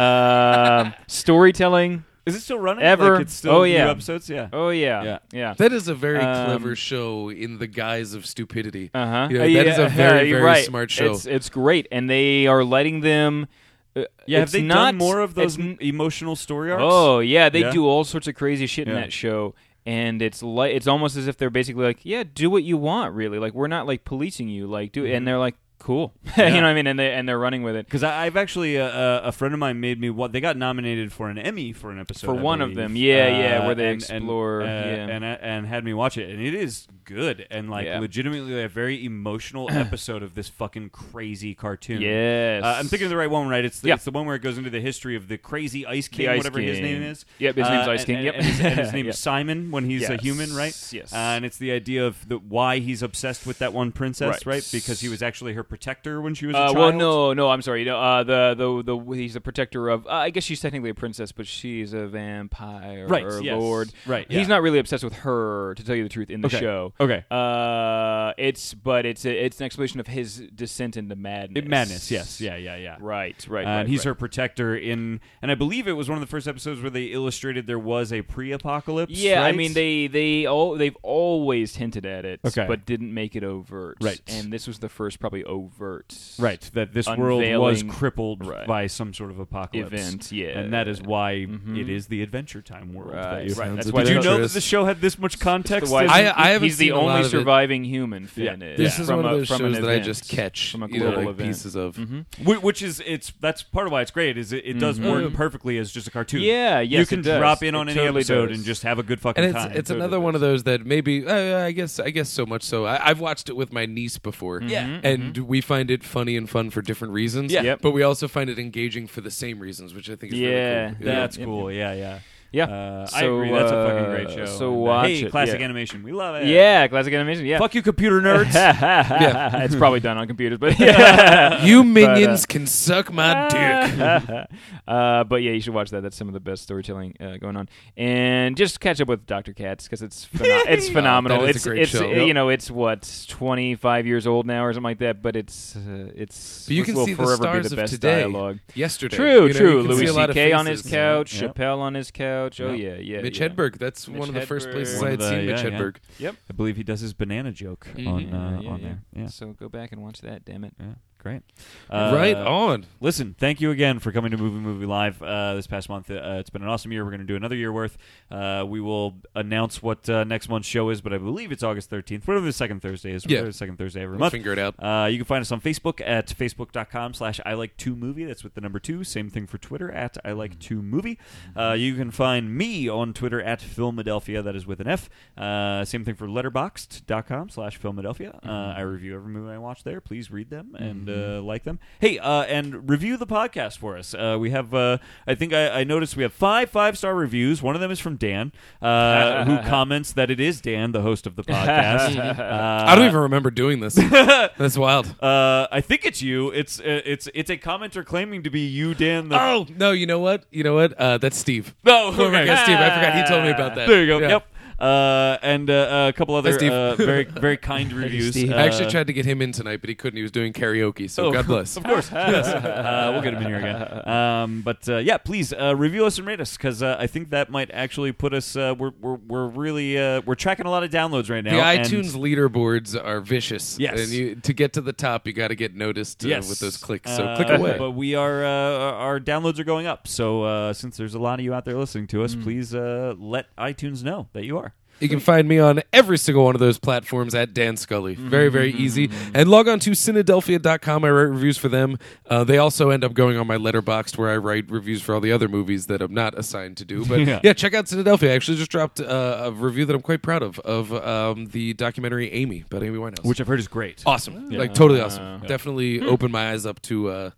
Speaker 4: uh, storytelling.
Speaker 2: Is it still running?
Speaker 4: Ever.
Speaker 2: Like, it's still
Speaker 4: Oh,
Speaker 2: new
Speaker 4: yeah.
Speaker 2: episodes. Yeah.
Speaker 4: Oh yeah,
Speaker 2: Yeah.
Speaker 4: yeah.
Speaker 3: that is a very
Speaker 4: Um,
Speaker 3: clever show in the guise of stupidity.
Speaker 4: Uh huh.
Speaker 3: Yeah, that is a very, very
Speaker 4: right.
Speaker 3: smart show.
Speaker 4: It's, it's great, and they are letting them. uh,
Speaker 2: Yeah.
Speaker 4: it's
Speaker 2: have they
Speaker 4: not,
Speaker 2: done more of those
Speaker 4: it's n-
Speaker 2: m- emotional story arcs?
Speaker 4: Oh yeah, they
Speaker 2: Yeah.
Speaker 4: do all sorts of crazy shit in
Speaker 2: Yeah.
Speaker 4: that show, and it's like it's almost as if they're basically like, yeah, do what you want, really. Like we're not like policing you, like do,
Speaker 2: Mm-hmm.
Speaker 4: and they're like, cool, you know what I mean? And they and they're running with it.
Speaker 2: Because I've actually uh, uh, a friend of mine made me. What they got nominated for an Emmy for an episode
Speaker 4: For
Speaker 2: I
Speaker 4: one of
Speaker 2: believe.
Speaker 4: them. Yeah, yeah,
Speaker 2: Uh,
Speaker 4: where they
Speaker 2: and- and,
Speaker 4: explore,
Speaker 2: uh,
Speaker 4: yeah.
Speaker 2: and and had me watch it, and it is good and like
Speaker 4: Yeah.
Speaker 2: legitimately a very emotional episode of this fucking crazy cartoon.
Speaker 4: Yes,
Speaker 2: Uh, I'm thinking of the right one, right? It's the,
Speaker 4: Yeah.
Speaker 2: it's the one where it goes into the history of the crazy Ice King,
Speaker 4: Ice
Speaker 2: whatever his
Speaker 4: King.
Speaker 2: name is.
Speaker 4: Yep, his name's
Speaker 2: Uh,
Speaker 4: Ice
Speaker 2: and-
Speaker 4: King,
Speaker 2: and-
Speaker 4: yep.
Speaker 2: and his, and his name
Speaker 4: Yep.
Speaker 2: is Simon when he's a human, right?
Speaker 4: Yes, yes.
Speaker 2: Uh, and it's the idea of the, why he's obsessed with that one princess,
Speaker 4: Right.
Speaker 2: right? Because he was actually her protector when she was a
Speaker 4: Uh,
Speaker 2: child.
Speaker 4: well, no, no, I'm sorry. No, uh, the, the the he's the protector of. Uh, I guess she's technically a princess, but she's a vampire
Speaker 2: Right,
Speaker 4: or
Speaker 2: yes.
Speaker 4: lord.
Speaker 2: Right, yeah.
Speaker 4: He's not really obsessed with her, to tell you the truth, in the
Speaker 2: Okay,
Speaker 4: show.
Speaker 2: okay.
Speaker 4: Uh, it's but it's a, it's an explanation of his descent into madness.
Speaker 2: Madness, yes, yeah, yeah, yeah.
Speaker 4: Right. Right.
Speaker 2: and
Speaker 4: right,
Speaker 2: he's
Speaker 4: right.
Speaker 2: her protector in, and I believe it was one of the first episodes where they illustrated there was a pre-apocalypse.
Speaker 4: Yeah, I
Speaker 2: right?
Speaker 4: mean they they all they've always hinted at it,
Speaker 2: Okay.
Speaker 4: but didn't make it overt.
Speaker 2: Right.
Speaker 4: And this was the first probably overt.
Speaker 2: right that this world was
Speaker 4: Unveiling-
Speaker 2: crippled
Speaker 4: right.
Speaker 2: by some sort of apocalypse
Speaker 4: Event, yeah. Mm-hmm.
Speaker 2: and that is why it is the Adventure Time world. that
Speaker 4: Right,
Speaker 2: you-
Speaker 4: right. That's
Speaker 3: Sounds
Speaker 4: why
Speaker 2: Did you
Speaker 4: they're-
Speaker 2: know that the show had this much context?
Speaker 4: Why-
Speaker 2: as-
Speaker 3: I- I haven't
Speaker 4: he's the
Speaker 3: seen a
Speaker 4: only
Speaker 3: lot of it.
Speaker 4: surviving human. Finn
Speaker 2: Yeah.
Speaker 4: is.
Speaker 3: this is
Speaker 4: from
Speaker 3: one
Speaker 4: a-
Speaker 3: of those
Speaker 4: from an
Speaker 3: shows that I
Speaker 4: event,
Speaker 3: just catch
Speaker 4: from a
Speaker 3: you know,
Speaker 4: global Mm-hmm.
Speaker 3: like
Speaker 4: event.
Speaker 3: pieces of.
Speaker 2: Whi- which is it's that's part of why it's great. Is it, it does work perfectly as just a cartoon.
Speaker 4: Mm-hmm. Yeah,
Speaker 2: you
Speaker 4: yes,
Speaker 2: can
Speaker 4: it does.
Speaker 2: drop in
Speaker 4: It
Speaker 2: on any
Speaker 4: totally
Speaker 2: episode
Speaker 4: does.
Speaker 2: and just have a good fucking
Speaker 3: And it's
Speaker 2: time.
Speaker 3: it's
Speaker 4: totally
Speaker 3: another one of those that maybe uh, I guess I guess so much so I, I've watched it with my niece before
Speaker 2: Yeah.
Speaker 3: and we find it funny and fun for different reasons
Speaker 4: Yeah. Yep.
Speaker 3: but we also find it engaging for the same reasons which I think is
Speaker 4: Yeah.
Speaker 3: really cool.
Speaker 4: That-
Speaker 2: that's
Speaker 4: Yep, yep,
Speaker 2: cool. Yeah, yeah.
Speaker 4: Yeah.
Speaker 2: Uh, I
Speaker 4: So,
Speaker 2: agree. That's a
Speaker 4: uh,
Speaker 2: fucking great show.
Speaker 4: so
Speaker 2: And, uh,
Speaker 4: watch
Speaker 2: hey,
Speaker 4: it,
Speaker 2: classic
Speaker 4: yeah.
Speaker 2: animation. We love it.
Speaker 4: Yeah, classic animation. Yeah.
Speaker 2: Fuck you, computer nerds.
Speaker 4: yeah. It's probably done on computers, but yeah.
Speaker 3: you minions
Speaker 2: uh,
Speaker 3: can suck
Speaker 2: Ah.
Speaker 3: my dick
Speaker 4: uh, but yeah, you should watch that. That's some of the best storytelling uh, going on. And just catch up with Doctor Katz because it's pheno- it's phenomenal.
Speaker 3: that is a
Speaker 4: it's
Speaker 3: great
Speaker 4: it's
Speaker 3: show.
Speaker 4: uh, you know it's what twenty five years old now or something like that. But it's uh, it's
Speaker 3: But you
Speaker 4: it
Speaker 3: can
Speaker 4: will
Speaker 3: see the
Speaker 4: forever
Speaker 3: stars
Speaker 4: be the
Speaker 3: of
Speaker 4: best
Speaker 3: today.
Speaker 4: dialogue.
Speaker 3: yesterday
Speaker 4: True,
Speaker 3: you know,
Speaker 4: true.
Speaker 3: you can see
Speaker 4: Louis
Speaker 3: a lot of
Speaker 4: C.K. on his
Speaker 3: faces.
Speaker 4: couch,
Speaker 2: Yeah.
Speaker 4: Chappelle on his couch. Oh yeah, yeah.
Speaker 3: Mitch
Speaker 4: yeah.
Speaker 3: Hedberg that's
Speaker 4: Mitch
Speaker 3: one of the first
Speaker 4: Hedberg.
Speaker 3: places
Speaker 2: One
Speaker 3: I
Speaker 2: of
Speaker 3: had
Speaker 2: the-
Speaker 3: seen Mitch
Speaker 2: yeah, yeah.
Speaker 3: Hedberg
Speaker 2: I believe he does his banana joke on uh,
Speaker 4: Yeah,
Speaker 2: on
Speaker 4: yeah.
Speaker 2: there. Yeah.
Speaker 4: So go back and watch that. Damn it.
Speaker 2: Yeah, great.
Speaker 3: right
Speaker 2: Uh,
Speaker 3: on
Speaker 2: Listen, thank you again for coming to Movie Movie Live uh, this past month. Uh, it's been an awesome year. We're going to do another year worth. Uh, we will announce what uh, next month's show is, but I believe it's August 13th, whatever the second Thursday is.
Speaker 3: Yeah.
Speaker 2: whatever the second Thursday every
Speaker 3: We'll
Speaker 2: month.
Speaker 3: figure it out.
Speaker 2: Uh, you can find us on Facebook at facebook.com slash I like two movie. That's with the number two. Same thing for Twitter at I like two movie. Uh, you can find me on Twitter at Philadelphia. That is with an F. Uh, same thing for letterboxd.com slash Philadelphia. Uh, I review every movie I watch there. Please read them and uh, like them. Hey, uh, and review the podcast for us. Uh, we have, uh, I think I, I noticed we have five five star reviews. One of them is from Dan, uh, who comments that it is Dan, the host of the podcast. uh,
Speaker 3: I don't even remember doing this that's wild
Speaker 2: uh, I think it's you. It's uh, it's it's a commenter claiming to be you, Dan. The
Speaker 3: oh no you know what you know what uh, that's Steve
Speaker 2: no, Ah.
Speaker 3: Oh my God, Steve, I forgot he told me about that.
Speaker 2: There you go.
Speaker 3: Yeah.
Speaker 2: Yep. Uh, and uh, uh, a couple other
Speaker 3: Steve.
Speaker 2: uh, very very kind reviews.
Speaker 4: Steve.
Speaker 2: Uh,
Speaker 3: I actually tried to get him in tonight, but he couldn't. He was doing karaoke, so
Speaker 2: Oh,
Speaker 3: God bless.
Speaker 2: Of course, yes. Uh, we'll get him in here again. Um, but uh, yeah, please uh, review us and rate us because uh, I think that might actually put us. Uh, we're, we're we're really uh, we're tracking a lot of downloads right now.
Speaker 3: The
Speaker 2: and-
Speaker 3: iTunes leaderboards are vicious.
Speaker 2: Yes.
Speaker 3: and you, to get to the top, you got to get noticed uh, with those clicks. So
Speaker 2: Uh,
Speaker 3: click away.
Speaker 2: But we are uh, our our downloads are
Speaker 4: Hmm.
Speaker 2: going up. So uh, since there's a lot of you out there listening to us, please uh, let iTunes know that you are.
Speaker 3: You can find me on every single one of those platforms at Dan Scully.
Speaker 2: Mm-hmm.
Speaker 3: Very, very easy. And log on to Cynadelphia.com. I write reviews for them. Uh, they also end up going on my letterboxed where I write reviews for all the other movies that I'm not assigned to do. But yeah,
Speaker 2: Yeah.
Speaker 3: check out Cynadelphia. I actually just dropped uh, a review that I'm quite proud of of um, the documentary Amy about Amy Winehouse.
Speaker 2: which I've heard is great.
Speaker 3: awesome.
Speaker 2: Yeah.
Speaker 3: Like totally awesome. Definitely opened my eyes up to uh,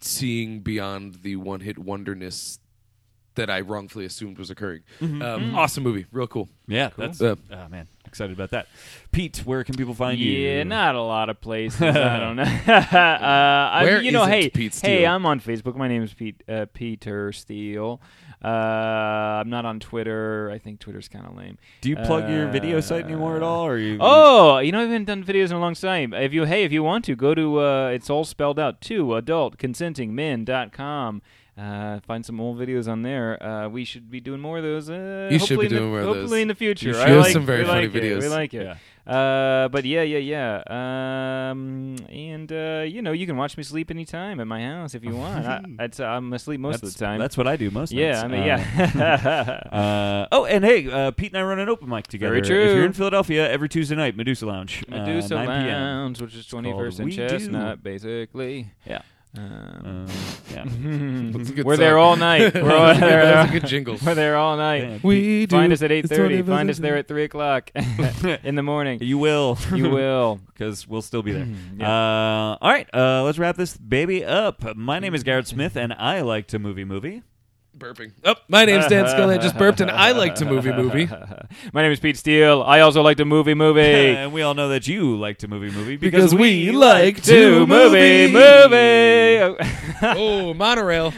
Speaker 3: seeing beyond the one hit wonderness that I wrongfully assumed was occurring.
Speaker 4: Mm-hmm.
Speaker 3: Um, Awesome movie. Real cool.
Speaker 2: Yeah, that's
Speaker 3: Yeah.
Speaker 2: ah, man, excited about that. Pete, where can people find you?
Speaker 4: Yeah, not a lot of places. I don't know. uh, I,
Speaker 3: Where
Speaker 4: you know,
Speaker 3: isn't
Speaker 4: hey,
Speaker 3: Pete
Speaker 4: hey,
Speaker 3: Steele?
Speaker 4: I'm on Facebook. My name is Pete uh, Peter Steele. Uh, I'm not on Twitter. I think Twitter's kind of lame.
Speaker 2: Do you plug your video site anymore at all? Or you?
Speaker 4: uh, Oh, you know, I haven't done videos in a long time. If you, hey, if you want to, go to, uh, it's all spelled out, to adultconsentingmen.com. Uh, find some old videos on there. Uh, we should be doing more of those. Uh,
Speaker 3: You should be
Speaker 4: hopefully in the-
Speaker 3: doing more of those.
Speaker 4: Hopefully in the future.
Speaker 3: You
Speaker 4: I
Speaker 3: should.
Speaker 4: like,
Speaker 3: Some very
Speaker 4: we
Speaker 3: funny
Speaker 4: like it.
Speaker 3: videos.
Speaker 4: We like it. Uh, but yeah, yeah, yeah. Um, and uh, you know, you can watch me sleep anytime at my house if you want. I, it's, I'm asleep most
Speaker 2: that's,
Speaker 4: of the time.
Speaker 2: that's what I do most.
Speaker 4: yeah.
Speaker 2: nights.
Speaker 4: I mean,
Speaker 2: Uh,
Speaker 3: Um,
Speaker 4: yeah.
Speaker 2: Uh, oh, and hey, uh, Pete and I run an open mic together.
Speaker 4: Very true.
Speaker 2: If you're in Philadelphia, every Tuesday night, Medusa Lounge. uh,
Speaker 4: Medusa
Speaker 2: 9 p.m.
Speaker 4: Lounge, which is 21st and
Speaker 2: We Do.
Speaker 4: Chestnut, basically.
Speaker 2: Yeah.
Speaker 4: Um,
Speaker 2: Um, yeah.
Speaker 3: That's a good
Speaker 4: we're
Speaker 3: song.
Speaker 4: there all night. We're, all,
Speaker 3: That's a good- that's a
Speaker 4: there,
Speaker 3: good jingle.
Speaker 4: we're there all night.
Speaker 2: Yeah.
Speaker 3: We
Speaker 4: Find
Speaker 3: do.
Speaker 4: us at
Speaker 3: It's
Speaker 4: 8.30.
Speaker 3: 21st
Speaker 4: Find us there at 3 o'clock in the morning.
Speaker 2: You will.
Speaker 4: You will.
Speaker 2: Because we'll still be there.
Speaker 3: Mm,
Speaker 2: uh, all right. Uh, let's wrap this baby up. My name is Garrett Smith, and I like to movie movie.
Speaker 3: burping. Oh, my name's Dan Scully. I just burped, and I like to movie movie
Speaker 4: My name is Pete Steele. I also like to movie movie.
Speaker 2: and we all know that you like to movie movie because,
Speaker 3: because we like to
Speaker 4: Do
Speaker 3: movie
Speaker 4: movie movie.
Speaker 3: Oh, monorail.